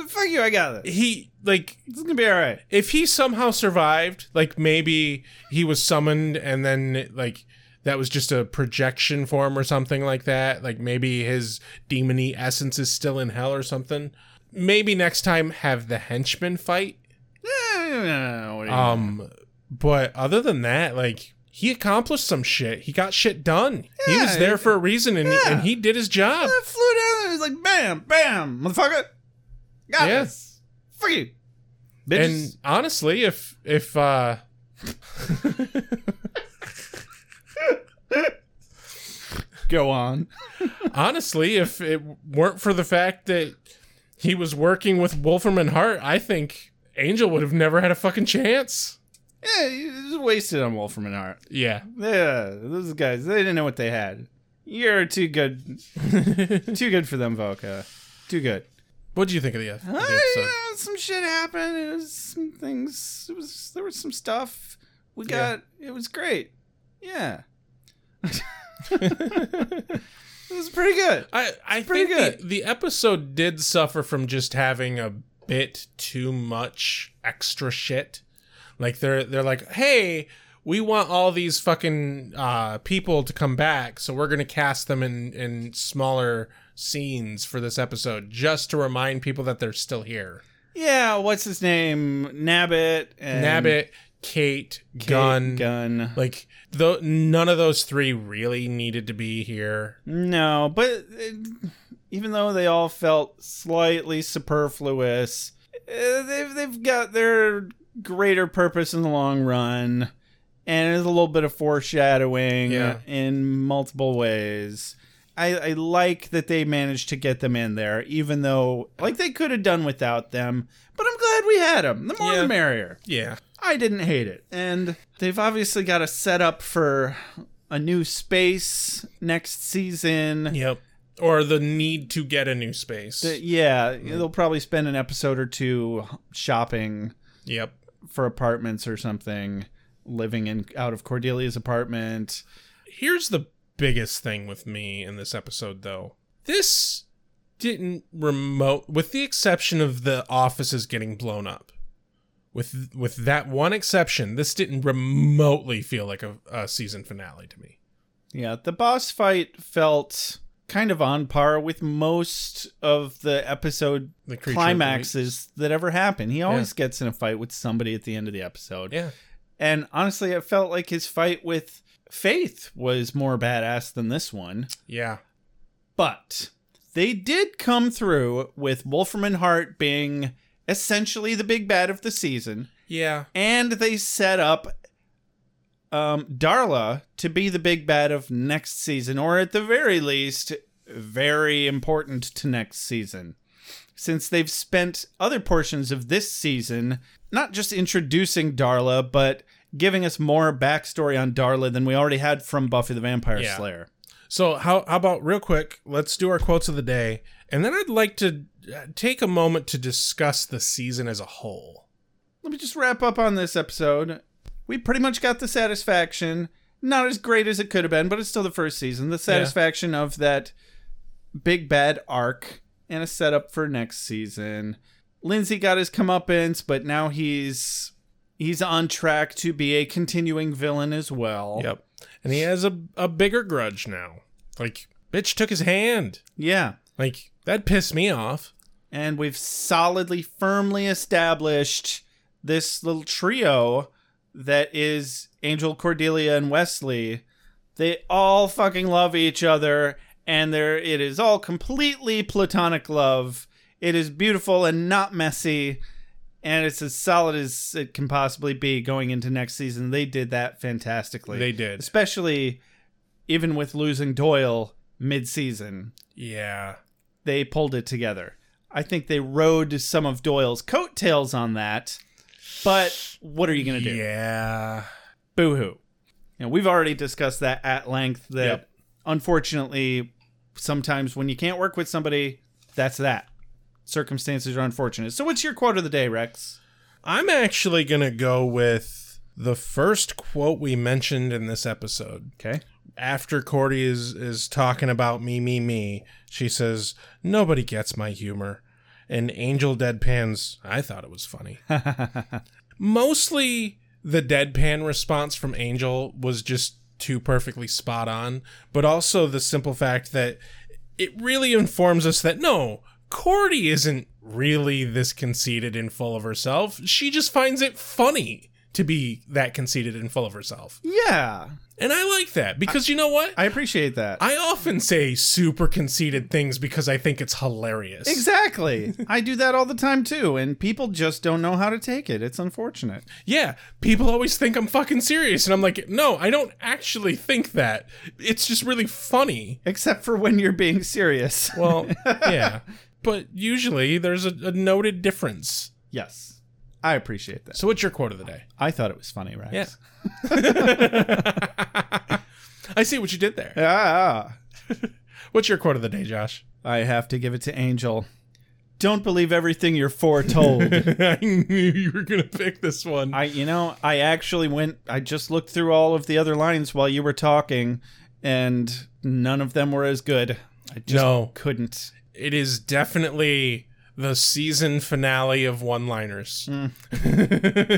[SPEAKER 6] Fuck you, I got it.
[SPEAKER 1] He like
[SPEAKER 6] It's gonna be all right.
[SPEAKER 1] if he somehow survived, like maybe he was summoned and then like that was just a projection for him or something like that. Like maybe his demony essence is still in hell or something. Maybe next time have the henchmen fight.
[SPEAKER 6] Um,
[SPEAKER 1] Um, but other than that, like he accomplished some shit. He got shit done. he was
[SPEAKER 6] Yeah,
[SPEAKER 1] there for a reason, and,
[SPEAKER 6] yeah.
[SPEAKER 1] and he did his job.
[SPEAKER 6] I flew down there. It was like, bam, bam, motherfucker. Got
[SPEAKER 1] Yeah.
[SPEAKER 6] this. Fuck you.
[SPEAKER 1] And honestly, if if uh,
[SPEAKER 6] Go on.
[SPEAKER 1] honestly, if it weren't for the fact that he was working with Wolfram and Hart, I think Angel would have never had a fucking chance.
[SPEAKER 6] Yeah, it was wasted on Wolfram and Hart.
[SPEAKER 1] Yeah,
[SPEAKER 6] Yeah, those guys, they didn't know what they had. You're too good. too good for them, Volca. Too good.
[SPEAKER 1] what do you think of the, of the
[SPEAKER 6] Uh,
[SPEAKER 1] episode?
[SPEAKER 6] yeah, some shit happened. It was some things. It was there was some stuff. We got. It was great. Yeah. it was pretty good.
[SPEAKER 1] I I
[SPEAKER 6] pretty
[SPEAKER 1] think The, the episode did suffer from just having a bit too much extra shit. Like they're they're like, hey, we want all these fucking uh, people to come back, so we're gonna cast them in in smaller scenes for this episode just to remind people that they're still here.
[SPEAKER 6] Yeah, what's his name? Nabbit and
[SPEAKER 1] Nabbit, Kate,
[SPEAKER 6] Kate
[SPEAKER 1] Gunn,
[SPEAKER 6] Gun.
[SPEAKER 1] like though none of those three really needed to be here.
[SPEAKER 6] Mm. No, but uh, even though they all felt slightly superfluous, uh, they've they've got their greater purpose in the long run, and there's a little bit of foreshadowing
[SPEAKER 1] Yeah.
[SPEAKER 6] in multiple ways. I, I like that they managed to get them in there, even though like they could have done without them. But I'm glad we had them. The more
[SPEAKER 1] Yeah.
[SPEAKER 6] the merrier.
[SPEAKER 1] Yeah.
[SPEAKER 6] I didn't hate it. And they've obviously got a setup for a new space next season.
[SPEAKER 1] Yep. Or the need to get a new space.
[SPEAKER 6] yeah, they'll probably spend an episode or two shopping.
[SPEAKER 1] Yep.
[SPEAKER 6] For apartments or something, living in out of Cordelia's apartment.
[SPEAKER 1] Here's the biggest thing with me in this episode though. This didn't remote with the exception of the offices getting blown up. With with that one exception, this didn't remotely feel like a, a season finale to me.
[SPEAKER 6] Yeah, the boss fight felt kind of on par with most of the episode
[SPEAKER 1] creature
[SPEAKER 6] climaxes that ever happen. He always gets in a fight with somebody at the end of the episode.
[SPEAKER 1] Yeah.
[SPEAKER 6] And honestly, it felt like his fight with Faith was more badass than this one.
[SPEAKER 1] Yeah.
[SPEAKER 6] But they did come through with Wolfram and Hart being essentially the big bad of the season.
[SPEAKER 1] Yeah.
[SPEAKER 6] And they set up um, Darla to be the big bad of next season, or at the very least, very important to next season. Since they've spent other portions of this season not just introducing Darla, but giving us more backstory on Darla than we already had from Buffy the Vampire
[SPEAKER 1] Yeah.
[SPEAKER 6] Slayer.
[SPEAKER 1] So how how about real quick? Let's do our quotes of the day, and then I'd like to uh, take a moment to discuss the season as a whole.
[SPEAKER 6] let me just wrap up on this episode. We pretty much got the satisfaction, not as great as it could have been, but it's still the first season. The satisfaction of that big bad arc and a setup for next season. Lindsay got his comeuppance, but now he's he's on track to be a continuing villain as well.
[SPEAKER 1] Yep. And he has a a bigger grudge now. Like bitch took his hand.
[SPEAKER 6] Yeah.
[SPEAKER 1] Like that pissed me off.
[SPEAKER 6] And we've solidly, firmly established this little trio that is Angel, Cordelia, and Wesley. They all fucking love each other, and there it is all completely platonic love. It is beautiful and not messy, and it's as solid as it can possibly be going into next season. They did that fantastically.
[SPEAKER 1] They did.
[SPEAKER 6] Especially even with losing Doyle mid season
[SPEAKER 1] Yeah.
[SPEAKER 6] they pulled it together. I think they rode some of Doyle's coattails on that, but what are you going to do?
[SPEAKER 1] Yeah.
[SPEAKER 6] Boo hoo. You know, we've already discussed that at length that
[SPEAKER 1] Yep.
[SPEAKER 6] unfortunately, sometimes when you can't work with somebody, that's that. Circumstances are unfortunate. So, what's your quote of the day, Rex?
[SPEAKER 1] I'm actually going to go with the first quote we mentioned in this episode.
[SPEAKER 6] Okay.
[SPEAKER 1] After Cordy is, is talking about me, me, me, she says, Nobody gets my humor. And Angel deadpans, I thought it was funny. Mostly the deadpan response from Angel was just too perfectly spot on, but also the simple fact that it really informs us that no, Cordy isn't really this conceited and full of herself. She just finds it funny to be that conceited and full of herself.
[SPEAKER 6] Yeah.
[SPEAKER 1] And I like that because you know what?
[SPEAKER 6] I appreciate that.
[SPEAKER 1] I often say super conceited things because I think it's hilarious.
[SPEAKER 6] Exactly. I do that all the time too, and people just don't know how to take it. It's unfortunate.
[SPEAKER 1] Yeah, people always think I'm fucking serious, and I'm like, no, I don't actually think that. It's just really funny.
[SPEAKER 6] Except for when you're being serious.
[SPEAKER 1] Well, yeah. But usually there's a, a noted difference.
[SPEAKER 6] Yes. I appreciate that.
[SPEAKER 1] So, what's your quote of the day?
[SPEAKER 6] I thought it was funny, Rex.
[SPEAKER 1] Yeah. I see what you did there.
[SPEAKER 6] Ah.
[SPEAKER 1] What's your quote of the day, Josh?
[SPEAKER 6] I have to give it to Angel. Don't believe everything you're foretold.
[SPEAKER 1] I knew you were going to pick this one.
[SPEAKER 6] I you know, I actually went I just looked through all of the other lines while you were talking and none of them were as good. I just
[SPEAKER 1] No.
[SPEAKER 6] couldn't.
[SPEAKER 1] It is definitely the season finale of one liners.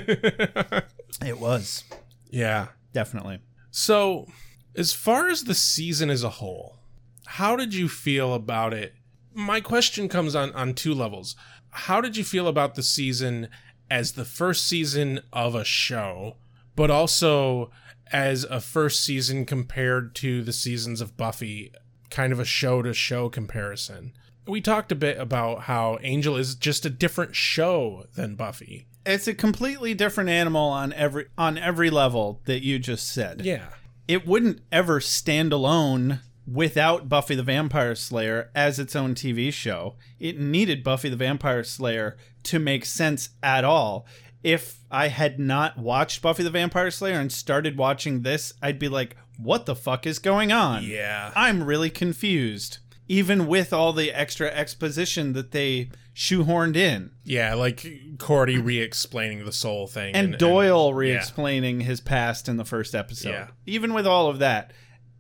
[SPEAKER 6] It was.
[SPEAKER 1] Yeah.
[SPEAKER 6] Definitely.
[SPEAKER 1] So, as far as the season as a whole, how did you feel about it? My question comes on on two levels. How did you feel about the season as the first season of a show, but also as a first season compared to the seasons of Buffy, kind of a show to show comparison? We talked a bit about how Angel is just a different show than Buffy.
[SPEAKER 6] It's a completely different animal on every on every level that you just said.
[SPEAKER 1] Yeah.
[SPEAKER 6] It wouldn't ever stand alone without Buffy the Vampire Slayer as its own TV show. It needed Buffy the Vampire Slayer to make sense at all. If I had not watched Buffy the Vampire Slayer and started watching this, I'd be like, what the fuck is going on?
[SPEAKER 1] Yeah.
[SPEAKER 6] I'm really confused. Even with all the extra exposition that they shoehorned in.
[SPEAKER 1] Yeah, like Cordy re-explaining the soul thing,
[SPEAKER 6] and, Doyle re-explaining his past in the first episode.
[SPEAKER 1] Yeah.
[SPEAKER 6] Even with all of that,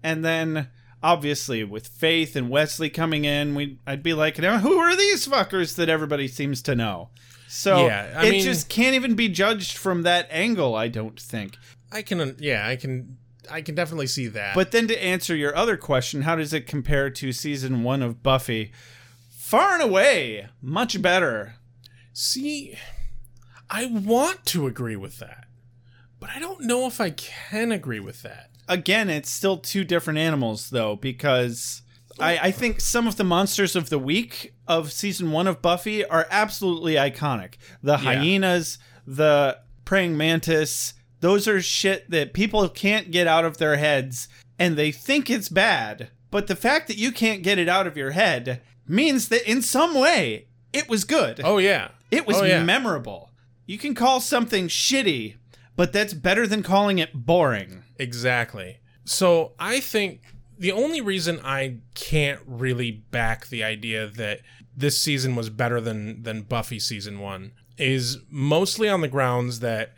[SPEAKER 6] and then obviously with Faith and Wesley coming in, we I'd be like, now who are these fuckers that everybody seems to know? So
[SPEAKER 1] Yeah, I
[SPEAKER 6] it
[SPEAKER 1] mean-
[SPEAKER 6] just can't even be judged from that angle. I don't think.
[SPEAKER 1] I can, yeah, I can, I can definitely see that.
[SPEAKER 6] But then to answer your other question, how does it compare to season one of Buffy? Far and away, much better.
[SPEAKER 1] See, I want to agree with that, but I don't know if I can agree with that.
[SPEAKER 6] Again, it's still two different animals, though, because I, I think some of the monsters of the week of season one of Buffy are absolutely iconic. The hyenas, the praying mantis, those are shit that people can't get out of their heads, and they think it's bad. But the fact that you can't get it out of your head means that in some way it was good.
[SPEAKER 1] Oh, yeah.
[SPEAKER 6] It was
[SPEAKER 1] Oh, yeah.
[SPEAKER 6] memorable. You can call something shitty, but that's better than calling it boring.
[SPEAKER 1] Exactly. So I think the only reason I can't really back the idea that this season was better than than Buffy season 1 is mostly on the grounds that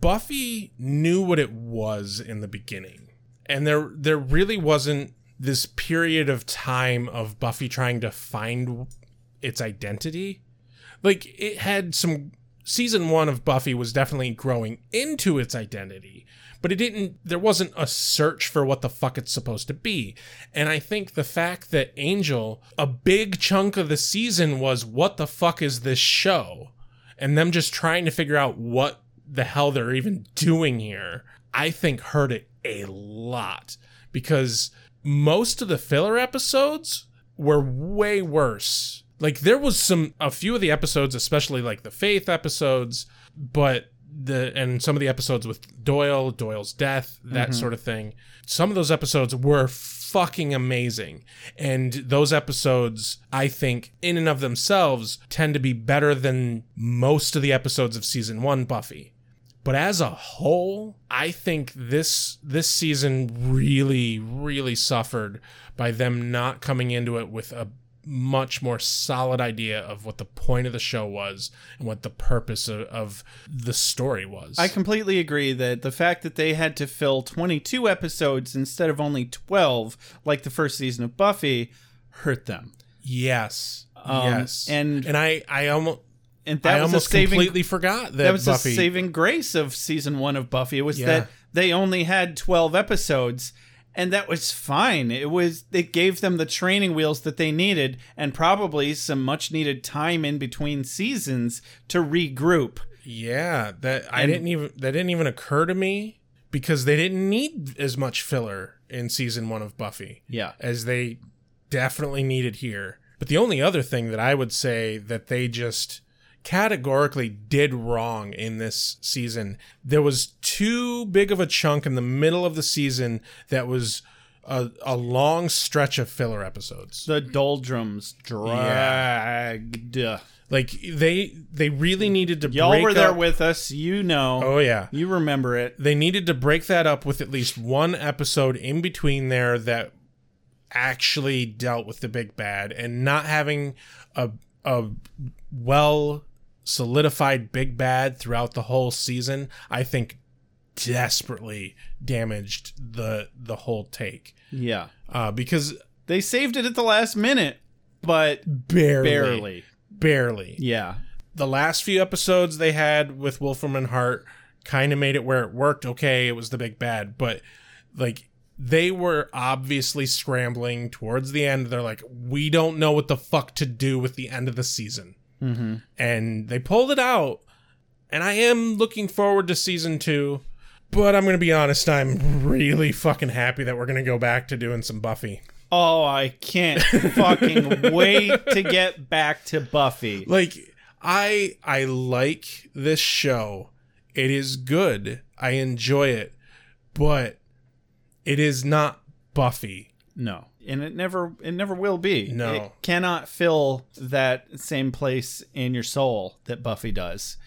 [SPEAKER 1] Buffy knew what it was in the beginning. And there there really wasn't this period of time of Buffy trying to find its identity like it had some season one of buffy was definitely growing into its identity but it didn't there wasn't a search for what the fuck it's supposed to be and i think the fact that angel a big chunk of the season was what the fuck is this show and them just trying to figure out what the hell they're even doing here i think hurt it a lot because most of the filler episodes were way worse. Like there was some a few of the episodes, especially like the faith episodes, but the and some of the episodes with Doyle, Doyle's death, that
[SPEAKER 13] Mhm.
[SPEAKER 1] sort of thing. Some of those episodes were fucking amazing. And those episodes, I think, in and of themselves, tend to be better than most of the episodes of season one Buffy. But as a whole, I think this this season really, really suffered by them not coming into it with a much more solid idea of what the point of the show was and what the purpose of, of the story was.
[SPEAKER 6] I completely agree that the fact that they had to fill 22 episodes instead of only 12, like the first season of Buffy, hurt them.
[SPEAKER 1] yes,
[SPEAKER 6] Um,
[SPEAKER 1] yes,
[SPEAKER 6] and-
[SPEAKER 1] and I, I almost,
[SPEAKER 6] And that
[SPEAKER 1] I
[SPEAKER 6] was a
[SPEAKER 1] almost
[SPEAKER 6] saving-
[SPEAKER 1] completely forgot that,
[SPEAKER 6] was
[SPEAKER 1] Buffy.
[SPEAKER 6] the saving grace of season one of Buffy was
[SPEAKER 1] Yeah.
[SPEAKER 6] that they only had 12 episodes and that was fine it was it gave them the training wheels that they needed and probably some much needed time in between seasons to regroup
[SPEAKER 1] yeah, that I
[SPEAKER 6] And-
[SPEAKER 1] didn't even that didn't even occur to me because they didn't need as much filler in season one of Buffy.
[SPEAKER 6] Yeah.
[SPEAKER 1] as they definitely needed here. But the only other thing that I would say that they just categorically did wrong in this season, there was too big of a chunk in the middle of the season that was a, a long stretch of filler episodes. Uh,
[SPEAKER 6] The doldrums dragged.
[SPEAKER 1] Like they they really needed to
[SPEAKER 6] y'all
[SPEAKER 1] break
[SPEAKER 6] were there
[SPEAKER 1] up-
[SPEAKER 6] with us you know
[SPEAKER 1] Oh yeah.
[SPEAKER 6] You remember it.
[SPEAKER 1] They needed to break that up with at least one episode in between there that actually dealt with the big bad and not having a a well solidified big bad throughout the whole season, I think desperately damaged the the whole take.
[SPEAKER 6] yeah
[SPEAKER 1] Uh because
[SPEAKER 6] they saved it at the last minute but
[SPEAKER 1] barely
[SPEAKER 6] barely
[SPEAKER 1] barely.
[SPEAKER 6] yeah
[SPEAKER 1] the last few episodes they had with Wolfram and Hart kind of made it where it worked. Okay, it was the big bad, but like they were obviously scrambling towards the end. They're like, we don't know what the fuck to do with the end of the season.
[SPEAKER 6] mm-hmm.
[SPEAKER 1] And they pulled it out. And I am looking forward to season two. But I'm going to be honest, I'm really fucking happy that we're going to go back to doing some Buffy.
[SPEAKER 6] Oh, I can't fucking wait to get back to Buffy.
[SPEAKER 1] like i i like this show it is good i enjoy it but it is not buffy
[SPEAKER 6] No. And it never it never will be.
[SPEAKER 1] No.
[SPEAKER 6] It cannot fill that same place in your soul that Buffy does.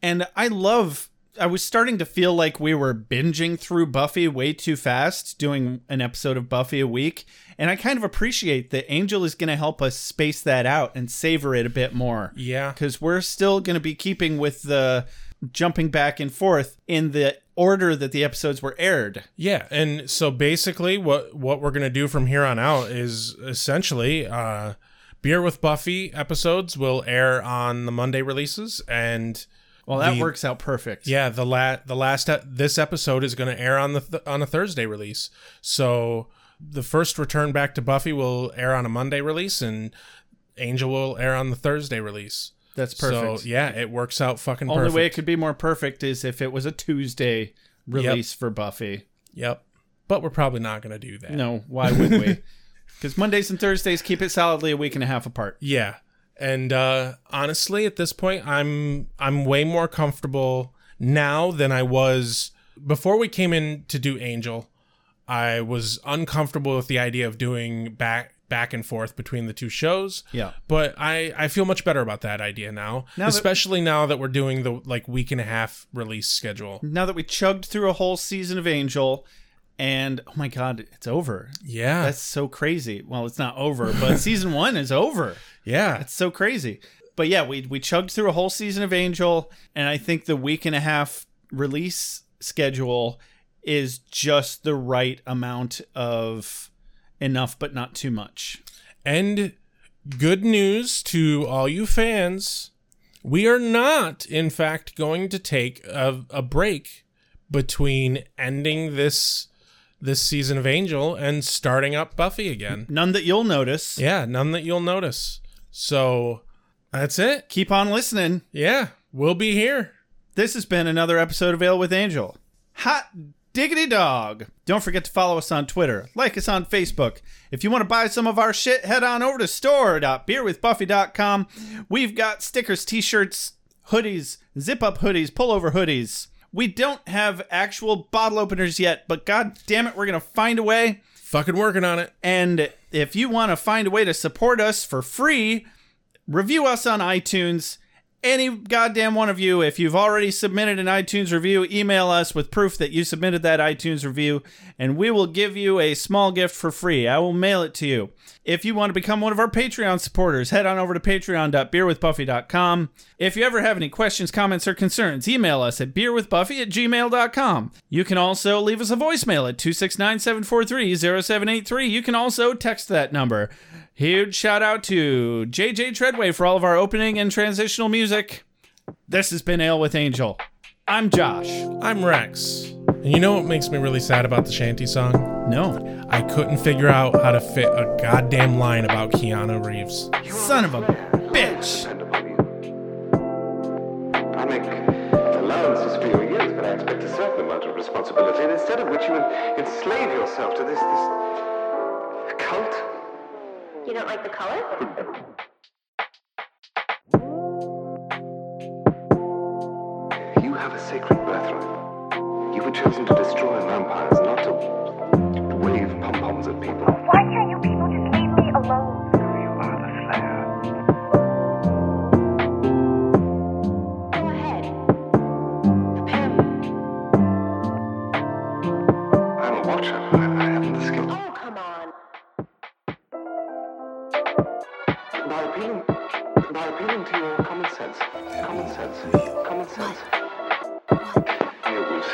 [SPEAKER 6] And I love I was starting to feel like we were binging through Buffy way too fast, doing an episode of Buffy a week. And I kind of appreciate that Angel is going to help us space that out and savor it a bit more.
[SPEAKER 1] Yeah.
[SPEAKER 6] Because we're still going to be keeping with the jumping back and forth in the order that the episodes were aired.
[SPEAKER 1] Yeah, and so basically, what what we're gonna do from here on out is essentially, uh, beer with Buffy episodes will air on the Monday releases, and
[SPEAKER 6] well, that works out perfect.
[SPEAKER 1] Yeah, the la- the last e- this episode is gonna air on the th- on a Thursday release, so the first return back to Buffy will air on a Monday release, and Angel will air on the Thursday release.
[SPEAKER 6] That's
[SPEAKER 1] So,
[SPEAKER 6] perfect.
[SPEAKER 1] yeah, it works out fucking
[SPEAKER 6] Only
[SPEAKER 1] perfect.
[SPEAKER 6] way it could be more perfect is if it was a Tuesday release for Buffy.
[SPEAKER 1] Yep. But we're probably not going to do that.
[SPEAKER 6] No, why would we? Because Mondays and Thursdays keep it solidly a week and a half apart.
[SPEAKER 1] Yeah. And uh honestly at this point I'm I'm way more comfortable now than I was before we came in to do Angel. I was uncomfortable with the idea of doing back back and forth between the two shows.
[SPEAKER 6] Yeah.
[SPEAKER 1] But I I feel much better about that idea now,
[SPEAKER 6] Now that-
[SPEAKER 1] especially now that we're doing the like week and a half release schedule.
[SPEAKER 6] Now that we chugged through a whole season of Angel, and oh my god, it's over.
[SPEAKER 1] Yeah.
[SPEAKER 6] That's so crazy. Well, it's not over, but season one is over.
[SPEAKER 1] Yeah.
[SPEAKER 6] It's so crazy. But yeah, we we chugged through a whole season of Angel, and I think the week and a half release schedule is just the right amount of enough but not too much.
[SPEAKER 1] And good news to all you fans. We are not, in fact, going to take a, a break between ending this this season of Angel and starting up Buffy again.
[SPEAKER 6] None that you'll notice.
[SPEAKER 1] Yeah, none that you'll notice. So that's it.
[SPEAKER 6] Keep on listening.
[SPEAKER 1] Yeah, we'll be here.
[SPEAKER 6] This has been another episode of Ale with Angel. Hot diggity dog. Don't forget to follow us on Twitter, like us on Facebook. If you want to buy some of our shit, head on over to store.beerwithbuffy.com. We've got stickers, t shirts, hoodies, zip up hoodies, pullover hoodies. We don't have actual bottle openers yet, but god damn it, we're going to find a way.
[SPEAKER 1] Fucking working on it.
[SPEAKER 6] And if you want to find a way to support us for free, review us on iTunes. Any goddamn one of you, if you've already submitted an iTunes review, email us with proof that you submitted that iTunes review, and we will give you a small gift for free. I will mail it to you. If you want to become one of our Patreon supporters, head on over to patreon.beerwithbuffy.com. If you ever have any questions, comments, or concerns, email us at beerwithbuffy at gmail.com. You can also leave us a voicemail at 269 743 0783. You can also text that number. Huge shout out to JJ Treadway for all of our opening and transitional music. This has been Ale with Angel. I'm Josh.
[SPEAKER 1] I'm Rex. And you know what makes me really sad about the Shanty song?
[SPEAKER 6] No.
[SPEAKER 1] I couldn't figure out how to fit a goddamn line about Keanu Reeves.
[SPEAKER 6] Son of a bitch.
[SPEAKER 12] I make allowances for your years, but I expect a certain amount of responsibility, and instead of which you en- enslave yourself to this this cult.
[SPEAKER 14] You don't like the color?
[SPEAKER 12] You have a sacred birthright. You were chosen to destroy vampires, not to, to wave pom poms at people.
[SPEAKER 14] Why can't you people just leave me alone?
[SPEAKER 12] I'm a watcher. I, I haven't the skill. Oh,
[SPEAKER 14] come on.
[SPEAKER 12] By appealing, by appealing to your common sense, common sense, common sense. Werewolves,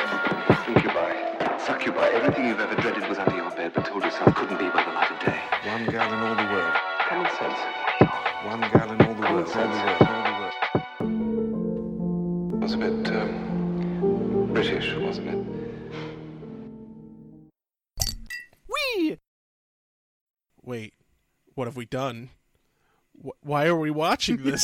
[SPEAKER 12] incubi, succubi, everything you've ever dreaded was under your bed, but told yourself couldn't be by the light of day. One girl in all the world. Common sense. One girl in all the world. All the world. All the world. It was a bit um, British, wasn't it?
[SPEAKER 1] Wee. Wait, what have we done? Wh- why are we watching this?